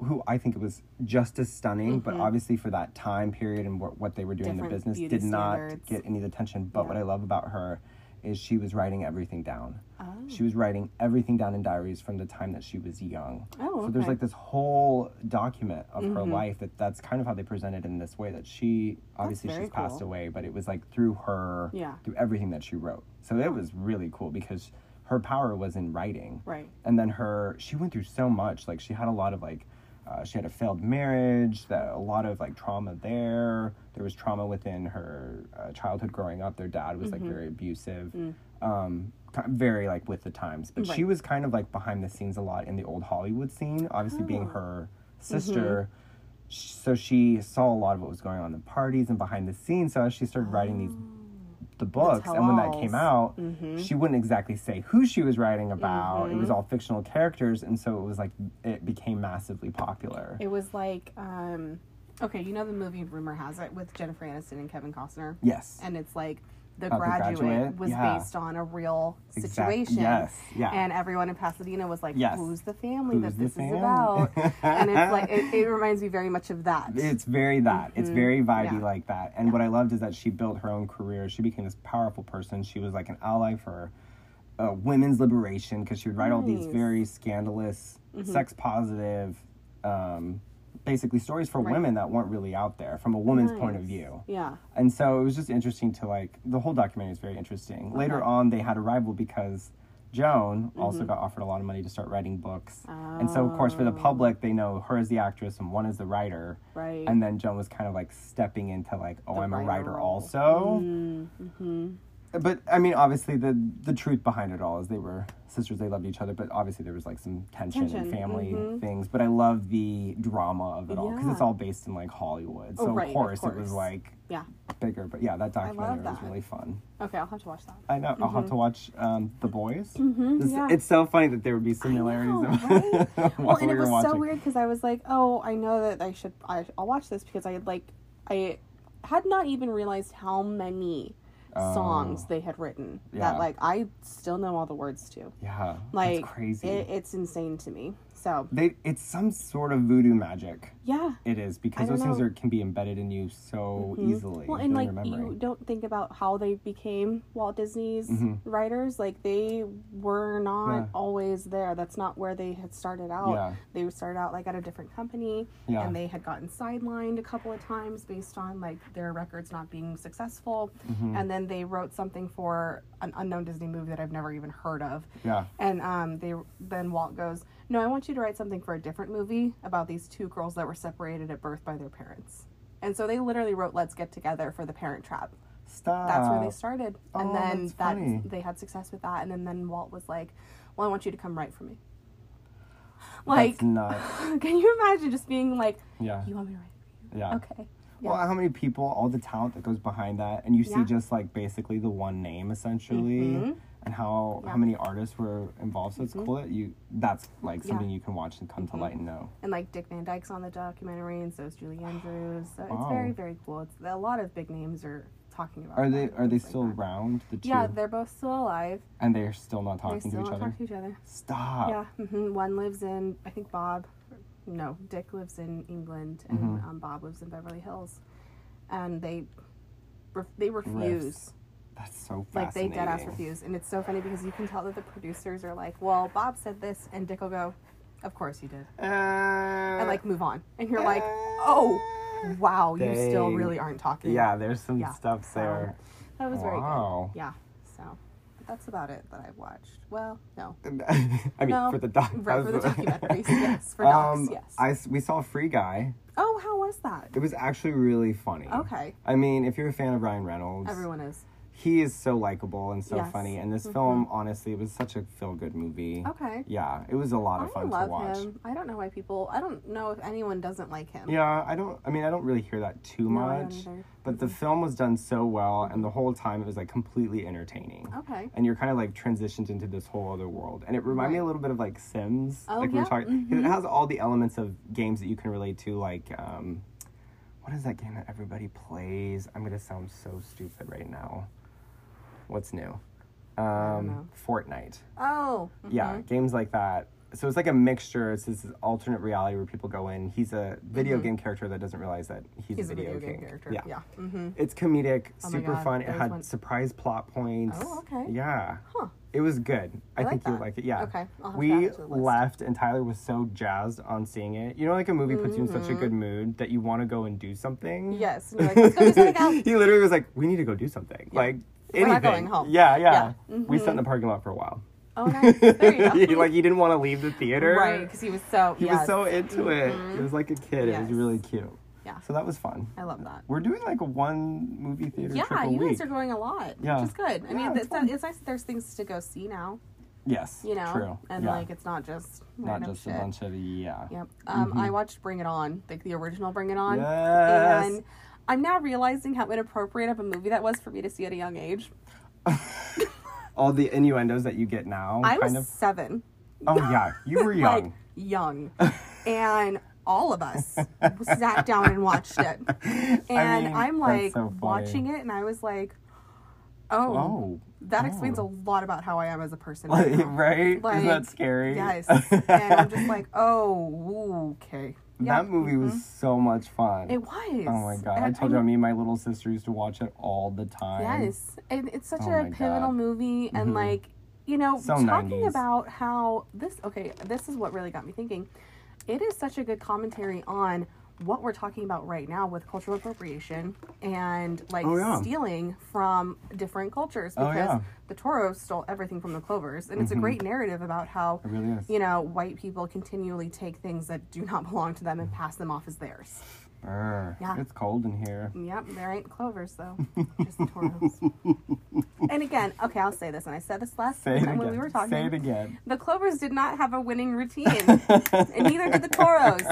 Speaker 2: who I think was just as stunning,
Speaker 1: Mm-hmm.
Speaker 2: but obviously for that time period and what, what they were doing in the
Speaker 1: Different
Speaker 2: business,
Speaker 1: beauty
Speaker 2: did not
Speaker 1: standards.
Speaker 2: get any of the attention. But what I love about her is she was writing everything down. She
Speaker 1: Oh.
Speaker 2: was writing everything down in diaries from the time that she was young.
Speaker 1: Oh,
Speaker 2: So there's
Speaker 1: okay. Mm-hmm.
Speaker 2: like this whole document of her life that that's kind of how they presented in this way that she obviously
Speaker 1: very
Speaker 2: she's passed
Speaker 1: cool.
Speaker 2: away, but it was like through her,
Speaker 1: Yeah.
Speaker 2: through everything that she wrote. So it was really cool because her power was in writing
Speaker 1: Right.
Speaker 2: and then her she went through so much like she had a lot of like uh, she had a failed marriage that a lot of like trauma there there was trauma within her uh, childhood growing up their dad was like very abusive um ki- very like with the times but she
Speaker 1: Right.
Speaker 2: was kind of like behind the scenes a lot in the old hollywood scene obviously being her sister sh so she saw a lot of what was going on in the parties and behind the scenes so as she started writing these the books and when that came
Speaker 1: tell-alls.
Speaker 2: out
Speaker 1: Mm-hmm.
Speaker 2: she wouldn't exactly say who she was writing about it was all fictional characters and so it was like it became massively popular
Speaker 1: It was like, um, okay, you know the movie Rumor Has It with Jennifer Aniston and Kevin Costner?
Speaker 2: yes
Speaker 1: And it's like, The
Speaker 2: The
Speaker 1: Graduate,
Speaker 2: Graduate?
Speaker 1: was
Speaker 2: Yeah.
Speaker 1: based on a real
Speaker 2: Exact-
Speaker 1: situation.
Speaker 2: yes, yeah.
Speaker 1: And everyone in Pasadena was like,
Speaker 2: Yes.
Speaker 1: who's the family
Speaker 2: Who's
Speaker 1: that
Speaker 2: the
Speaker 1: this
Speaker 2: family?
Speaker 1: is about? and it's like, it, it reminds me very much of that.
Speaker 2: it's very that it's very vibey
Speaker 1: Mm-hmm. Yeah.
Speaker 2: like that and what i loved is that she built her own career she became this powerful person she was like an ally for uh, women's liberation because she would write all these
Speaker 1: Nice. Mm-hmm.
Speaker 2: very scandalous sex positive um, basically stories for women that weren't really out there from a woman's point of
Speaker 1: Nice.
Speaker 2: view
Speaker 1: yeah.
Speaker 2: And so it was just interesting to like the whole documentary is very interesting. Later on, they had a rival because Joan
Speaker 1: Mm-hmm.
Speaker 2: also got offered a lot of money to start writing books. And so, of course,
Speaker 1: Oh.
Speaker 2: for the public, they know her as the actress and one as the writer.
Speaker 1: Right.
Speaker 2: And then Joan was kind of like stepping into like, oh, I'm a
Speaker 1: writer
Speaker 2: writer
Speaker 1: role. Mm-hmm.
Speaker 2: also. But I mean, obviously, the the truth behind it all is they were sisters. They loved each other, but obviously there was like some tension, and
Speaker 1: Tension, Mm-hmm.
Speaker 2: family things. But I love the drama of it all because it's
Speaker 1: Yeah. Oh,
Speaker 2: all based in like Hollywood. So
Speaker 1: right,
Speaker 2: of,
Speaker 1: of
Speaker 2: course, it was
Speaker 1: course.
Speaker 2: like
Speaker 1: Yeah.
Speaker 2: bigger. But yeah, that documentary was
Speaker 1: that. Mm-hmm.
Speaker 2: really fun.
Speaker 1: Okay, I'll have to watch that.
Speaker 2: I know. I'll have to watch um, The Boys. This- It's so funny that there would be similarities.
Speaker 1: Mm-hmm, know,
Speaker 2: of-
Speaker 1: right?
Speaker 2: while
Speaker 1: well, and
Speaker 2: we
Speaker 1: it
Speaker 2: were
Speaker 1: was so
Speaker 2: watching.
Speaker 1: weird because I was like, oh, I know that I should, I, I'll watch this because I had like, I had not even realized how many songs they had written
Speaker 2: Oh. Yeah.
Speaker 1: that like I still know all the words to.
Speaker 2: Yeah,
Speaker 1: Like,
Speaker 2: that's crazy.
Speaker 1: It, it's insane to me. So
Speaker 2: they, it's some sort of voodoo magic.
Speaker 1: yeah.
Speaker 2: It is because
Speaker 1: don't
Speaker 2: those things
Speaker 1: know. Mm-hmm.
Speaker 2: are, can be embedded in you so easily.
Speaker 1: Well, and
Speaker 2: through
Speaker 1: like
Speaker 2: your memory.
Speaker 1: you don't think about how they became Walt Disney's writers. Like they were not
Speaker 2: Mm-hmm. Yeah.
Speaker 1: always there. That's not where they had started out.
Speaker 2: Yeah.
Speaker 1: They started out like at a different company,
Speaker 2: Yeah.
Speaker 1: and they had gotten sidelined a couple of times based on like their records not being successful.
Speaker 2: Mm-hmm.
Speaker 1: And then they wrote something for an unknown Disney movie that I've never even heard of.
Speaker 2: Yeah.
Speaker 1: And um, they then Walt goes, "No, I want you to write something for a different movie about these two girls that were separated at birth by their parents." And so they literally wrote "Let's Get Together" for the Parent Trap.
Speaker 2: Stop.
Speaker 1: That's where they started,
Speaker 2: Oh,
Speaker 1: and then
Speaker 2: that's
Speaker 1: that
Speaker 2: funny.
Speaker 1: they had success with that. And then, then Walt was like, "Well, I want you to come write for me." Like,
Speaker 2: That's nuts.
Speaker 1: can you imagine just being like,
Speaker 2: Yeah.
Speaker 1: "You want me to write
Speaker 2: Yeah.
Speaker 1: for you?" Okay. Yeah.
Speaker 2: Well, how many people, all the talent that goes behind that, and you see
Speaker 1: Yeah. Mm-hmm.
Speaker 2: just like basically the one name essentially, and how how many artists were involved. So it's cool that you that's
Speaker 1: Yeah.
Speaker 2: like
Speaker 1: Mm-hmm.
Speaker 2: something you can watch and come to light and know.
Speaker 1: and like Dick Van Dyke's on the documentary, and so is Julie Andrews. So it's
Speaker 2: Wow.
Speaker 1: very, very cool. It's, a lot of big names are talking about.
Speaker 2: Are
Speaker 1: that
Speaker 2: they
Speaker 1: and
Speaker 2: are they
Speaker 1: things like
Speaker 2: still
Speaker 1: that.
Speaker 2: around the two?
Speaker 1: Yeah, they're both still alive.
Speaker 2: and they're still not
Speaker 1: They
Speaker 2: talking
Speaker 1: still
Speaker 2: to each
Speaker 1: don't
Speaker 2: other.
Speaker 1: talk to each other.
Speaker 2: Stop.
Speaker 1: Yeah, hmm one lives in I think Bob. No, Dick lives in England, and
Speaker 2: Mm-hmm.
Speaker 1: um, Bob lives in Beverly Hills, and they re- they refuse.
Speaker 2: That's so
Speaker 1: Like they
Speaker 2: fascinating.
Speaker 1: dead ass refuse, and it's so funny because you can tell that the producers are like, "Well, Bob said this," and Dick will go, "Of course you
Speaker 2: Uh,
Speaker 1: did," and like move on, and you're like, "Oh, wow, you still
Speaker 2: They-
Speaker 1: really aren't talking."
Speaker 2: uh, yeah, there's some
Speaker 1: Yeah.
Speaker 2: stuff
Speaker 1: So,
Speaker 2: there.
Speaker 1: that was very good.
Speaker 2: wow.
Speaker 1: Yeah, so but that's about it that I've watched. Well, no,
Speaker 2: I mean,
Speaker 1: Um, no,
Speaker 2: for the doc,
Speaker 1: right, for the documentaries, yes, for docs,
Speaker 2: um,
Speaker 1: yes.
Speaker 2: I s- we saw Free Guy.
Speaker 1: oh, how was that?
Speaker 2: It was actually really funny.
Speaker 1: Okay.
Speaker 2: I mean, if you're a fan of Ryan Reynolds,
Speaker 1: Everyone is.
Speaker 2: he is so likable and so
Speaker 1: Yes.
Speaker 2: funny. And this film, honestly, it was such a feel good movie.
Speaker 1: Okay.
Speaker 2: Yeah, it was a lot of
Speaker 1: I
Speaker 2: fun to
Speaker 1: love
Speaker 2: watch.
Speaker 1: him. I don't know why people. I don't know if anyone doesn't like him.
Speaker 2: Yeah, I don't. I mean, I don't really hear that too
Speaker 1: No, I don't
Speaker 2: much.
Speaker 1: either. Mm-hmm.
Speaker 2: But the film was done so well, and the whole time it was like completely entertaining.
Speaker 1: Okay.
Speaker 2: And you're kind of like transitioned into this whole other world, and it reminded me a
Speaker 1: Right.
Speaker 2: little bit of like Sims.
Speaker 1: Oh,
Speaker 2: like we were
Speaker 1: yeah,
Speaker 2: talking, 'cause it has all the elements of games that you can relate to, like. um what is that game that everybody plays? I'm gonna sound so stupid right now. What's new? Um,
Speaker 1: know.
Speaker 2: Fortnite.
Speaker 1: Oh. mhm.
Speaker 2: Yeah, games like that. So it's like a mixture. It's this alternate reality where people go in. He's a video game character that doesn't realize that he's,
Speaker 1: Mm-hmm. He's
Speaker 2: a video, game,
Speaker 1: character.
Speaker 2: Yeah.
Speaker 1: Yeah. hmm
Speaker 2: It's comedic,
Speaker 1: Oh my
Speaker 2: super
Speaker 1: God,
Speaker 2: fun. It
Speaker 1: there's
Speaker 2: had
Speaker 1: one-
Speaker 2: surprise plot points.
Speaker 1: Oh, okay.
Speaker 2: Yeah.
Speaker 1: Huh.
Speaker 2: It was good. I,
Speaker 1: like
Speaker 2: think you
Speaker 1: that.
Speaker 2: like it. Yeah.
Speaker 1: Okay, I'll have to add
Speaker 2: we
Speaker 1: it to the list.
Speaker 2: left and Tyler was so jazzed on seeing it. You know, like a movie puts you in such a good mood that you want to go and do something.
Speaker 1: Mm-hmm. Yes. And you're like, let's go do something else.
Speaker 2: he literally was like, "We need to go do something." Like
Speaker 1: We're
Speaker 2: anything.
Speaker 1: not going home.
Speaker 2: Yeah, yeah.
Speaker 1: Yeah. Mm-hmm.
Speaker 2: We sat in the parking lot for a while.
Speaker 1: Oh, nice. There you go.
Speaker 2: He, like he didn't want to leave the theater.
Speaker 1: right, because he was so.
Speaker 2: He
Speaker 1: yes.
Speaker 2: was so into it. It was like a kid. It
Speaker 1: Yes.
Speaker 2: was really cute.
Speaker 1: Yeah.
Speaker 2: So that was fun.
Speaker 1: I love that.
Speaker 2: We're doing like a one movie theater trip
Speaker 1: Yeah,
Speaker 2: a
Speaker 1: you
Speaker 2: week.
Speaker 1: guys are going a lot,
Speaker 2: Yeah.
Speaker 1: which is good. I
Speaker 2: Yeah,
Speaker 1: mean,
Speaker 2: it's
Speaker 1: it's,
Speaker 2: fun.
Speaker 1: it's nice that there's things to go see now,
Speaker 2: yes.
Speaker 1: you know?
Speaker 2: True.
Speaker 1: And,
Speaker 2: yeah.
Speaker 1: like, it's not just
Speaker 2: not
Speaker 1: random
Speaker 2: just
Speaker 1: shit.
Speaker 2: a bunch of yeah.
Speaker 1: Yep. Um, I watched Bring It On, like the original Bring It On.
Speaker 2: Mm-hmm. Yes.
Speaker 1: And I'm now realizing how inappropriate of a movie that was for me to see at a young age.
Speaker 2: All the innuendos that you get now.
Speaker 1: I was
Speaker 2: kind
Speaker 1: seven.
Speaker 2: of. Oh yeah, you were young.
Speaker 1: Like, young. and all of us sat down and watched it. And I
Speaker 2: mean,
Speaker 1: am
Speaker 2: that's
Speaker 1: like
Speaker 2: so funny.
Speaker 1: watching it, and I was like, oh,
Speaker 2: oh.
Speaker 1: that
Speaker 2: oh.
Speaker 1: explains a lot about how I am as a person. right now.
Speaker 2: right?
Speaker 1: Like,
Speaker 2: Isn't that scary?
Speaker 1: Yes. and I'm just like, oh, ooh, okay. Yeah,
Speaker 2: That movie was so much fun.
Speaker 1: Mm-hmm. It was.
Speaker 2: Oh my god! I
Speaker 1: And
Speaker 2: told you, me and my little sister used to watch it all the time.
Speaker 1: Yes, and it's such
Speaker 2: Oh
Speaker 1: a
Speaker 2: my
Speaker 1: pivotal
Speaker 2: God. Mm-hmm.
Speaker 1: movie, and like you know,
Speaker 2: So
Speaker 1: talking
Speaker 2: 90s.
Speaker 1: about how this. Okay, this is what really got me thinking. It is such a good commentary on what we're talking about right now with cultural appropriation and like
Speaker 2: Oh, yeah.
Speaker 1: stealing from different cultures
Speaker 2: Oh,
Speaker 1: because
Speaker 2: yeah. Mm-hmm.
Speaker 1: the Toro stole everything from the Clovers, and it's a great narrative about how
Speaker 2: It really is.
Speaker 1: you know white people continually take things that do not belong to them and pass them off as theirs.
Speaker 2: Brr,
Speaker 1: Yeah.
Speaker 2: It's cold in here.
Speaker 1: Yep, there ain't clovers though, just toros. and again, okay, I'll say this, and I said this last
Speaker 2: Say it
Speaker 1: time
Speaker 2: again.
Speaker 1: when we were
Speaker 2: Say it
Speaker 1: talking.
Speaker 2: again.
Speaker 1: The clovers did not have a winning routine, and neither did the toros.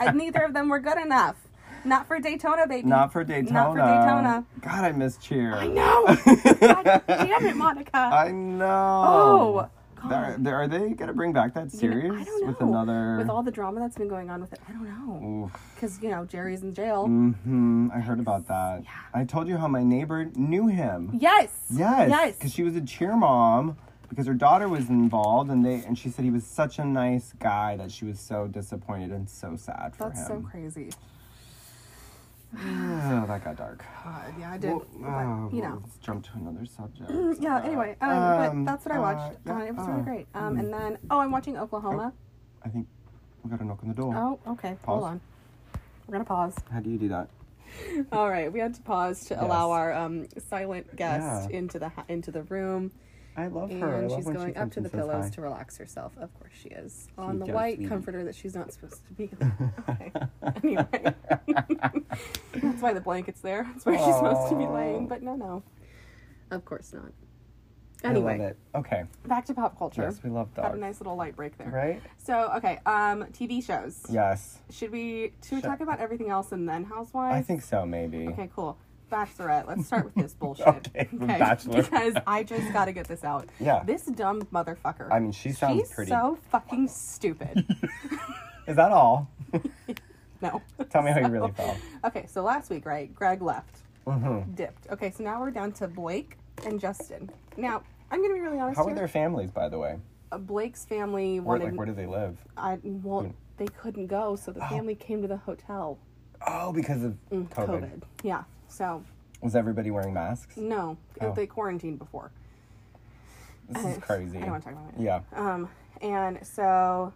Speaker 1: And neither of them were good enough. Not for Daytona, baby.
Speaker 2: Not for Daytona.
Speaker 1: Not for Daytona.
Speaker 2: God, I miss cheer.
Speaker 1: I know. God damn it, Monica.
Speaker 2: I know.
Speaker 1: Oh, God.
Speaker 2: They're- they're- are they gonna bring back that
Speaker 1: You know,
Speaker 2: series
Speaker 1: I don't know.
Speaker 2: with another? Mm.
Speaker 1: With all the drama that's been going on with it, I don't know.
Speaker 2: Oof.
Speaker 1: Because you know Jerry's in jail.
Speaker 2: hmm I heard about that. I told you how my neighbor knew him.
Speaker 1: Yes.
Speaker 2: Yes.
Speaker 1: Yes.
Speaker 2: Because she was a cheer mom because her daughter was involved and they and she said he was such a nice guy that she was so disappointed and so sad for
Speaker 1: That's so
Speaker 2: him.
Speaker 1: crazy.
Speaker 2: oh, that got dark.
Speaker 1: God, Uh, yeah, I did.
Speaker 2: Well,
Speaker 1: but, you
Speaker 2: uh,
Speaker 1: know.
Speaker 2: Let's jump to another subject.
Speaker 1: Yeah, anyway, um,
Speaker 2: Um,
Speaker 1: but that's what I
Speaker 2: uh,
Speaker 1: watched.
Speaker 2: yeah,
Speaker 1: uh, it was really
Speaker 2: uh,
Speaker 1: great. Um, and then, oh, I'm watching Oklahoma.
Speaker 2: I think we got a knock on the door.
Speaker 1: Oh, okay. Hold
Speaker 2: Pause.
Speaker 1: on. We're going to pause.
Speaker 2: How do you do that?
Speaker 1: All right, we had to pause to allow
Speaker 2: Yes.
Speaker 1: our um, silent guest
Speaker 2: Yeah.
Speaker 1: into the ha- into the room,
Speaker 2: I love her. I
Speaker 1: and
Speaker 2: love
Speaker 1: she's
Speaker 2: when she
Speaker 1: going up
Speaker 2: comes
Speaker 1: to
Speaker 2: and
Speaker 1: the
Speaker 2: says
Speaker 1: pillows
Speaker 2: hi.
Speaker 1: to relax herself. Of course, she is on the
Speaker 2: does,
Speaker 1: white
Speaker 2: sweetie.
Speaker 1: comforter that she's not supposed to be. on. Okay. anyway, that's why the blanket's there. That's where she's supposed to be laying.
Speaker 2: Aw.
Speaker 1: But no, no, of course not.
Speaker 2: I love
Speaker 1: Anyway,
Speaker 2: it. Okay.
Speaker 1: back to pop culture.
Speaker 2: Yes, we love
Speaker 1: Have a
Speaker 2: dogs.
Speaker 1: nice little light break there.
Speaker 2: Right?
Speaker 1: So okay, um, TV shows.
Speaker 2: Yes.
Speaker 1: Should we should we
Speaker 2: Sure.
Speaker 1: talk about everything else and then Housewives?
Speaker 2: I think so, maybe.
Speaker 1: Okay, cool. Bachelorette. Let's start with this bullshit.
Speaker 2: Okay, the Bachelor.
Speaker 1: Because I just got to get this out.
Speaker 2: Yeah.
Speaker 1: This dumb motherfucker.
Speaker 2: I mean, she sounds
Speaker 1: She's
Speaker 2: pretty.
Speaker 1: so fucking stupid.
Speaker 2: Is that all?
Speaker 1: no.
Speaker 2: Tell me how you really felt.
Speaker 1: Okay, so last week, right? Greg left,
Speaker 2: hmm
Speaker 1: dipped. Okay, so now we're down to Blake and Justin. Now I'm gonna be really honest.
Speaker 2: How are
Speaker 1: here.
Speaker 2: their families, by the way?
Speaker 1: Uh, Blake's family
Speaker 2: Where,
Speaker 1: wanted.
Speaker 2: like, where do they live?
Speaker 1: I well, they couldn't go, so the family came to the hotel.
Speaker 2: Oh, because of
Speaker 1: Mm,
Speaker 2: COVID.
Speaker 1: COVID. Yeah. So
Speaker 2: Was everybody wearing masks?
Speaker 1: no,
Speaker 2: Oh.
Speaker 1: they quarantined before.
Speaker 2: This is crazy.
Speaker 1: I don't want to talk about it.
Speaker 2: Yeah.
Speaker 1: Um, and so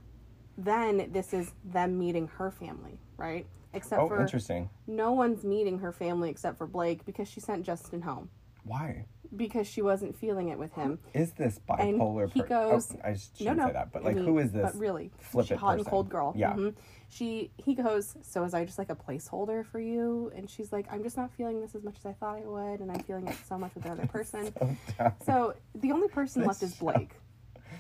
Speaker 1: then this is them meeting her family, right? Except
Speaker 2: oh,
Speaker 1: for
Speaker 2: interesting.
Speaker 1: no one's meeting her family except for Blake because she sent Justin home
Speaker 2: Why
Speaker 1: because she wasn't feeling it with him.
Speaker 2: is this bipolar?
Speaker 1: he
Speaker 2: per-
Speaker 1: goes-
Speaker 2: Oh, I sh-
Speaker 1: No,
Speaker 2: shouldn't
Speaker 1: no.
Speaker 2: say that, but
Speaker 1: I
Speaker 2: like,
Speaker 1: mean,
Speaker 2: who is this?
Speaker 1: But really,
Speaker 2: flip
Speaker 1: she-
Speaker 2: it
Speaker 1: hot and
Speaker 2: person?
Speaker 1: cold girl.
Speaker 2: Yeah.
Speaker 1: Mhm. She he goes. So is I just like a placeholder for you? And she's like, I'm just not feeling this as much as I thought I would, and I'm feeling it so much with another person. so the only person left is Blake.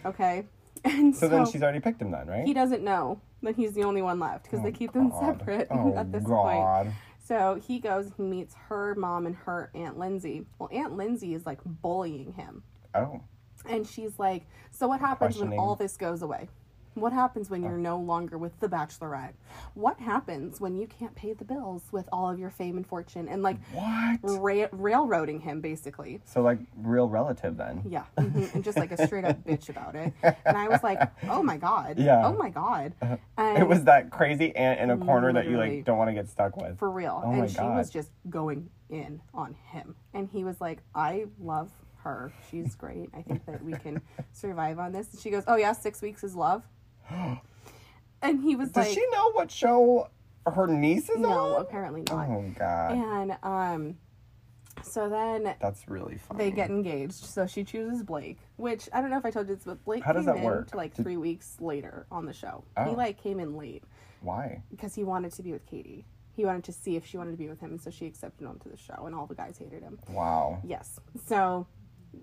Speaker 1: Okay. And
Speaker 2: So, then she's already picked him, then, right?
Speaker 1: he doesn't know that he's the only one left because they keep them
Speaker 2: Oh, God.
Speaker 1: separate
Speaker 2: Oh,
Speaker 1: at this
Speaker 2: God.
Speaker 1: point. So he goes, he meets her mom and her aunt Lindsay. Well, Aunt Lindsay is like bullying him,
Speaker 2: Oh,
Speaker 1: and she's like, "So what happens when
Speaker 2: Questioning.
Speaker 1: all this goes away? What happens when you're no longer with the Bachelorette? What happens when you can't pay the bills with all of your fame and fortune?" And like
Speaker 2: what?
Speaker 1: ra- railroading him basically.
Speaker 2: So like, real relative then.
Speaker 1: Yeah, mhm, and just like a straight up bitch about it. And I was like, "Oh my god!
Speaker 2: Yeah. Uh-huh.
Speaker 1: Oh my god!"
Speaker 2: It
Speaker 1: And-
Speaker 2: was that crazy ant in a corner that you
Speaker 1: Literally.
Speaker 2: like don't want to get stuck with.
Speaker 1: for real.
Speaker 2: Oh
Speaker 1: and
Speaker 2: my
Speaker 1: she
Speaker 2: God.
Speaker 1: was just going in on him. And he was like, I love her. She's great. I think that we can survive on this. And she goes, Oh, yeah, six weeks is love. And he was
Speaker 2: Does
Speaker 1: like,
Speaker 2: she know what show her niece is
Speaker 1: No,
Speaker 2: on?
Speaker 1: apparently not.
Speaker 2: Oh God.
Speaker 1: And um, So then
Speaker 2: That's really funny.
Speaker 1: they get engaged. So she chooses Blake, which I don't know if I told you this, but Blake
Speaker 2: How does
Speaker 1: came
Speaker 2: that
Speaker 1: in
Speaker 2: work?
Speaker 1: to like
Speaker 2: Did-
Speaker 1: three weeks later on the show.
Speaker 2: Oh.
Speaker 1: He like came in late
Speaker 2: Why?
Speaker 1: because he wanted to be with Katie. He wanted to see if she wanted to be with him, and so she accepted him to the show, and all the guys hated him.
Speaker 2: Wow.
Speaker 1: Yes. So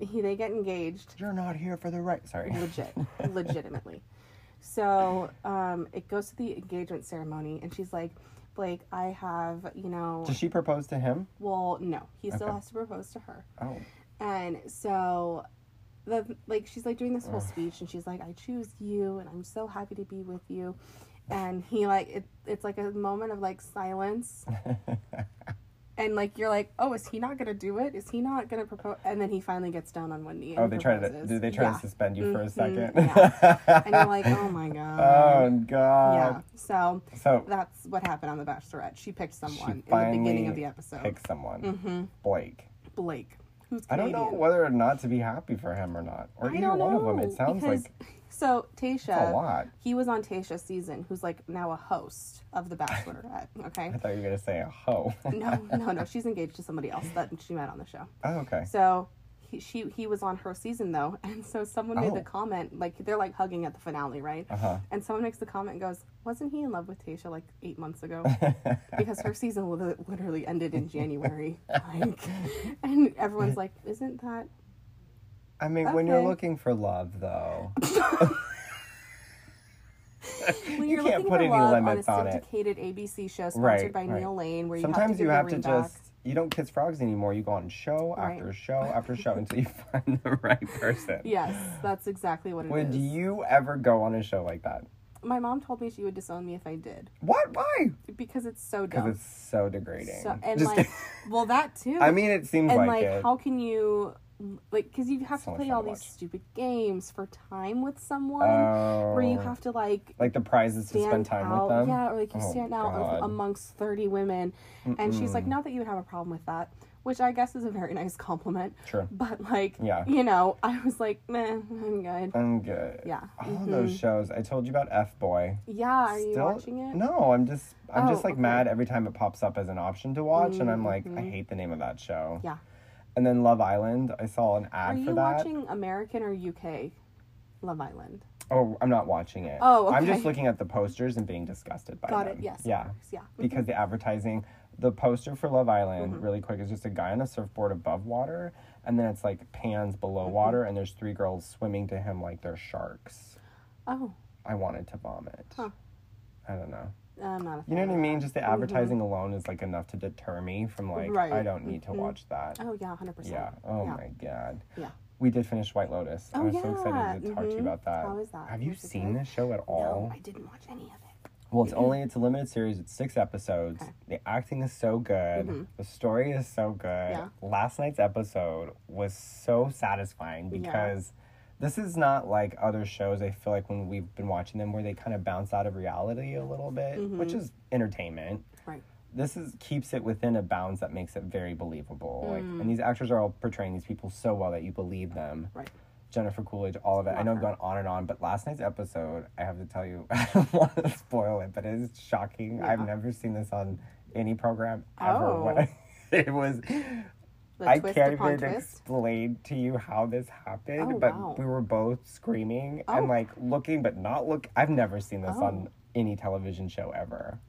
Speaker 1: he, they get engaged
Speaker 2: You're not here for the right. Sorry.
Speaker 1: legit, legitimately. So um, it goes to the engagement ceremony, and she's like, Blake, I have, you know,
Speaker 2: Does she propose to him?
Speaker 1: well, no, he still
Speaker 2: Okay.
Speaker 1: has to propose to her.
Speaker 2: Oh.
Speaker 1: And so, the like she's like doing this whole speech, and she's like, "I choose you, and I'm so happy to be with you." And he like it, it's like a moment of like silence, and like you're like, "Oh, is he not gonna do it? Is he not gonna propose?" And then he finally gets down on one knee. And
Speaker 2: Oh, they try to.
Speaker 1: proposes.
Speaker 2: Did they try
Speaker 1: Yeah.
Speaker 2: to suspend you for a
Speaker 1: Mhm,
Speaker 2: second?
Speaker 1: yeah. and you're like, "Oh um, my god."
Speaker 2: oh
Speaker 1: yeah.
Speaker 2: God.
Speaker 1: So
Speaker 2: So
Speaker 1: that's what happened on The Bachelorette. She picked someone in the
Speaker 2: finally
Speaker 1: beginning of the episode.
Speaker 2: pick someone.
Speaker 1: Mm-hmm.
Speaker 2: Blake.
Speaker 1: Blake, who's
Speaker 2: I don't
Speaker 1: Canadian.
Speaker 2: know whether or not to be happy for him or not, or
Speaker 1: I
Speaker 2: either
Speaker 1: don't
Speaker 2: one of them. It
Speaker 1: know,
Speaker 2: sounds
Speaker 1: because-
Speaker 2: like
Speaker 1: So
Speaker 2: that's a
Speaker 1: Tasha,
Speaker 2: lot.
Speaker 1: he was on Tasha's season, who's like now a host of The Bachelorette. Okay.
Speaker 2: I thought you were gonna say a hoe.
Speaker 1: No, no, no. She's engaged to somebody else that she met on the show.
Speaker 2: oh, okay.
Speaker 1: So he, she he was on her season though, and so someone made
Speaker 2: Oh.
Speaker 1: the comment like they're like hugging at the finale, right?
Speaker 2: Uh huh.
Speaker 1: And someone makes the comment and goes, "Wasn't he in love with Tasha like eight months ago?" because her season lit- literally ended in January. Like, and everyone's like, "Isn't that?"
Speaker 2: I mean, when you're
Speaker 1: Okay.
Speaker 2: looking for love, though,
Speaker 1: When
Speaker 2: You
Speaker 1: you're
Speaker 2: can't
Speaker 1: looking
Speaker 2: put
Speaker 1: for
Speaker 2: any
Speaker 1: love
Speaker 2: limits
Speaker 1: on
Speaker 2: on
Speaker 1: a
Speaker 2: it.
Speaker 1: syndicated ABC show sponsored
Speaker 2: Right,
Speaker 1: by
Speaker 2: right.
Speaker 1: Neil Lane, where you
Speaker 2: sometimes
Speaker 1: have to,
Speaker 2: you
Speaker 1: give your
Speaker 2: have to
Speaker 1: ring
Speaker 2: just
Speaker 1: back.
Speaker 2: you don't kiss frogs anymore. You go on show
Speaker 1: Right.
Speaker 2: after show after show until you find the right person.
Speaker 1: Yes, that's exactly what it is.
Speaker 2: Would you ever go on a show like that?
Speaker 1: My mom told me she would disown me if I did
Speaker 2: What? Why?
Speaker 1: because it's so
Speaker 2: Because
Speaker 1: dumb.
Speaker 2: it's so degrading.
Speaker 1: So, and
Speaker 2: Just
Speaker 1: like,
Speaker 2: kidding.
Speaker 1: well, that too.
Speaker 2: I mean, it seems
Speaker 1: and
Speaker 2: like,
Speaker 1: like,
Speaker 2: it.
Speaker 1: how can you, like, because you have
Speaker 2: So
Speaker 1: to
Speaker 2: much
Speaker 1: play
Speaker 2: fun
Speaker 1: all
Speaker 2: to
Speaker 1: these
Speaker 2: watch.
Speaker 1: stupid games for time with someone, where you
Speaker 2: Oh.
Speaker 1: have to like
Speaker 2: like the prize is to spend time
Speaker 1: out.
Speaker 2: with them.
Speaker 1: Yeah, or like you
Speaker 2: Oh,
Speaker 1: stand out of-
Speaker 2: God.
Speaker 1: amongst 30 women. And she's like, not that you would have a problem with that, which I guess is a very nice compliment.
Speaker 2: Sure.
Speaker 1: But like,
Speaker 2: Yeah. Uh,
Speaker 1: you know, I was like, meh, I'm good.
Speaker 2: I'm good.
Speaker 1: Yeah. Mm-hmm.
Speaker 2: All those shows. I told you about F Boy.
Speaker 1: Yeah, are you watching it?
Speaker 2: No, I'm just I'm just
Speaker 1: Oh, okay.
Speaker 2: like
Speaker 1: Mm-hmm.
Speaker 2: mad every time it pops up as an option to watch, and I'm like, I hate the name of that show.
Speaker 1: Yeah.
Speaker 2: And then Love Island. I saw an
Speaker 1: Are
Speaker 2: ad
Speaker 1: you
Speaker 2: for that.
Speaker 1: watching American or UK Love Island?
Speaker 2: Oh, I'm not watching it.
Speaker 1: Oh,
Speaker 2: I'm
Speaker 1: okay.
Speaker 2: just looking at the posters and being disgusted by
Speaker 1: Got
Speaker 2: them.
Speaker 1: it. Yes. Mm-hmm.
Speaker 2: Yeah.
Speaker 1: Yeah.
Speaker 2: Because the advertising, the poster for Love Island,
Speaker 1: Mm-hmm.
Speaker 2: really quick, is just a guy on a surfboard above water, and then it's like pans below
Speaker 1: Mm-hmm.
Speaker 2: water, and there's three girls swimming to him like they're sharks.
Speaker 1: Oh,
Speaker 2: I wanted to vomit. I don't know.
Speaker 1: I'm not a fan.
Speaker 2: You know what I mean? Just the advertising alone is like enough to deter me from like
Speaker 1: Mm-hmm. Right.
Speaker 2: I don't need to watch that.
Speaker 1: Oh, yeah, 100%.
Speaker 2: yeah. Oh
Speaker 1: yeah.
Speaker 2: my god.
Speaker 1: Yeah.
Speaker 2: We did finish White Lotus. I
Speaker 1: Oh,
Speaker 2: was so excited to
Speaker 1: yeah.
Speaker 2: talk to you
Speaker 1: Mhm.
Speaker 2: about that.
Speaker 1: How is that?
Speaker 2: Have you
Speaker 1: Was it
Speaker 2: seen
Speaker 1: good?
Speaker 2: this show at all?
Speaker 1: No, I didn't watch any of it.
Speaker 2: Well, it's only it's a limited series. It's six episodes.
Speaker 1: Okay. Mm-hmm.
Speaker 2: The acting is so good. The story is so good.
Speaker 1: Yeah.
Speaker 2: Last night's episode was so satisfying because this is not like other shows. I feel like when we've been watching them, where they kind of bounce out of reality a little bit,
Speaker 1: Mm-hmm.
Speaker 2: which is entertainment.
Speaker 1: Right.
Speaker 2: This is keeps it within a bounds that makes it very believable. Like, and these actors are all portraying these people so well that you believe them.
Speaker 1: Right.
Speaker 2: Jennifer Coolidge, all of it. I know I've gone on and on, but last night's episode, I have to tell you, I don't want to spoil it, but it is shocking. I've never seen this on any program ever.
Speaker 1: Oh.
Speaker 2: What- It was.
Speaker 1: The
Speaker 2: I
Speaker 1: twist
Speaker 2: can't
Speaker 1: upon
Speaker 2: even
Speaker 1: twist.
Speaker 2: explain to you how this happened,
Speaker 1: Oh,
Speaker 2: but
Speaker 1: wow.
Speaker 2: we were both screaming
Speaker 1: Oh.
Speaker 2: and like looking, but not look. I've never seen this
Speaker 1: Oh.
Speaker 2: on any television show ever.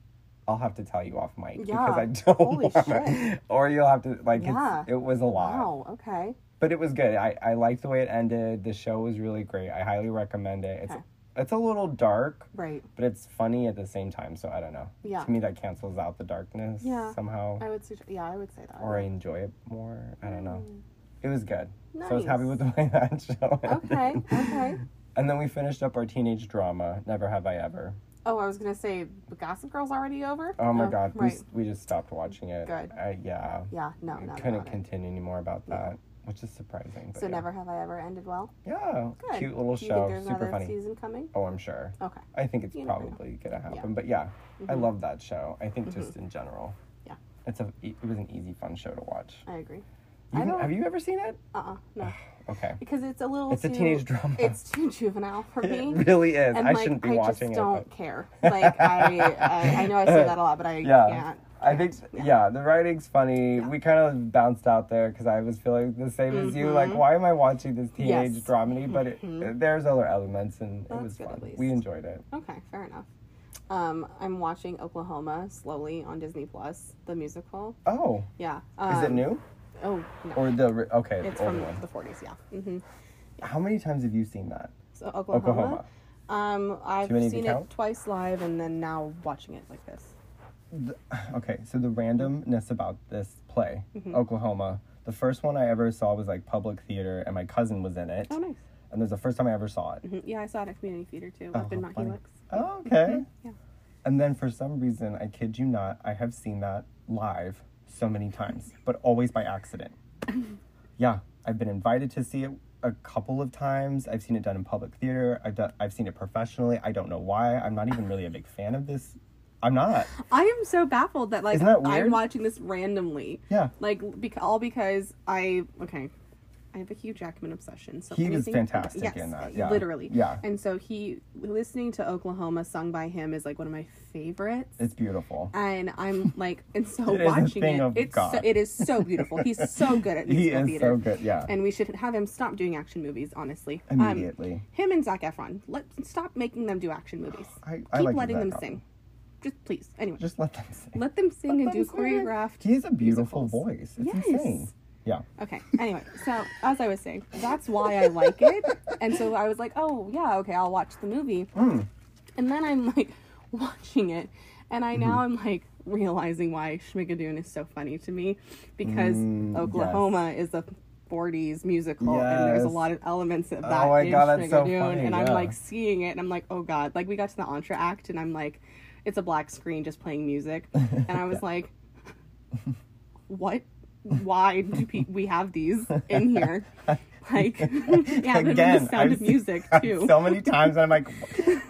Speaker 2: I'll have to tell you off mic because
Speaker 1: Yeah.
Speaker 2: I don't
Speaker 1: Holy
Speaker 2: wanna- Or you'll have to like.
Speaker 1: Yeah.
Speaker 2: It's, it was a lot
Speaker 1: Wow, Oh, okay.
Speaker 2: but it was good. I, I liked the way it ended. The show was really great. I highly recommend it. It's
Speaker 1: Okay.
Speaker 2: it's a little dark,
Speaker 1: Right.
Speaker 2: but it's funny at the same time. So I don't know.
Speaker 1: Yeah.
Speaker 2: To me, that cancels out the darkness
Speaker 1: Yeah.
Speaker 2: somehow,
Speaker 1: I would suggest, yeah, I would say that.
Speaker 2: or I enjoy it more. I don't know. It was good. So I was
Speaker 1: Mm. Nice.
Speaker 2: happy with the way that show ended.
Speaker 1: Okay, okay.
Speaker 2: And then we finished up our teenage drama, Never Have I Ever.
Speaker 1: Oh, I was gonna say but Gossip Girl's already over.
Speaker 2: Oh my
Speaker 1: Oh,
Speaker 2: God, we,
Speaker 1: Right.
Speaker 2: s- we just stopped watching it.
Speaker 1: Good.
Speaker 2: I, yeah.
Speaker 1: Yeah. No.
Speaker 2: We
Speaker 1: Not
Speaker 2: couldn't
Speaker 1: about it.
Speaker 2: continue anymore about that, which is surprising. But
Speaker 1: So
Speaker 2: yeah.
Speaker 1: never have I ever ended well.
Speaker 2: Yeah.
Speaker 1: Good.
Speaker 2: Cute little
Speaker 1: Do you
Speaker 2: show.
Speaker 1: think there's
Speaker 2: Super
Speaker 1: another
Speaker 2: funny.
Speaker 1: season coming?
Speaker 2: Oh, I'm sure.
Speaker 1: Okay.
Speaker 2: I think it's
Speaker 1: You never know. Mm-hmm.
Speaker 2: probably gonna happen. But yeah, I love that show. I think just in general,
Speaker 1: Yeah.
Speaker 2: it's a e, it was an easy, fun show to watch.
Speaker 1: I agree. I
Speaker 2: You can-
Speaker 1: don't.
Speaker 2: have you ever seen it?
Speaker 1: Uh. uh No.
Speaker 2: Okay,
Speaker 1: Because it's a little.
Speaker 2: It's a
Speaker 1: too-
Speaker 2: teenage drama.
Speaker 1: It's too juvenile for me.
Speaker 2: it really is.
Speaker 1: And
Speaker 2: I
Speaker 1: like,
Speaker 2: shouldn't be
Speaker 1: I
Speaker 2: watching
Speaker 1: just
Speaker 2: it.
Speaker 1: don't
Speaker 2: but-
Speaker 1: care. Like I, I, I know I say that a lot, but I
Speaker 2: Yeah.
Speaker 1: can't.
Speaker 2: I think yeah, the writing's funny. We kind of bounced out there because I was feeling the same as you. Like, why am I watching this teenage
Speaker 1: Mm-hmm. Yes. Mm-hmm.
Speaker 2: dramedy? But it, there's other elements, and it
Speaker 1: That's
Speaker 2: was
Speaker 1: good, at
Speaker 2: fun.
Speaker 1: least.
Speaker 2: We enjoyed it.
Speaker 1: Okay, fair enough. Um, I'm watching Oklahoma slowly on Disney Plus, the musical.
Speaker 2: Oh,
Speaker 1: Yeah.
Speaker 2: is it
Speaker 1: um,
Speaker 2: new
Speaker 1: Oh no,
Speaker 2: or the ri- okay
Speaker 1: it's
Speaker 2: the old
Speaker 1: from
Speaker 2: one?
Speaker 1: the 40s. Yeah. hmm
Speaker 2: How many times have you seen that?
Speaker 1: So Oklahoma.
Speaker 2: Oklahoma.
Speaker 1: Um, I've
Speaker 2: many to
Speaker 1: seen it
Speaker 2: count?
Speaker 1: twice live, and then now watching it like this.
Speaker 2: Okay, so the randomness about this play,
Speaker 1: Mm-hmm.
Speaker 2: Oklahoma. The first one I ever saw was like public theater, and my cousin was in it.
Speaker 1: Oh, nice.
Speaker 2: And there's the first time I ever saw it.
Speaker 1: Mhm. Yeah, I saw it at community theater too.
Speaker 2: Oh,
Speaker 1: up in
Speaker 2: how
Speaker 1: Mount
Speaker 2: funny.
Speaker 1: Helix.
Speaker 2: Oh, okay.
Speaker 1: Yeah.
Speaker 2: And then for some reason, I kid you not, I have seen that live so many times, but always by accident. yeah, I've been invited to see it a couple of times. I've seen it done in public theater. I've done I've seen it professionally. I don't know why. I'm not even really a big fan of this. I'm not.
Speaker 1: I am so baffled that like
Speaker 2: Isn't that
Speaker 1: I'm
Speaker 2: weird?
Speaker 1: watching this randomly.
Speaker 2: Yeah.
Speaker 1: Like bec- all because I okay. I have a Hugh Jackman obsession. So
Speaker 2: He was
Speaker 1: anything-
Speaker 2: fantastic in that, yeah.
Speaker 1: Literally.
Speaker 2: Yeah.
Speaker 1: And so he listening to Oklahoma sung by him is like one of my favorites.
Speaker 2: It's beautiful.
Speaker 1: and I'm like, and so
Speaker 2: It is a
Speaker 1: watching
Speaker 2: thing
Speaker 1: it,
Speaker 2: of
Speaker 1: it's
Speaker 2: God.
Speaker 1: so, it is so beautiful. He's so good at
Speaker 2: He
Speaker 1: musical
Speaker 2: is
Speaker 1: theater.
Speaker 2: so good. Yeah.
Speaker 1: And we should have him stop doing action movies, honestly. Um,
Speaker 2: Immediately.
Speaker 1: him and Zach Efron. Let stop making them do action movies.
Speaker 2: I-
Speaker 1: Keep
Speaker 2: I like
Speaker 1: letting
Speaker 2: Zac
Speaker 1: them
Speaker 2: Efron.
Speaker 1: sing. Just please. Anyway,
Speaker 2: Just let them sing.
Speaker 1: let them sing and
Speaker 2: Let
Speaker 1: do
Speaker 2: them sing.
Speaker 1: choreographed.
Speaker 2: He has a beautiful
Speaker 1: musicals.
Speaker 2: voice. It's
Speaker 1: Yes.
Speaker 2: insane. Yeah.
Speaker 1: Okay. Anyway, so as I was saying, that's why I like it. And so I was like, oh yeah, okay, I'll watch the movie.
Speaker 2: Hmm.
Speaker 1: And then I'm like watching it, and I now
Speaker 2: Hmm.
Speaker 1: I'm like realizing why Schmigadoon is so funny to me because
Speaker 2: Mm,
Speaker 1: Oklahoma is a 40s musical and there's a
Speaker 2: Yes. Oh,
Speaker 1: lot of elements of that
Speaker 2: my
Speaker 1: in
Speaker 2: God, that's so
Speaker 1: Schmigadoon
Speaker 2: funny,
Speaker 1: and
Speaker 2: yeah.
Speaker 1: I'm like seeing it and I'm like oh god like we got to the entre act and I'm like it's a black screen just playing music and I was like what why do pe- we have these in here like yeah but
Speaker 2: Again,
Speaker 1: the sound
Speaker 2: I've
Speaker 1: of
Speaker 2: seen
Speaker 1: music
Speaker 2: that
Speaker 1: too
Speaker 2: So many times, and I'm like,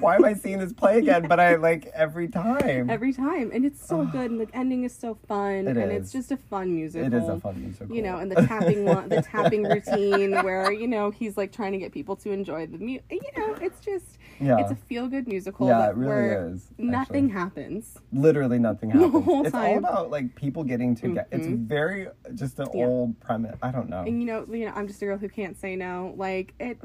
Speaker 2: why am I seeing this play again? But I like every time.
Speaker 1: every time and it's so good and the ending is so fun
Speaker 2: It
Speaker 1: and
Speaker 2: is.
Speaker 1: it's just a fun musical
Speaker 2: it is a fun musical.
Speaker 1: you know and the tapping one the tapping routine where you know he's like trying to get people to enjoy the music you know it's just
Speaker 2: Yeah.
Speaker 1: it's a feel good musical
Speaker 2: Yeah,
Speaker 1: that
Speaker 2: it really
Speaker 1: where
Speaker 2: is, actually.
Speaker 1: nothing happens
Speaker 2: literally nothing happens.
Speaker 1: whole
Speaker 2: it's all
Speaker 1: time. Mm-hmm.
Speaker 2: about like people getting to get. It's very just an
Speaker 1: Yeah.
Speaker 2: old premise. I don't know.
Speaker 1: and you know you know i'm just a girl who can't say no like it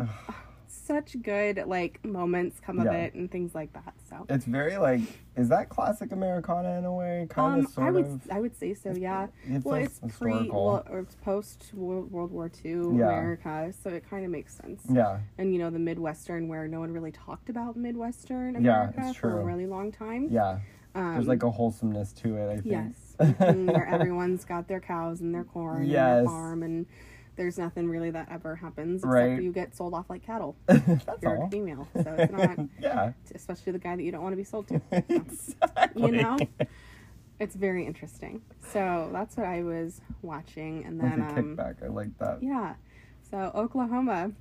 Speaker 1: such good like moments come
Speaker 2: Yeah.
Speaker 1: of it and things like that so
Speaker 2: It's very like, is that classic Americana in a way? Kind
Speaker 1: Um,
Speaker 2: of, sort
Speaker 1: I would
Speaker 2: of.
Speaker 1: I would say so. Yeah.
Speaker 2: it's
Speaker 1: well,
Speaker 2: like
Speaker 1: it's pre
Speaker 2: historical.
Speaker 1: well, or it's post World World War II America, so it kind of makes sense.
Speaker 2: Yeah,
Speaker 1: And you know the Midwestern, where no one really talked about Midwestern
Speaker 2: Yeah,
Speaker 1: America
Speaker 2: it's
Speaker 1: for a
Speaker 2: true.
Speaker 1: really long time.
Speaker 2: yeah.
Speaker 1: Um,
Speaker 2: There's like a wholesomeness to it. I think.
Speaker 1: yes, mhm, where everyone's got their cows and their corn and
Speaker 2: Yes.
Speaker 1: their farm, and there's nothing really that ever happens except
Speaker 2: Right.
Speaker 1: you get sold off like cattle.
Speaker 2: That's
Speaker 1: You're
Speaker 2: all.
Speaker 1: a female, so it's not
Speaker 2: Yeah.
Speaker 1: especially the guy that you don't want to be sold to. So.
Speaker 2: Exactly.
Speaker 1: you know it's very interesting so that's what i was watching and
Speaker 2: Like a
Speaker 1: then um
Speaker 2: kickback. I like that.
Speaker 1: yeah so oklahoma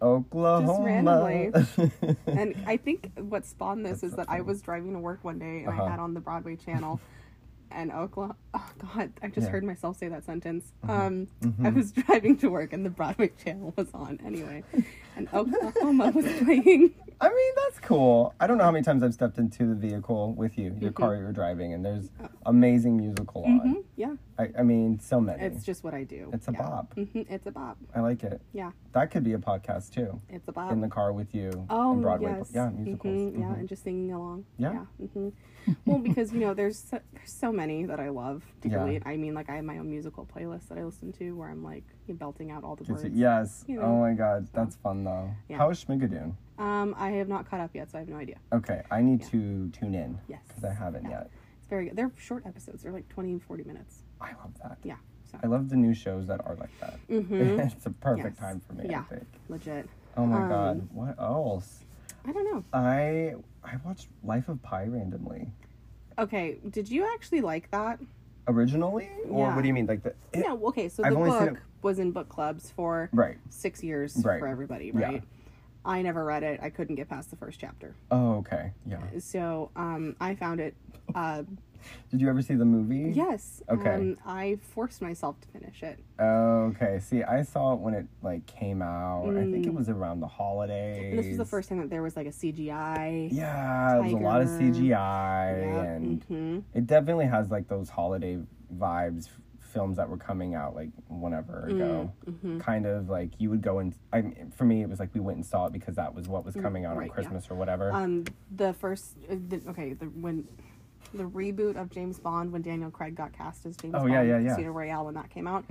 Speaker 2: Oklahoma.
Speaker 1: and i think what spawned this is that i was driving to work one day and
Speaker 2: Uh-huh.
Speaker 1: i had on the broadway channel and oklahoma oh god i just
Speaker 2: Yeah. Mm-hmm.
Speaker 1: heard myself say that sentence um i was driving to work and the broadway channel was on anyway and oklahoma was playing
Speaker 2: I mean, that's cool. I don't know how many times I've stepped into the vehicle with you,
Speaker 1: Mm-hmm.
Speaker 2: your car you're driving, and there's
Speaker 1: Oh.
Speaker 2: amazing musical on.
Speaker 1: yeah
Speaker 2: I, I mean, so many.
Speaker 1: Mm-hmm. it's
Speaker 2: It's,
Speaker 1: just what i do
Speaker 2: a
Speaker 1: yeah.
Speaker 2: bop.
Speaker 1: hmm it's a bob
Speaker 2: I like it.
Speaker 1: yeah
Speaker 2: That could be a podcast too.
Speaker 1: it's a bob
Speaker 2: In the car with you.
Speaker 1: Oh,
Speaker 2: and Broadway.
Speaker 1: yes.
Speaker 2: Yeah, musicals. Mm-hmm.
Speaker 1: Mhm, Yeah, and just singing along.
Speaker 2: Yeah.
Speaker 1: hmm Well, because you know, there's so, there's so many that I love.
Speaker 2: Yeah.
Speaker 1: Particularly, I mean, like I have my own musical playlist that I listen to, where I'm like belting out all the
Speaker 2: It's-
Speaker 1: words.
Speaker 2: Yes.
Speaker 1: You
Speaker 2: Oh
Speaker 1: know.
Speaker 2: my God, that's fun though.
Speaker 1: Yeah.
Speaker 2: How is Schmigadoon?
Speaker 1: Um, I have not caught up yet, so I have no idea.
Speaker 2: Okay, I need to tune in.
Speaker 1: Yes.
Speaker 2: Because I haven't yet.
Speaker 1: It's very good. They're short episodes. They're like 20 and 40 minutes.
Speaker 2: I love that.
Speaker 1: Yeah. So
Speaker 2: I love the new shows that are like that. it's a
Speaker 1: Mm-hmm. Yes.
Speaker 2: perfect time for me.
Speaker 1: Yeah.
Speaker 2: I think.
Speaker 1: legit.
Speaker 2: Oh my
Speaker 1: Um,
Speaker 2: God. What else?
Speaker 1: I don't know.
Speaker 2: I I watched Life of Pi randomly.
Speaker 1: Okay, did you actually like that?
Speaker 2: Originally, or
Speaker 1: Yeah.
Speaker 2: what do you mean? Like the it-
Speaker 1: no. Okay, so
Speaker 2: I've
Speaker 1: the
Speaker 2: only seen
Speaker 1: book
Speaker 2: it-
Speaker 1: was in book clubs for
Speaker 2: right?
Speaker 1: six years
Speaker 2: Right.
Speaker 1: for everybody,
Speaker 2: Yeah.
Speaker 1: right? I never read it. I couldn't get past the first chapter.
Speaker 2: Oh, okay. Yeah.
Speaker 1: so um, I found it uh,
Speaker 2: Did you ever see the movie?
Speaker 1: Yes.
Speaker 2: Okay.
Speaker 1: Um, I forced myself to finish it.
Speaker 2: Okay. See, I saw it when it like came out. I think it was around the holidays.
Speaker 1: And Mm. this was the first time that there was like a CGI.
Speaker 2: Yeah, there's a lot of
Speaker 1: Tiger.
Speaker 2: CGI,
Speaker 1: Yeah,
Speaker 2: and
Speaker 1: mhm.
Speaker 2: it definitely has like those holiday vibes f- films that were coming out like
Speaker 1: Mm,
Speaker 2: whenever ago.
Speaker 1: mm-hmm.
Speaker 2: Kind of like you would go and I mean, for me it was like we went and saw it because that was what was coming out
Speaker 1: Mm, right,
Speaker 2: on
Speaker 1: yeah.
Speaker 2: Christmas or whatever.
Speaker 1: Um, the first, uh, the, okay, the when the reboot of James Bond when Daniel Craig got cast as James
Speaker 2: Oh,
Speaker 1: Bond,
Speaker 2: yeah, yeah, Mm. yeah.
Speaker 1: Casino Royale when that came out,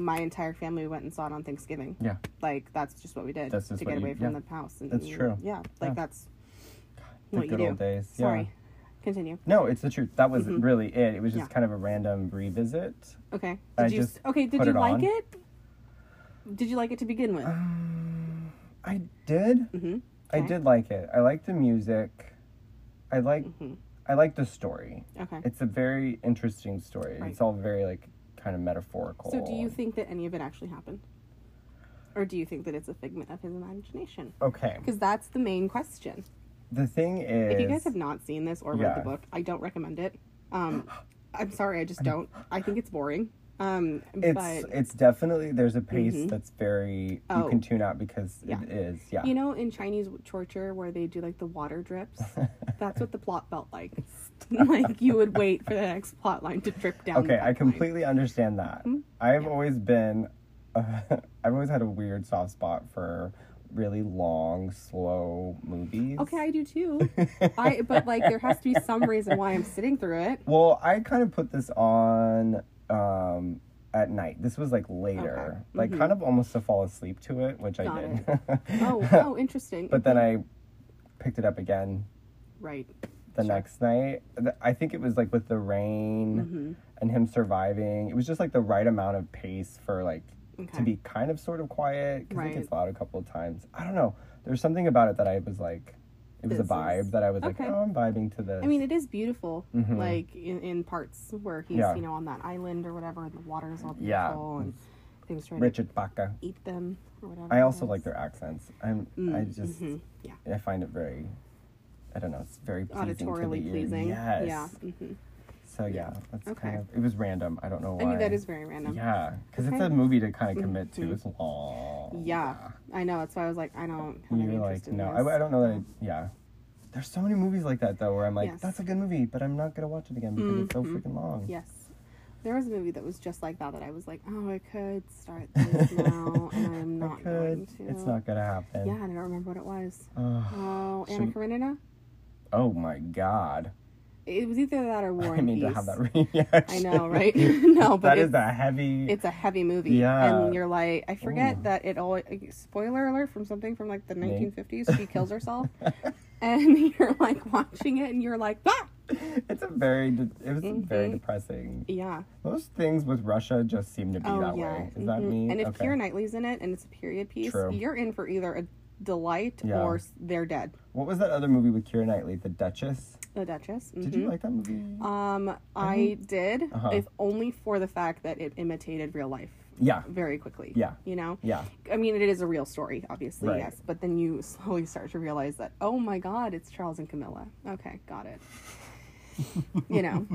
Speaker 1: my entire family went and saw it on Thanksgiving.
Speaker 2: yeah.
Speaker 1: Like that's just what we did
Speaker 2: That's just
Speaker 1: to
Speaker 2: what
Speaker 1: get
Speaker 2: you-
Speaker 1: away from
Speaker 2: yeah.
Speaker 1: the house. And,
Speaker 2: That's true.
Speaker 1: Yeah, like
Speaker 2: Yeah.
Speaker 1: that's
Speaker 2: The
Speaker 1: what you
Speaker 2: good
Speaker 1: do.
Speaker 2: old days. yeah.
Speaker 1: Sorry, continue.
Speaker 2: No, it's the truth. That was really it. It was just
Speaker 1: Yeah.
Speaker 2: kind of a random revisit.
Speaker 1: Okay. Did
Speaker 2: I
Speaker 1: you
Speaker 2: just
Speaker 1: okay? Did
Speaker 2: put
Speaker 1: you
Speaker 2: it
Speaker 1: like
Speaker 2: on. Um,
Speaker 1: it? Did you like it to begin with?
Speaker 2: I did.
Speaker 1: Mhm.
Speaker 2: I
Speaker 1: Okay.
Speaker 2: did like it. I liked the music. I like I like the story.
Speaker 1: Mm-hmm. okay.
Speaker 2: It's a very interesting story.
Speaker 1: Right.
Speaker 2: It's all very like kind of metaphorical.
Speaker 1: So, do you think that any of it actually happened, or do you think that it's a figment of his imagination?
Speaker 2: Okay.
Speaker 1: Because that's the main question.
Speaker 2: The thing is
Speaker 1: If you guys have not seen this or read the
Speaker 2: Yeah.
Speaker 1: book, I don't recommend it. Um, I'm sorry, I just don't. I think it's boring. Um,
Speaker 2: it's
Speaker 1: but Mm-hmm.
Speaker 2: it's definitely there's a pace that's very
Speaker 1: Oh.
Speaker 2: you can tune out because
Speaker 1: Yeah.
Speaker 2: it is. Yeah.
Speaker 1: you know, in Chinese torture where they do like the water drips, that's what the plot felt like. like you would wait for the next plot line to drip down. the
Speaker 2: okay, I
Speaker 1: plot line.
Speaker 2: completely understand that.
Speaker 1: Mm-hmm.
Speaker 2: I've always been I've always had a weird soft spot for really long, slow movies.
Speaker 1: Okay, I do too. I but like there has to be some reason why I'm sitting through it.
Speaker 2: Well, I kind of put this on um, at night. This was like later, like kind of almost to fall asleep to it, which
Speaker 1: Mm-hmm. Got
Speaker 2: I did.
Speaker 1: Oh, oh, interesting.
Speaker 2: but then I picked it up again
Speaker 1: right.
Speaker 2: the next night. Th- I think it was like with the rain
Speaker 1: Mm-hmm.
Speaker 2: and him surviving. It was just like the right amount of pace for like
Speaker 1: Okay.
Speaker 2: to be kind of sort of quiet because
Speaker 1: Right.
Speaker 2: it gets loud a couple of times. I don't know. There's something about it that I was like, it was
Speaker 1: This is-
Speaker 2: a vibe that I was
Speaker 1: okay.
Speaker 2: like, oh, I'm vibing to this.
Speaker 1: I mean, it is beautiful, like in, in parts where he's
Speaker 2: Mm-hmm. Yeah.
Speaker 1: you know on that island or whatever, and the water's all
Speaker 2: Yeah.
Speaker 1: beautiful and things trying
Speaker 2: Richard Baca.
Speaker 1: to eat them or whatever.
Speaker 2: I also
Speaker 1: it
Speaker 2: like
Speaker 1: is.
Speaker 2: their accents. I'm I just
Speaker 1: Mhm. yeah,
Speaker 2: I find it very I don't know, it's very pleasing to
Speaker 1: auditorily
Speaker 2: the ear.
Speaker 1: pleasing.
Speaker 2: Yes.
Speaker 1: Yeah, hmm
Speaker 2: So yeah, that's
Speaker 1: Okay.
Speaker 2: kind of it was random. I don't know
Speaker 1: I
Speaker 2: why.
Speaker 1: mean that is very random. Yeah.
Speaker 2: Yeah, cuz it's
Speaker 1: Okay. Mm-hmm.
Speaker 2: a movie to kind of commit to. It's long.
Speaker 1: I know. That's why I was like, I don't have
Speaker 2: And
Speaker 1: any
Speaker 2: you're
Speaker 1: interest
Speaker 2: like,
Speaker 1: in
Speaker 2: no,
Speaker 1: this.
Speaker 2: I, I don't know that. I, yeah. There's so many movies like that though where I'm like,
Speaker 1: Yes. Mm-hmm.
Speaker 2: that's a good movie, but I'm not going to watch it again because it's so freaking long.
Speaker 1: Yes. There was a movie that was just like that that I was like, oh, I could start this now, and I'm
Speaker 2: I
Speaker 1: not going
Speaker 2: could.
Speaker 1: to.
Speaker 2: It's not going to happen.
Speaker 1: Yeah, and I don't remember what it was.
Speaker 2: Ugh.
Speaker 1: Oh, Anna
Speaker 2: Some-
Speaker 1: Karenina.
Speaker 2: oh my god.
Speaker 1: It was either that or War
Speaker 2: I
Speaker 1: and
Speaker 2: need
Speaker 1: Peace.
Speaker 2: to have that reaction.
Speaker 1: I know, right? no, but
Speaker 2: that
Speaker 1: it's,
Speaker 2: is a heavy
Speaker 1: it's a heavy movie.
Speaker 2: Yeah. Oh.
Speaker 1: and you're like, I forget that it always. Spoiler alert from something from like the 1950s. She kills herself, and you're like watching it, and you're like, ah,
Speaker 2: It's a very, de- it was
Speaker 1: Mm-hmm.
Speaker 2: very depressing.
Speaker 1: yeah.
Speaker 2: Most things with Russia just seem to be
Speaker 1: Oh
Speaker 2: that
Speaker 1: yeah.
Speaker 2: way. Is that
Speaker 1: Mhm.
Speaker 2: me?
Speaker 1: And if Keira Knightley's in it, and it's a period piece,
Speaker 2: True.
Speaker 1: you're in for either a delight
Speaker 2: Yeah.
Speaker 1: or s- they're dead.
Speaker 2: what was that other movie with Keira Knightley, The Duchess?
Speaker 1: The Duchess.
Speaker 2: Did
Speaker 1: mhm.
Speaker 2: you like that movie?
Speaker 1: Um, I did,
Speaker 2: Uh-huh.
Speaker 1: if only for the fact that it imitated real life
Speaker 2: yeah,
Speaker 1: very quickly.
Speaker 2: Yeah.
Speaker 1: You know?
Speaker 2: yeah.
Speaker 1: I mean, it is a real story, obviously,
Speaker 2: Right.
Speaker 1: yes. But then you slowly start to realize that, oh my God, it's Charles and Camilla. Okay, got it. you know?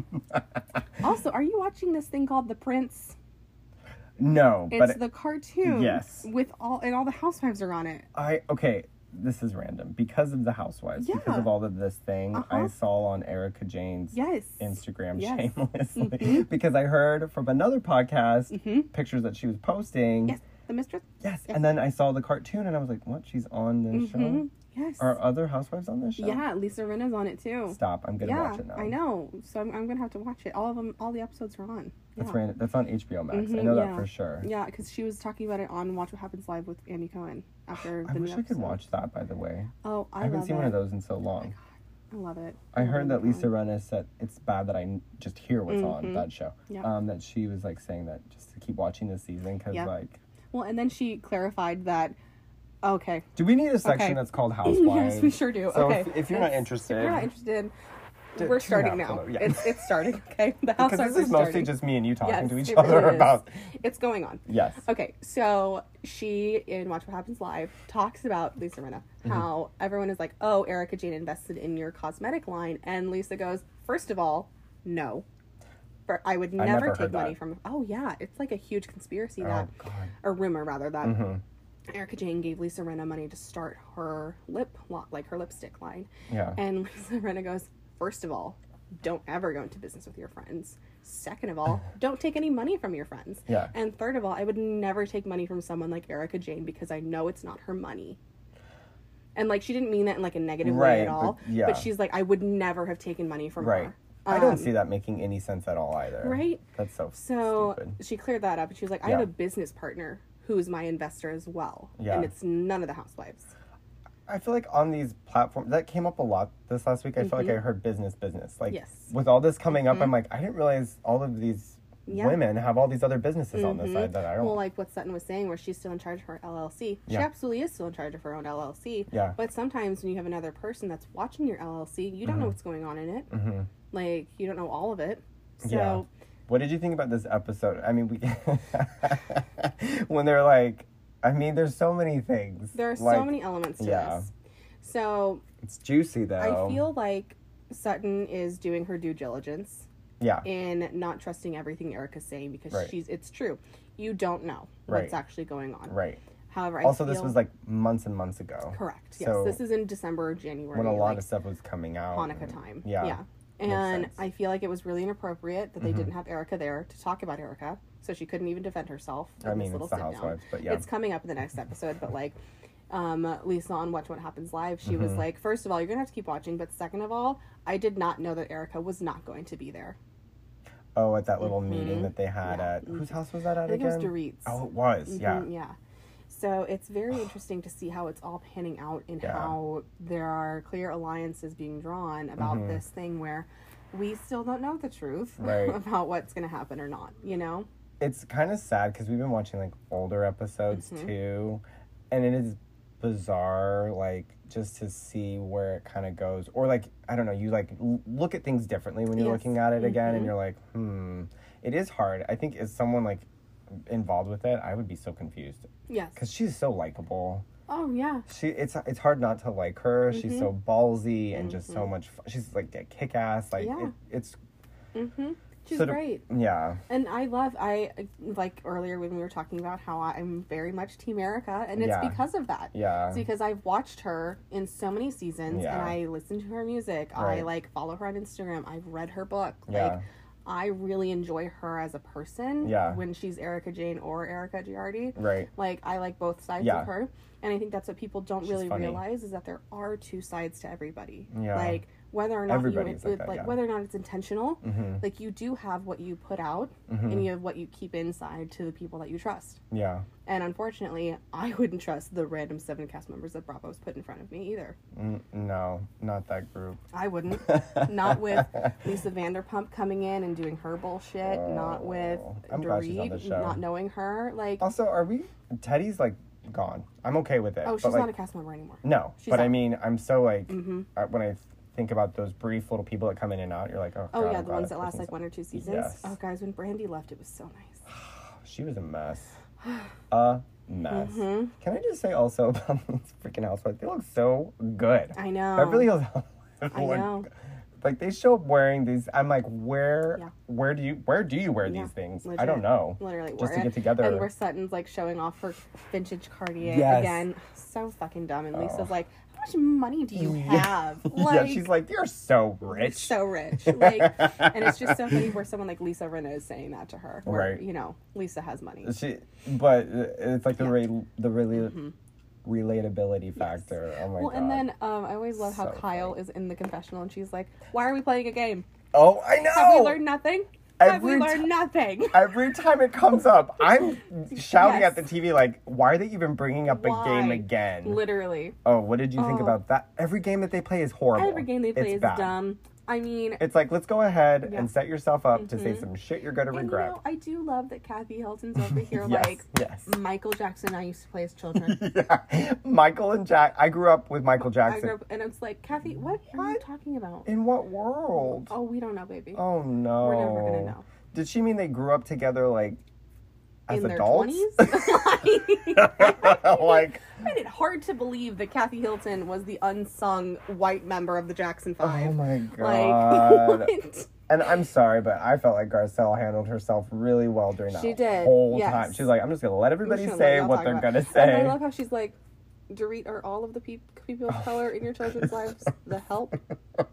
Speaker 1: also, are you watching this thing called The Prince?
Speaker 2: No,
Speaker 1: It's
Speaker 2: but
Speaker 1: the cartoon.
Speaker 2: Yes.
Speaker 1: With all, and all the housewives are on it.
Speaker 2: I okay. This is random because of the Housewives, because
Speaker 1: Yeah. Uh-huh.
Speaker 2: of all of this thing I saw on Erica Jane's
Speaker 1: Yes.
Speaker 2: Instagram
Speaker 1: Yes. Mm-hmm.
Speaker 2: shamelessly because I heard from another podcast pictures that she was posting.
Speaker 1: Yes. The Mistress?
Speaker 2: Yes, and then I saw the cartoon and I was like, "What? She's on this
Speaker 1: Mm-hmm.
Speaker 2: show?
Speaker 1: Yes.
Speaker 2: Are other housewives on this show?"
Speaker 1: yeah, Lisa Rinna's on it too.
Speaker 2: Stop! I'm gonna
Speaker 1: yeah,
Speaker 2: watch it now.
Speaker 1: I know. So I'm, I'm gonna have to watch it. All of them, all the episodes are on.
Speaker 2: That's
Speaker 1: yeah.
Speaker 2: random. That's on HBO Max. I
Speaker 1: Mhm,
Speaker 2: know
Speaker 1: yeah.
Speaker 2: that for sure.
Speaker 1: Yeah, because she was talking about it on Watch What Happens Live with Andy Cohen after
Speaker 2: I
Speaker 1: the
Speaker 2: wish
Speaker 1: new
Speaker 2: I could
Speaker 1: episode.
Speaker 2: watch that. By the way,
Speaker 1: Oh, I,
Speaker 2: I, haven't
Speaker 1: love
Speaker 2: seen
Speaker 1: it. Oh
Speaker 2: one of those in so long.
Speaker 1: I love it.
Speaker 2: I heard that
Speaker 1: Andy
Speaker 2: Lisa
Speaker 1: Cohen.
Speaker 2: Renna said it's bad that I n- just hear what's on that show.
Speaker 1: Mm-hmm. Yeah.
Speaker 2: Um, that she was like saying that just to keep watching this season because
Speaker 1: Yeah.
Speaker 2: like,
Speaker 1: Well, and then she clarified that. Okay.
Speaker 2: do we need a section
Speaker 1: Okay.
Speaker 2: that's called Housewives?
Speaker 1: Yes, we sure do.
Speaker 2: So
Speaker 1: okay.
Speaker 2: if, if you're not
Speaker 1: It's-
Speaker 2: interested,
Speaker 1: if you're not interested,
Speaker 2: D-
Speaker 1: we're
Speaker 2: tune
Speaker 1: starting
Speaker 2: out
Speaker 1: now.
Speaker 2: below, yeah.
Speaker 1: It's it's starting. Okay, the house
Speaker 2: because this
Speaker 1: are
Speaker 2: is mostly
Speaker 1: starting.
Speaker 2: just me and you talking
Speaker 1: yes,
Speaker 2: to each
Speaker 1: it
Speaker 2: other
Speaker 1: really is.
Speaker 2: about
Speaker 1: It's going on.
Speaker 2: yes.
Speaker 1: Okay, so she in Watch What Happens Live talks about Lisa Rinna,
Speaker 2: Mm-hmm.
Speaker 1: how everyone is like, "Oh, Erica Jane invested in your cosmetic line," and Lisa goes, first of all, No. For- I would
Speaker 2: I
Speaker 1: never
Speaker 2: never
Speaker 1: take
Speaker 2: heard
Speaker 1: money
Speaker 2: that.
Speaker 1: from. Oh yeah, it's like a huge conspiracy
Speaker 2: Oh
Speaker 1: that,
Speaker 2: God.
Speaker 1: or rumor rather that
Speaker 2: Mhm.
Speaker 1: Erica Jane gave Lisa Rinna money to start her lip, lo- like her lipstick line,
Speaker 2: Yeah.
Speaker 1: and Lisa Rinna goes, first of all, don't ever go into business with your friends. Second of all, don't take any money from your friends.
Speaker 2: Yeah.
Speaker 1: And third of all, I would never take money from someone like Erica Jane because I know it's not her money. And like she didn't mean that in like a negative way
Speaker 2: Right,
Speaker 1: at
Speaker 2: but-
Speaker 1: all. But,
Speaker 2: yeah.
Speaker 1: she's like, I would never have taken money from
Speaker 2: Right.
Speaker 1: her.
Speaker 2: I don't
Speaker 1: Um,
Speaker 2: see that making any sense at all either.
Speaker 1: Right?
Speaker 2: That's so,
Speaker 1: So
Speaker 2: stupid.
Speaker 1: she cleared that up and she was like, I
Speaker 2: Yeah.
Speaker 1: have a business partner who is my investor as well.
Speaker 2: Yeah.
Speaker 1: And it's none of the housewives.
Speaker 2: I feel like on these platforms that came up a lot this last week. I feel like I heard business, business. Like
Speaker 1: Mm-hmm. Yes. Mm-hmm.
Speaker 2: with all this coming up, I'm like, I didn't realize all of these
Speaker 1: Yeah. Mm-hmm.
Speaker 2: women have all these other businesses on the side that I don't.
Speaker 1: Well, like what Sutton was saying, where she's still in charge of her LLC. She
Speaker 2: Yeah.
Speaker 1: absolutely is still in charge of her own LLC.
Speaker 2: Yeah.
Speaker 1: But sometimes when you have another person that's watching your LLC, you don't know what's going on in it. Mm-hmm. Like you don't know all of it. So
Speaker 2: Yeah. What did you think about this episode? I mean, we when they're like, I mean, there's so many things.
Speaker 1: there are so
Speaker 2: Like,
Speaker 1: many elements to
Speaker 2: yeah.
Speaker 1: this. So
Speaker 2: It's juicy though.
Speaker 1: I feel like Sutton is doing her due diligence
Speaker 2: Yeah.
Speaker 1: in not trusting everything Erica's saying because
Speaker 2: Right.
Speaker 1: she's it's true. You don't know what's
Speaker 2: Right.
Speaker 1: actually going on.
Speaker 2: right.
Speaker 1: However, I
Speaker 2: also, this
Speaker 1: feel-
Speaker 2: was like months and months ago.
Speaker 1: correct. Yes,
Speaker 2: So
Speaker 1: this is in December, or January.
Speaker 2: when a lot
Speaker 1: like,
Speaker 2: of stuff was coming out.
Speaker 1: Hanukkah
Speaker 2: and-
Speaker 1: time.
Speaker 2: Oh, Yeah.
Speaker 1: Yeah.
Speaker 2: Makes
Speaker 1: And
Speaker 2: sense. Mm-hmm.
Speaker 1: I feel like it was really inappropriate that they didn't have Erica there to talk about Erica, so she couldn't even defend herself.
Speaker 2: I
Speaker 1: in this
Speaker 2: mean,
Speaker 1: little
Speaker 2: it's the
Speaker 1: sit down.
Speaker 2: Housewives, but yeah.
Speaker 1: It's coming up in the next episode, but like, um, Lisa on Watch What Happens Live, she
Speaker 2: Mm-hmm.
Speaker 1: was like, first of all, you're gonna have to keep watching, but second of all, I did not know that Erica was not going to be there.
Speaker 2: Oh, at that little meeting that they
Speaker 1: Mm-hmm.
Speaker 2: had
Speaker 1: Yeah. Mm-hmm.
Speaker 2: at whose house was that at
Speaker 1: I think it
Speaker 2: again?
Speaker 1: was Dorit's.
Speaker 2: Oh, it was. Yeah.
Speaker 1: Mhm, yeah. So it's very interesting to see how it's all panning out and
Speaker 2: Yeah.
Speaker 1: how there are clear alliances being drawn about
Speaker 2: Mm-hmm.
Speaker 1: this thing where we still don't know the truth
Speaker 2: Right.
Speaker 1: about what's going to happen or not, you know?
Speaker 2: It's kind of sad because we've been watching like older episodes
Speaker 1: Mm-hmm.
Speaker 2: too, and it is bizarre, like just to see where it kind of goes, or like I don't know, you like l- look at things differently when you're
Speaker 1: Yes. Mm-hmm.
Speaker 2: looking at it again, and you're like, hmm, it is hard. I think as someone like involved with it, I would be so confused
Speaker 1: Yes.
Speaker 2: because she's so likable.
Speaker 1: Oh, yeah.
Speaker 2: she it's it's hard not to like her. She's so
Speaker 1: Mm-hmm.
Speaker 2: ballsy and just so much. Fun. She's like a kick ass. Like
Speaker 1: Yeah.
Speaker 2: it, it's
Speaker 1: She's
Speaker 2: sort of-
Speaker 1: great.
Speaker 2: yeah,
Speaker 1: And I love, I like earlier when we were talking about how I'm very much Team Erica, and it's
Speaker 2: Yeah.
Speaker 1: because of that.
Speaker 2: yeah,
Speaker 1: It's because I've watched her in so many seasons and
Speaker 2: Yeah.
Speaker 1: I listen to her music. I
Speaker 2: Right.
Speaker 1: like follow her on Instagram. I've read her book. Like
Speaker 2: Yeah.
Speaker 1: I really enjoy her as a person
Speaker 2: Yeah.
Speaker 1: when she's Erica Jane or Erica Giardi.
Speaker 2: right,
Speaker 1: Like I like both sides
Speaker 2: Yeah.
Speaker 1: of her. And I think that's what people don't really
Speaker 2: funny.
Speaker 1: realize is that there are two sides to everybody.
Speaker 2: Yeah.
Speaker 1: Like whether or not
Speaker 2: Everybody's
Speaker 1: you
Speaker 2: like
Speaker 1: it-
Speaker 2: that,
Speaker 1: like
Speaker 2: yeah. Mm-hmm.
Speaker 1: whether or not it's intentional, like you do have what you put out and you have what you keep inside to the people that you trust.
Speaker 2: yeah.
Speaker 1: And unfortunately, I wouldn't trust the random seven cast members that Bravo's put in front of me either.
Speaker 2: N- no, not that group.
Speaker 1: I wouldn't. not with Lisa Vanderpump coming in and doing her bullshit. not with
Speaker 2: Oh, I'm glad she's on the
Speaker 1: Dorit
Speaker 2: show. Oh,
Speaker 1: not knowing her. Like,
Speaker 2: Also, are we? Teddy's like gone. I'm okay with it.
Speaker 1: oh,
Speaker 2: but,
Speaker 1: she's
Speaker 2: like, Mm,
Speaker 1: not a cast member anymore.
Speaker 2: No,
Speaker 1: She's Mm-hmm.
Speaker 2: but I
Speaker 1: out.
Speaker 2: mean, I'm so like I, when I think about those brief little people that come in and out, you're like, oh,
Speaker 1: Oh
Speaker 2: God,
Speaker 1: yeah, the
Speaker 2: I'm glad
Speaker 1: ones
Speaker 2: that
Speaker 1: that last
Speaker 2: person's-
Speaker 1: like one or two seasons.
Speaker 2: Yes.
Speaker 1: Oh guys, when Brandy left, it was so nice.
Speaker 2: She was a mess. A mess.
Speaker 1: Mm-hmm.
Speaker 2: Can I just say also about these freaking housewives? They look so good.
Speaker 1: I know.
Speaker 2: Beverly Hills Housewives
Speaker 1: I
Speaker 2: look-
Speaker 1: know.
Speaker 2: Like they show up wearing these. I'm like, where,
Speaker 1: Yeah.
Speaker 2: where do you, where do you wear
Speaker 1: Yeah,
Speaker 2: these things? I
Speaker 1: legit.
Speaker 2: don't know.
Speaker 1: Literally,
Speaker 2: Just to
Speaker 1: were-
Speaker 2: get together.
Speaker 1: And where Sutton's like showing off her vintage Cartier
Speaker 2: Yes. Oh.
Speaker 1: again. So fucking dumb. And Lisa's like, "How much money do you have?"
Speaker 2: yeah, she's like, you're so rich.
Speaker 1: so rich. Like, and it's just so funny where someone like Lisa Rinna is saying that to her. Where,
Speaker 2: Right. Oh
Speaker 1: You know, Lisa has money.
Speaker 2: she, but uh, it's like the re, the really relatability factor. Oh my
Speaker 1: Mm-hmm. Well,
Speaker 2: god.
Speaker 1: and then um, I always love how
Speaker 2: So
Speaker 1: Kyle is in the confessional and she's like, "Why are we playing a game?
Speaker 2: oh, I know.
Speaker 1: Have we learned nothing? Have we
Speaker 2: Every
Speaker 1: learned
Speaker 2: ti-
Speaker 1: nothing?
Speaker 2: Every time it comes up, I'm shouting
Speaker 1: Yes.
Speaker 2: at the TV like, "Why are they even bringing up a game
Speaker 1: Why?"
Speaker 2: again?"
Speaker 1: Literally,
Speaker 2: oh, what did you think about that? Every game that they play is horrible.
Speaker 1: every game they
Speaker 2: It's
Speaker 1: play is
Speaker 2: bad.
Speaker 1: dumb. I mean,
Speaker 2: It's like, let's go ahead
Speaker 1: Yeah. Mm-hmm.
Speaker 2: and set yourself up to say some shit you're gonna
Speaker 1: and, you
Speaker 2: regret.
Speaker 1: know, I do love that Kathy Hilton's over here
Speaker 2: Yes,
Speaker 1: like mm.
Speaker 2: yes.
Speaker 1: Michael Jackson. and I used to play as children.
Speaker 2: yeah. Michael and Jack. I grew up with Michael
Speaker 1: I
Speaker 2: Jackson.
Speaker 1: grew up, and it's like Kathy, what are you
Speaker 2: What?
Speaker 1: talking about?
Speaker 2: In what world?
Speaker 1: Oh, we don't know, baby.
Speaker 2: Oh no.
Speaker 1: We're never gonna know.
Speaker 2: Did she mean they grew up together like As
Speaker 1: in
Speaker 2: adults?
Speaker 1: their 20s. Like,
Speaker 2: like, oh
Speaker 1: I find it hard to believe that Kathy Hilton was the unsung white member of the Jackson Five.
Speaker 2: oh my
Speaker 1: Like,
Speaker 2: god.
Speaker 1: what?
Speaker 2: And I'm sorry, but I felt like Garcelle handled herself really well during that
Speaker 1: She did,
Speaker 2: whole
Speaker 1: yes.
Speaker 2: time. She's like, I'm just gonna let everybody
Speaker 1: Sure, like,
Speaker 2: say
Speaker 1: I'll
Speaker 2: what
Speaker 1: talk
Speaker 2: they're
Speaker 1: about
Speaker 2: gonna
Speaker 1: it.
Speaker 2: say. Oh.
Speaker 1: And I love how she's like, Dorit, are all of the peop people of color in your children's lives the help?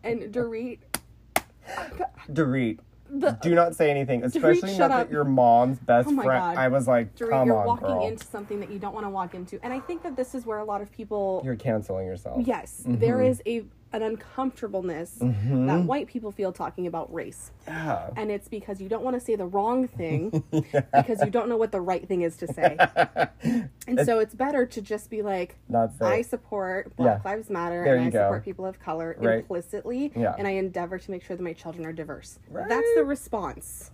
Speaker 1: And Dorit,
Speaker 2: Dorit,
Speaker 1: the,
Speaker 2: do not say anything, especially
Speaker 1: shut
Speaker 2: not that
Speaker 1: up.
Speaker 2: your mom's best
Speaker 1: Oh my
Speaker 2: friend.
Speaker 1: God.
Speaker 2: I was like,
Speaker 1: Dorit,
Speaker 2: come
Speaker 1: you're
Speaker 2: on,
Speaker 1: walking
Speaker 2: girl.
Speaker 1: into something that you don't want to walk into. And I think that this is where a lot of people,
Speaker 2: You're Mm-hmm. canceling yourself.
Speaker 1: yes, there is a an uncomfortableness
Speaker 2: Mm-hmm.
Speaker 1: that white people feel talking about race.
Speaker 2: Yeah.
Speaker 1: And it's because you don't want to say the wrong thing because you don't know what the right thing is to say. and so it's better to just be like,
Speaker 2: That's it.
Speaker 1: I support Black
Speaker 2: Yeah.
Speaker 1: Lives Matter
Speaker 2: There
Speaker 1: and
Speaker 2: you
Speaker 1: I
Speaker 2: go.
Speaker 1: support people of color
Speaker 2: Right.
Speaker 1: implicitly,
Speaker 2: Yeah.
Speaker 1: and I endeavor to make sure that my children are diverse. That's
Speaker 2: Right.
Speaker 1: the response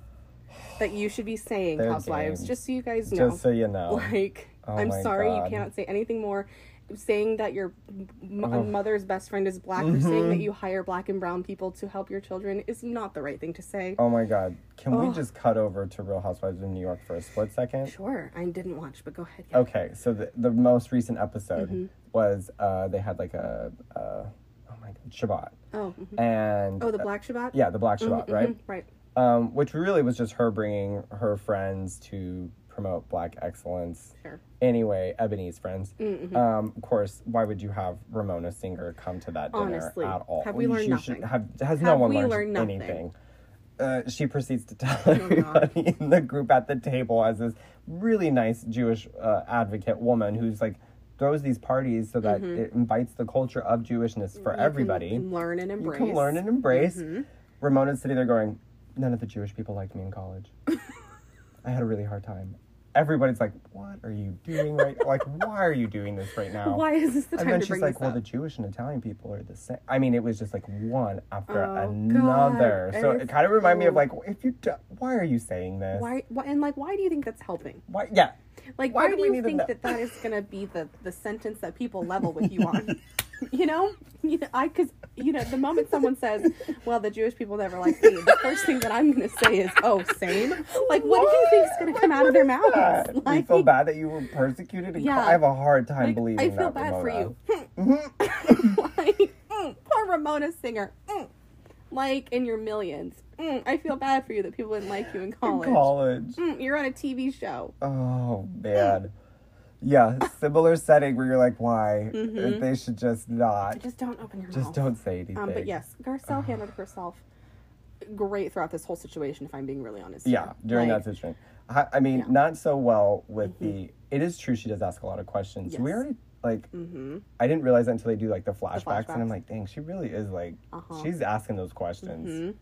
Speaker 1: that you should be saying,
Speaker 2: They're
Speaker 1: housewives,
Speaker 2: game.
Speaker 1: just so you guys know.
Speaker 2: Just so you know.
Speaker 1: Like,
Speaker 2: Oh
Speaker 1: I'm
Speaker 2: my
Speaker 1: sorry,
Speaker 2: God.
Speaker 1: you cannot say anything more. Saying that your m- mother's best friend is black, or saying
Speaker 2: Mm-hmm.
Speaker 1: that you hire black and brown people to help your children is not the right thing to say.
Speaker 2: Oh my god. Can we just cut over to Real Housewives of New York for a split second?
Speaker 1: Sure, I didn't watch, but go ahead. Kat.
Speaker 2: Okay, so the, the most recent episode was uh, they had like a, uh, oh my god, Shabbat.
Speaker 1: Oh, mhm.
Speaker 2: And
Speaker 1: oh, the Black Shabbat. Mm,
Speaker 2: Yeah, the Black Shabbat, right?
Speaker 1: Right.
Speaker 2: Um, which really was just her bringing her friends to promote Black excellence.
Speaker 1: Sure. Mm-hmm.
Speaker 2: Anyway, Ebony's friends. Um, of course, why would you have Ramona Singer come to that dinner
Speaker 1: Honestly,
Speaker 2: at all?
Speaker 1: have we learned
Speaker 2: You should-
Speaker 1: nothing?
Speaker 2: have- has no
Speaker 1: Have
Speaker 2: one
Speaker 1: we
Speaker 2: learned,
Speaker 1: learned nothing? Oh,
Speaker 2: anything? Uh, she proceeds to tell
Speaker 1: God.
Speaker 2: everybody in the group at the table as this really nice Jewish uh, advocate woman who's like throws these parties so that
Speaker 1: Mm-hmm.
Speaker 2: it invites the culture of Jewishness for everybody.
Speaker 1: And learn and
Speaker 2: You
Speaker 1: embrace. Mm-hmm.
Speaker 2: can learn and embrace. Ramona's sitting there going, None of the Jewish people liked me in college. I had a really hard time. Everybody's like, What are you doing right Like, why are you doing this right now?
Speaker 1: Why is this the
Speaker 2: And
Speaker 1: time
Speaker 2: then
Speaker 1: to
Speaker 2: she's
Speaker 1: bring
Speaker 2: like,
Speaker 1: this
Speaker 2: Well,
Speaker 1: up?
Speaker 2: the Jewish and Italian people are the same. I mean, it was just like one after
Speaker 1: Oh, God.
Speaker 2: another. So
Speaker 1: And
Speaker 2: it
Speaker 1: it's-
Speaker 2: kind of reminded me of like, If you, do- why are you saying this?
Speaker 1: why, why? And like, why do you think that's helping?
Speaker 2: Why? Yeah.
Speaker 1: Like,
Speaker 2: Why
Speaker 1: why,
Speaker 2: do
Speaker 1: do
Speaker 2: we
Speaker 1: you
Speaker 2: need to know?
Speaker 1: think that that is gonna be the the sentence that people level with you on? you know, you know, I because you know the moment someone says, "Well, the Jewish people never liked me," the first thing that I'm gonna say is, "Oh, same." Like, what, do you think's gonna come out of their mouths?
Speaker 2: God, you feel bad that you were persecuted. And
Speaker 1: Yeah.
Speaker 2: I have a hard time
Speaker 1: Like,
Speaker 2: believing
Speaker 1: I feel
Speaker 2: that,
Speaker 1: bad for
Speaker 2: Ramona.
Speaker 1: you. like, mm, poor Ramona Singer. Mm. Like in your millions. Mm, I feel bad for you that people didn't like you in
Speaker 2: In
Speaker 1: college.
Speaker 2: college.
Speaker 1: Mm, you're on a TV show.
Speaker 2: Oh man. Yeah, similar setting where you're like, why? They should just not.
Speaker 1: Just don't open your
Speaker 2: Just
Speaker 1: mouth.
Speaker 2: don't say anything.
Speaker 1: Mm-hmm. Um, but yes, Garcelle handled herself great throughout this whole situation. If I'm being really honest.
Speaker 2: Yeah,
Speaker 1: here.
Speaker 2: during
Speaker 1: Like,
Speaker 2: that situation. I, I mean, not so well with the. It is true she does ask a lot of questions. We
Speaker 1: Mm-hmm. Yes. Mm-hmm.
Speaker 2: already like. I didn't realize that until they do like the flashbacks, and I'm
Speaker 1: flashbacks.
Speaker 2: like, dang, she really is like.
Speaker 1: Uh-huh. Mm-hmm.
Speaker 2: She's asking those questions.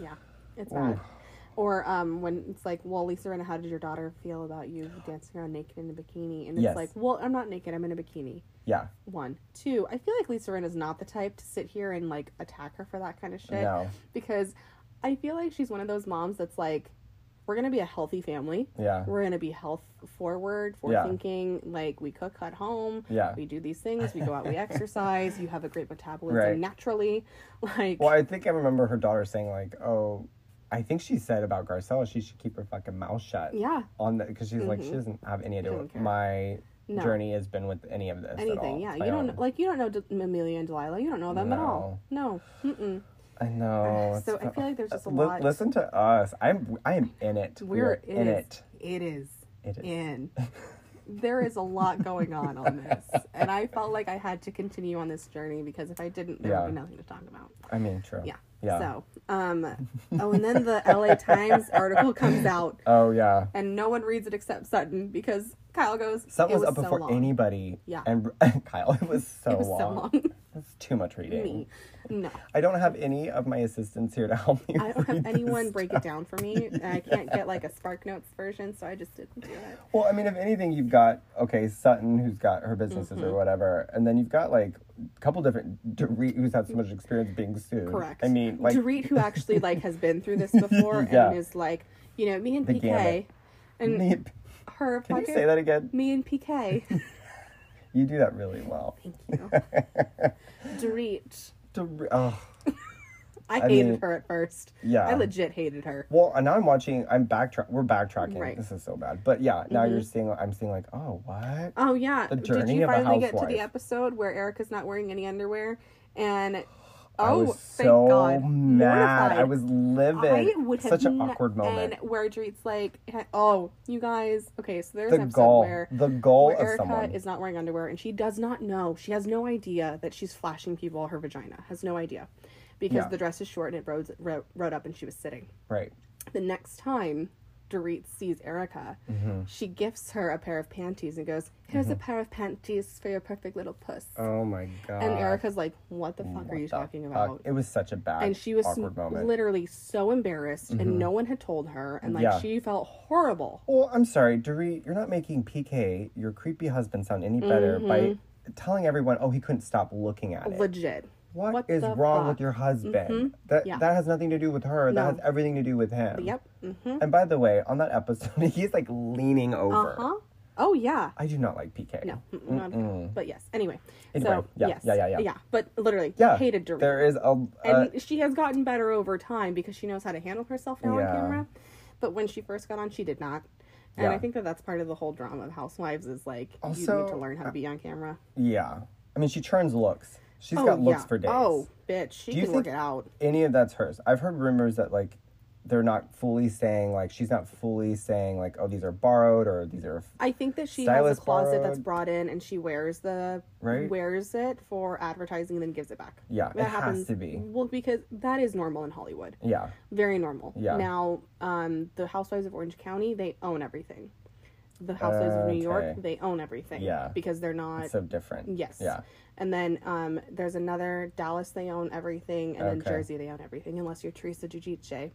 Speaker 1: Yeah, it's bad. Or um, when it's like, well, Lisa Rinna, how did your daughter feel about you dancing around naked in a bikini? And it's
Speaker 2: Yes.
Speaker 1: like, well, I'm not naked. I'm in a bikini.
Speaker 2: Yeah.
Speaker 1: One, two. I feel like Lisa Rinna is not the type to sit here and like attack her for that kind of shit.
Speaker 2: No.
Speaker 1: because I feel like she's one of those moms that's like, we're gonna be a healthy family.
Speaker 2: Yeah.
Speaker 1: We're gonna be health forward, forward thinking. Like we cook at home.
Speaker 2: Yeah.
Speaker 1: We do these things. We go out. We exercise. You have a great metabolism
Speaker 2: Right.
Speaker 1: naturally. Like
Speaker 2: Well, I think I remember her daughter saying like, "Oh, I think she said about Garcelle, she should keep her fucking mouth shut."
Speaker 1: Yeah.
Speaker 2: On the because she's like, she doesn't have any idea what
Speaker 1: Mm-hmm. care.
Speaker 2: my
Speaker 1: No.
Speaker 2: journey has been with any of this. at all.
Speaker 1: anything. Yeah.
Speaker 2: I
Speaker 1: You don't, like you don't know D- Amelia and Delilah. You don't know them at all. No. Mm-mm.
Speaker 2: I know.
Speaker 1: So
Speaker 2: it's
Speaker 1: I feel like there's just a
Speaker 2: Li-
Speaker 1: lot.
Speaker 2: Listen to us. I'm. I am in it.
Speaker 1: We're
Speaker 2: in it.
Speaker 1: It is.
Speaker 2: It is.
Speaker 1: In. there is a lot going on on this, and I felt like I had to continue on this journey because if I didn't, there
Speaker 2: Yeah.
Speaker 1: would be nothing to talk about.
Speaker 2: I mean, true.
Speaker 1: Yeah.
Speaker 2: Yeah.
Speaker 1: So, um, oh, and then the LA Times article comes out,
Speaker 2: Oh yeah.
Speaker 1: and no one reads it except Sutton because Kyle goes,
Speaker 2: Something
Speaker 1: it
Speaker 2: was,
Speaker 1: was
Speaker 2: up
Speaker 1: so
Speaker 2: before
Speaker 1: long.
Speaker 2: anybody.
Speaker 1: Yeah.
Speaker 2: And, Kyle, it was so
Speaker 1: It was
Speaker 2: long.
Speaker 1: so long.
Speaker 2: That's too much reading.
Speaker 1: me. No.
Speaker 2: I don't have any of my assistants here to help me.
Speaker 1: I don't have
Speaker 2: read this
Speaker 1: anyone break it down for me, and I can't get like a Spark Notes version, so I just didn't do it.
Speaker 2: Well, I mean, if anything, you've got okay Sutton, who's got her businesses
Speaker 1: Mm-hmm.
Speaker 2: or whatever, and then you've got like a couple different Dorit, who's had so much experience being sued.
Speaker 1: Correct.
Speaker 2: I mean, like
Speaker 1: Dorit, who actually like has been through this before
Speaker 2: Yeah.
Speaker 1: and is like, you know, me and
Speaker 2: The
Speaker 1: PK,
Speaker 2: gamut.
Speaker 1: and
Speaker 2: me-
Speaker 1: her.
Speaker 2: can you
Speaker 1: podcast-
Speaker 2: say that again?
Speaker 1: Me and PK.
Speaker 2: You do that really well.
Speaker 1: Thank you. Dorit.
Speaker 2: Dorit, oh.
Speaker 1: I,
Speaker 2: I
Speaker 1: hated
Speaker 2: mean,
Speaker 1: her at first.
Speaker 2: yeah.
Speaker 1: I legit hated her.
Speaker 2: Well, and now I'm watching. I'm backtrack. We're backtracking.
Speaker 1: Right. Mm-hmm.
Speaker 2: This is so bad. But yeah, now you're seeing. I'm seeing like, oh, what?
Speaker 1: Oh yeah. Did
Speaker 2: journey
Speaker 1: you
Speaker 2: of a
Speaker 1: finally get to
Speaker 2: housewife.
Speaker 1: the episode where Erica's not wearing any underwear and
Speaker 2: I
Speaker 1: Oh,
Speaker 2: was
Speaker 1: thank
Speaker 2: so
Speaker 1: God.
Speaker 2: mad. I
Speaker 1: Mortified.
Speaker 2: was livid.
Speaker 1: I would have
Speaker 2: Such
Speaker 1: n-
Speaker 2: an awkward moment.
Speaker 1: And where Dorit's like, oh, you guys, okay, so there's
Speaker 2: the
Speaker 1: an episode
Speaker 2: gall.
Speaker 1: where
Speaker 2: The gall
Speaker 1: where
Speaker 2: of
Speaker 1: Erica
Speaker 2: someone.
Speaker 1: is not wearing underwear and she does not know. She has no idea that she's flashing people her vagina. Has no idea because
Speaker 2: Yeah.
Speaker 1: the dress is short and it rode, ro- rode up and she was sitting.
Speaker 2: right.
Speaker 1: The next time Dorit sees Erica,
Speaker 2: Mm-hmm.
Speaker 1: she gifts her a pair of panties and goes, "Here's a pair of panties for your perfect little puss."
Speaker 2: Oh my god.
Speaker 1: and Erica's like, "What the fuck are you
Speaker 2: What the
Speaker 1: talking
Speaker 2: fuck?
Speaker 1: about?"
Speaker 2: It was such a bad
Speaker 1: and she was
Speaker 2: awkward moment. Mm-hmm.
Speaker 1: literally so embarrassed and no one had told her and like
Speaker 2: Yeah.
Speaker 1: she felt horrible
Speaker 2: Well, I'm sorry, Dorit, you're not making PK, your creepy husband, sound any better by
Speaker 1: Mm-hmm.
Speaker 2: telling everyone, oh, he couldn't stop looking at it.
Speaker 1: legit
Speaker 2: what is wrong with your husband? That
Speaker 1: Mm-hmm. Yeah.
Speaker 2: that has nothing to do with her. That
Speaker 1: No.
Speaker 2: has everything to do with him.
Speaker 1: yep mm-hmm.
Speaker 2: And by the way, on that episode, he's like leaning over.
Speaker 1: uh-huh oh yeah
Speaker 2: I do not like PK.
Speaker 1: no mm, not at all. but yes anyway,
Speaker 2: Anyway,
Speaker 1: so
Speaker 2: yeah,
Speaker 1: yes
Speaker 2: yeah, yeah, yeah.
Speaker 1: but literally
Speaker 2: Yeah.
Speaker 1: hated Dorit
Speaker 2: There is a. uh, a
Speaker 1: and she has gotten better over time because she knows how to handle herself now
Speaker 2: Yeah.
Speaker 1: on camera but when she first got on she did not and
Speaker 2: Yeah.
Speaker 1: I think that that's part of the whole drama of Housewives is like you
Speaker 2: Also, uh,
Speaker 1: need to learn how to be on camera.
Speaker 2: yeah. I mean, she churns looks. She's
Speaker 1: oh
Speaker 2: got looks
Speaker 1: yeah.
Speaker 2: for days.
Speaker 1: Oh, bitch, she
Speaker 2: you
Speaker 1: can work
Speaker 2: think-
Speaker 1: it out.
Speaker 2: any of that's hers. I've heard rumors that like they're not fully saying like she's not fully saying like oh these are borrowed or these are
Speaker 1: I think that she has
Speaker 2: Stylist
Speaker 1: a closet that's
Speaker 2: borrowed.
Speaker 1: brought in, and she wears the
Speaker 2: Right?
Speaker 1: wears it for advertising, and then gives it back.
Speaker 2: Yeah, it has to be.
Speaker 1: Well, because that is normal in Hollywood.
Speaker 2: yeah
Speaker 1: Very normal.
Speaker 2: Yeah.
Speaker 1: Now, um, the Housewives of Orange County, they own everything. The Housewives of New York,
Speaker 2: Okay.
Speaker 1: they own everything.
Speaker 2: Yeah.
Speaker 1: Because they're not.
Speaker 2: so different
Speaker 1: yes.
Speaker 2: yeah
Speaker 1: And then um, there's another Dallas, they own everything, and then
Speaker 2: Okay.
Speaker 1: Jersey, they own everything, unless you're Teresa Giudice,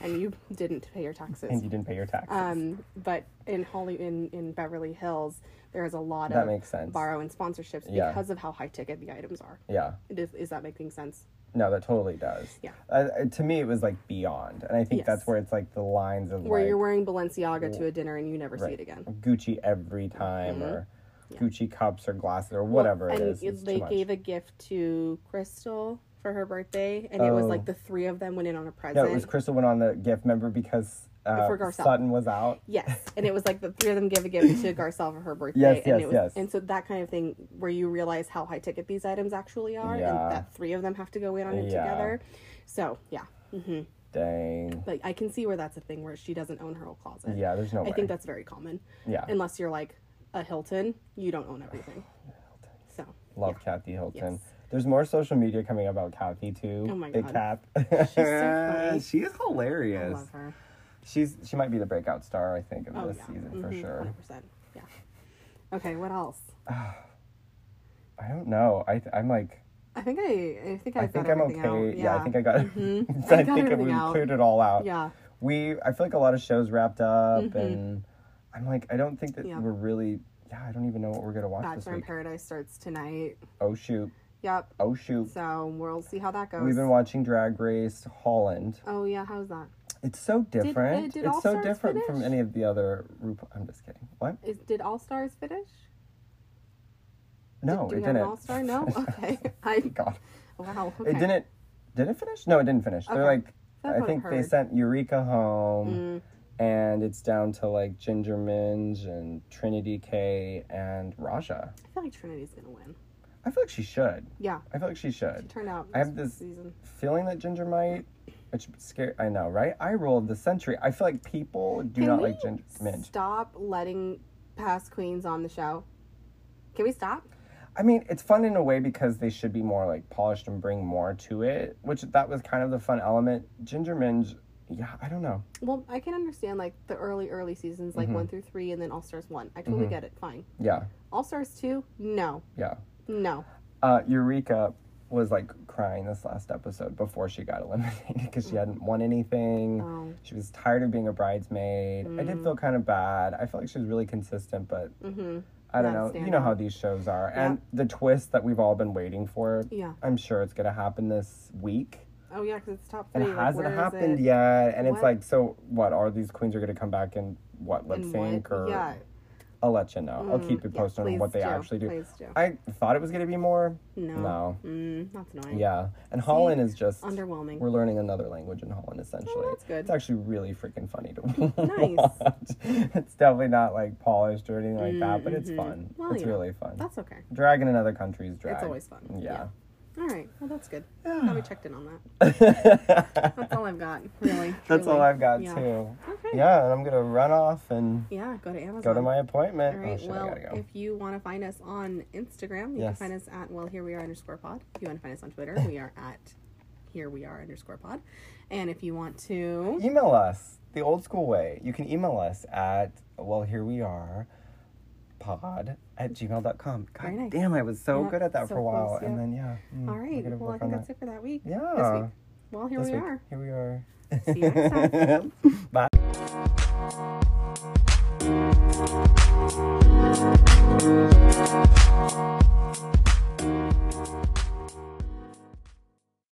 Speaker 1: and you didn't pay your taxes.
Speaker 2: and you didn't pay your taxes
Speaker 1: Um, but in Holly in, in Beverly Hills, there is a lot
Speaker 2: That
Speaker 1: of
Speaker 2: makes sense.
Speaker 1: borrow and sponsorships
Speaker 2: Yeah.
Speaker 1: because of how high ticket the items are.
Speaker 2: yeah
Speaker 1: Is, is that making sense?
Speaker 2: no that totally does
Speaker 1: Yeah.
Speaker 2: uh, uh, to me it was like beyond and I think
Speaker 1: Yes.
Speaker 2: that's where it's like the lines of
Speaker 1: Where
Speaker 2: like
Speaker 1: you're wearing Balenciaga to a dinner and you never see it again.
Speaker 2: Gucci every time or Gucci cups or glasses or whatever it
Speaker 1: Mm-hmm. and
Speaker 2: is
Speaker 1: it-
Speaker 2: it's
Speaker 1: they
Speaker 2: too much.
Speaker 1: gave a gift to Crystal for her birthday, and it was
Speaker 2: Oh.
Speaker 1: like the three of them went in on a present.
Speaker 2: no it was Crystal went on the gift member because uh,
Speaker 1: For Garcelle.
Speaker 2: Sutton was out
Speaker 1: Yes, and it was like the three of them give a gift to Garcelle for her birthday.
Speaker 2: Yes,
Speaker 1: and
Speaker 2: yes,
Speaker 1: it was,
Speaker 2: yes.
Speaker 1: And so that kind of thing, where you realize how high ticket these items actually are,
Speaker 2: Yeah.
Speaker 1: and that three of them have to go in on it
Speaker 2: Yeah.
Speaker 1: together. So yeah, hmm
Speaker 2: dang
Speaker 1: but I can see where that's a thing where she doesn't own her whole closet.
Speaker 2: yeah there's no
Speaker 1: I
Speaker 2: way
Speaker 1: think that's very common.
Speaker 2: yeah
Speaker 1: Unless you're like a Hilton, you don't own everything. So
Speaker 2: Love Kathy Hilton.
Speaker 1: Yes.
Speaker 2: There's more social media coming up about Kathy too.
Speaker 1: Oh my
Speaker 2: Big
Speaker 1: God.
Speaker 2: Cap.
Speaker 1: so funny.
Speaker 2: she is hilarious.
Speaker 1: love her.
Speaker 2: She's she might be the breakout star, I think, of
Speaker 1: Oh
Speaker 2: this
Speaker 1: yeah,
Speaker 2: season for sure.
Speaker 1: Hundred percent. Yeah. Okay, what else?
Speaker 2: I don't know. I th- I'm like
Speaker 1: I think I, I think I've
Speaker 2: I think
Speaker 1: got
Speaker 2: I'm
Speaker 1: everything
Speaker 2: okay.
Speaker 1: out. Mm-hmm.
Speaker 2: Yeah. I think I got.
Speaker 1: I
Speaker 2: I,
Speaker 1: got
Speaker 2: think it
Speaker 1: everything
Speaker 2: we
Speaker 1: out.
Speaker 2: cleared it all out.
Speaker 1: yeah. Mm-hmm.
Speaker 2: We I feel like a lot of shows wrapped up, and I'm like I don't think that
Speaker 1: Yeah.
Speaker 2: we're really. Yeah, I don't even know what we're gonna watch this
Speaker 1: Bachelor in
Speaker 2: week.
Speaker 1: Paradise starts tonight.
Speaker 2: Oh shoot!
Speaker 1: Yep.
Speaker 2: Oh shoot!
Speaker 1: So we'll see how that goes.
Speaker 2: We've been watching Drag Race Holland.
Speaker 1: oh yeah, how's that?
Speaker 2: It's so different.
Speaker 1: did All
Speaker 2: it's so
Speaker 1: Stars
Speaker 2: different from
Speaker 1: finish?
Speaker 2: any of the other RuPaul. I'm just kidding. What?
Speaker 1: Is did All Stars finish?
Speaker 2: No,
Speaker 1: Do
Speaker 2: it
Speaker 1: we have
Speaker 2: didn't. Oh
Speaker 1: an All Star? No. Okay. I
Speaker 2: God,
Speaker 1: wow. Okay.
Speaker 2: it didn't. Did it finish? No, it didn't finish. They're
Speaker 1: Okay.
Speaker 2: like,
Speaker 1: That's
Speaker 2: I
Speaker 1: what I
Speaker 2: think they
Speaker 1: heard. Mm,
Speaker 2: sent Eureka
Speaker 1: Mm-hmm.
Speaker 2: home, and it's down to like Ginger Minge and Trinity K and Raja.
Speaker 1: I feel like Trinity's gonna win.
Speaker 2: I feel like she should.
Speaker 1: Yeah.
Speaker 2: I feel like she
Speaker 1: She
Speaker 2: should.
Speaker 1: turned out.
Speaker 2: I have this
Speaker 1: season.
Speaker 2: feeling that Ginger might. Which scary. I know, right? I roll of the century. I feel like people do
Speaker 1: Can
Speaker 2: not
Speaker 1: we
Speaker 2: like Ginger Minge.
Speaker 1: Stop letting past queens on the show. Can we stop?
Speaker 2: I mean, it's fun in a way because they should be more like polished and bring more to it, which that was kind of the fun element. Ginger Minge, yeah, I don't know.
Speaker 1: Well, I can understand like the early, early seasons,
Speaker 2: Mm-hmm.
Speaker 1: like one through three, and then All Stars one. I totally get it. Fine.
Speaker 2: Yeah,
Speaker 1: All Stars two? No,
Speaker 2: yeah.
Speaker 1: no.
Speaker 2: Uh, Eureka was like crying this last episode before she got eliminated because she hadn't won anything.
Speaker 1: Oh.
Speaker 2: She was tired of being a bridesmaid. I did
Speaker 1: Mm.
Speaker 2: feel kind of bad. I felt like she was really consistent, but
Speaker 1: Mm-hmm.
Speaker 2: I don't
Speaker 1: Not a
Speaker 2: know. You know
Speaker 1: standout.
Speaker 2: how these shows are.
Speaker 1: Yeah.
Speaker 2: And the twist that we've all been waiting for,
Speaker 1: Yeah.
Speaker 2: I'm sure it's going to happen this week.
Speaker 1: Oh yeah, because it's top
Speaker 2: and
Speaker 1: three.
Speaker 2: it
Speaker 1: like,
Speaker 2: hasn't
Speaker 1: where is
Speaker 2: happened
Speaker 1: it?
Speaker 2: yet. And it's
Speaker 1: What?
Speaker 2: like, so what? Are these queens are going to come back and what lip
Speaker 1: And what-
Speaker 2: sync or
Speaker 1: yeah. Mm,
Speaker 2: I'll let you know. I'll keep you
Speaker 1: yeah,
Speaker 2: posted on
Speaker 1: please
Speaker 2: what they
Speaker 1: do,
Speaker 2: actually do.
Speaker 1: please do.
Speaker 2: I thought it was gonna be more.
Speaker 1: No.
Speaker 2: No.
Speaker 1: Mm, that's annoying.
Speaker 2: Yeah, and Holland is just
Speaker 1: underwhelming.
Speaker 2: We're learning another language in Holland essentially.
Speaker 1: that's good.
Speaker 2: It's actually really freaking funny to
Speaker 1: Nice.
Speaker 2: watch. It's definitely not like polished or anything like that, but it's fun.
Speaker 1: Mm-hmm. Well,
Speaker 2: it's
Speaker 1: you know,
Speaker 2: really fun.
Speaker 1: That's okay.
Speaker 2: Drag in another country's drag.
Speaker 1: It's always fun.
Speaker 2: Yeah.
Speaker 1: All right. Well, that's good. Glad we checked in on that. that's all I've got, really.
Speaker 2: That's
Speaker 1: truly.
Speaker 2: all I've got
Speaker 1: Yeah.
Speaker 2: too.
Speaker 1: Okay.
Speaker 2: Yeah, and I'm gonna run off and
Speaker 1: Yeah, go to Amazon.
Speaker 2: go to my appointment.
Speaker 1: All
Speaker 2: oh
Speaker 1: right.
Speaker 2: shit, I
Speaker 1: well,
Speaker 2: gotta go.
Speaker 1: if you want to find us on Instagram, you can
Speaker 2: Yes.
Speaker 1: find us at well here we are underscore pod. If you want to find us on Twitter, we are at here we are underscore pod. And if you want to,
Speaker 2: email us the old school way. You can email us at well here we are pod at gmail.com. God
Speaker 1: Very nice.
Speaker 2: damn, I was so
Speaker 1: Yeah,
Speaker 2: good at that
Speaker 1: so
Speaker 2: for a while.
Speaker 1: close, yeah.
Speaker 2: And then yeah. mm,
Speaker 1: all
Speaker 2: we're
Speaker 1: right.
Speaker 2: gonna
Speaker 1: Well, I
Speaker 2: work
Speaker 1: think
Speaker 2: on
Speaker 1: that's
Speaker 2: that.
Speaker 1: it for that week.
Speaker 2: Yeah.
Speaker 1: This week. Well, here
Speaker 2: This
Speaker 1: we
Speaker 2: week.
Speaker 1: are.
Speaker 2: Here we are.
Speaker 1: See you next time.
Speaker 2: Bye.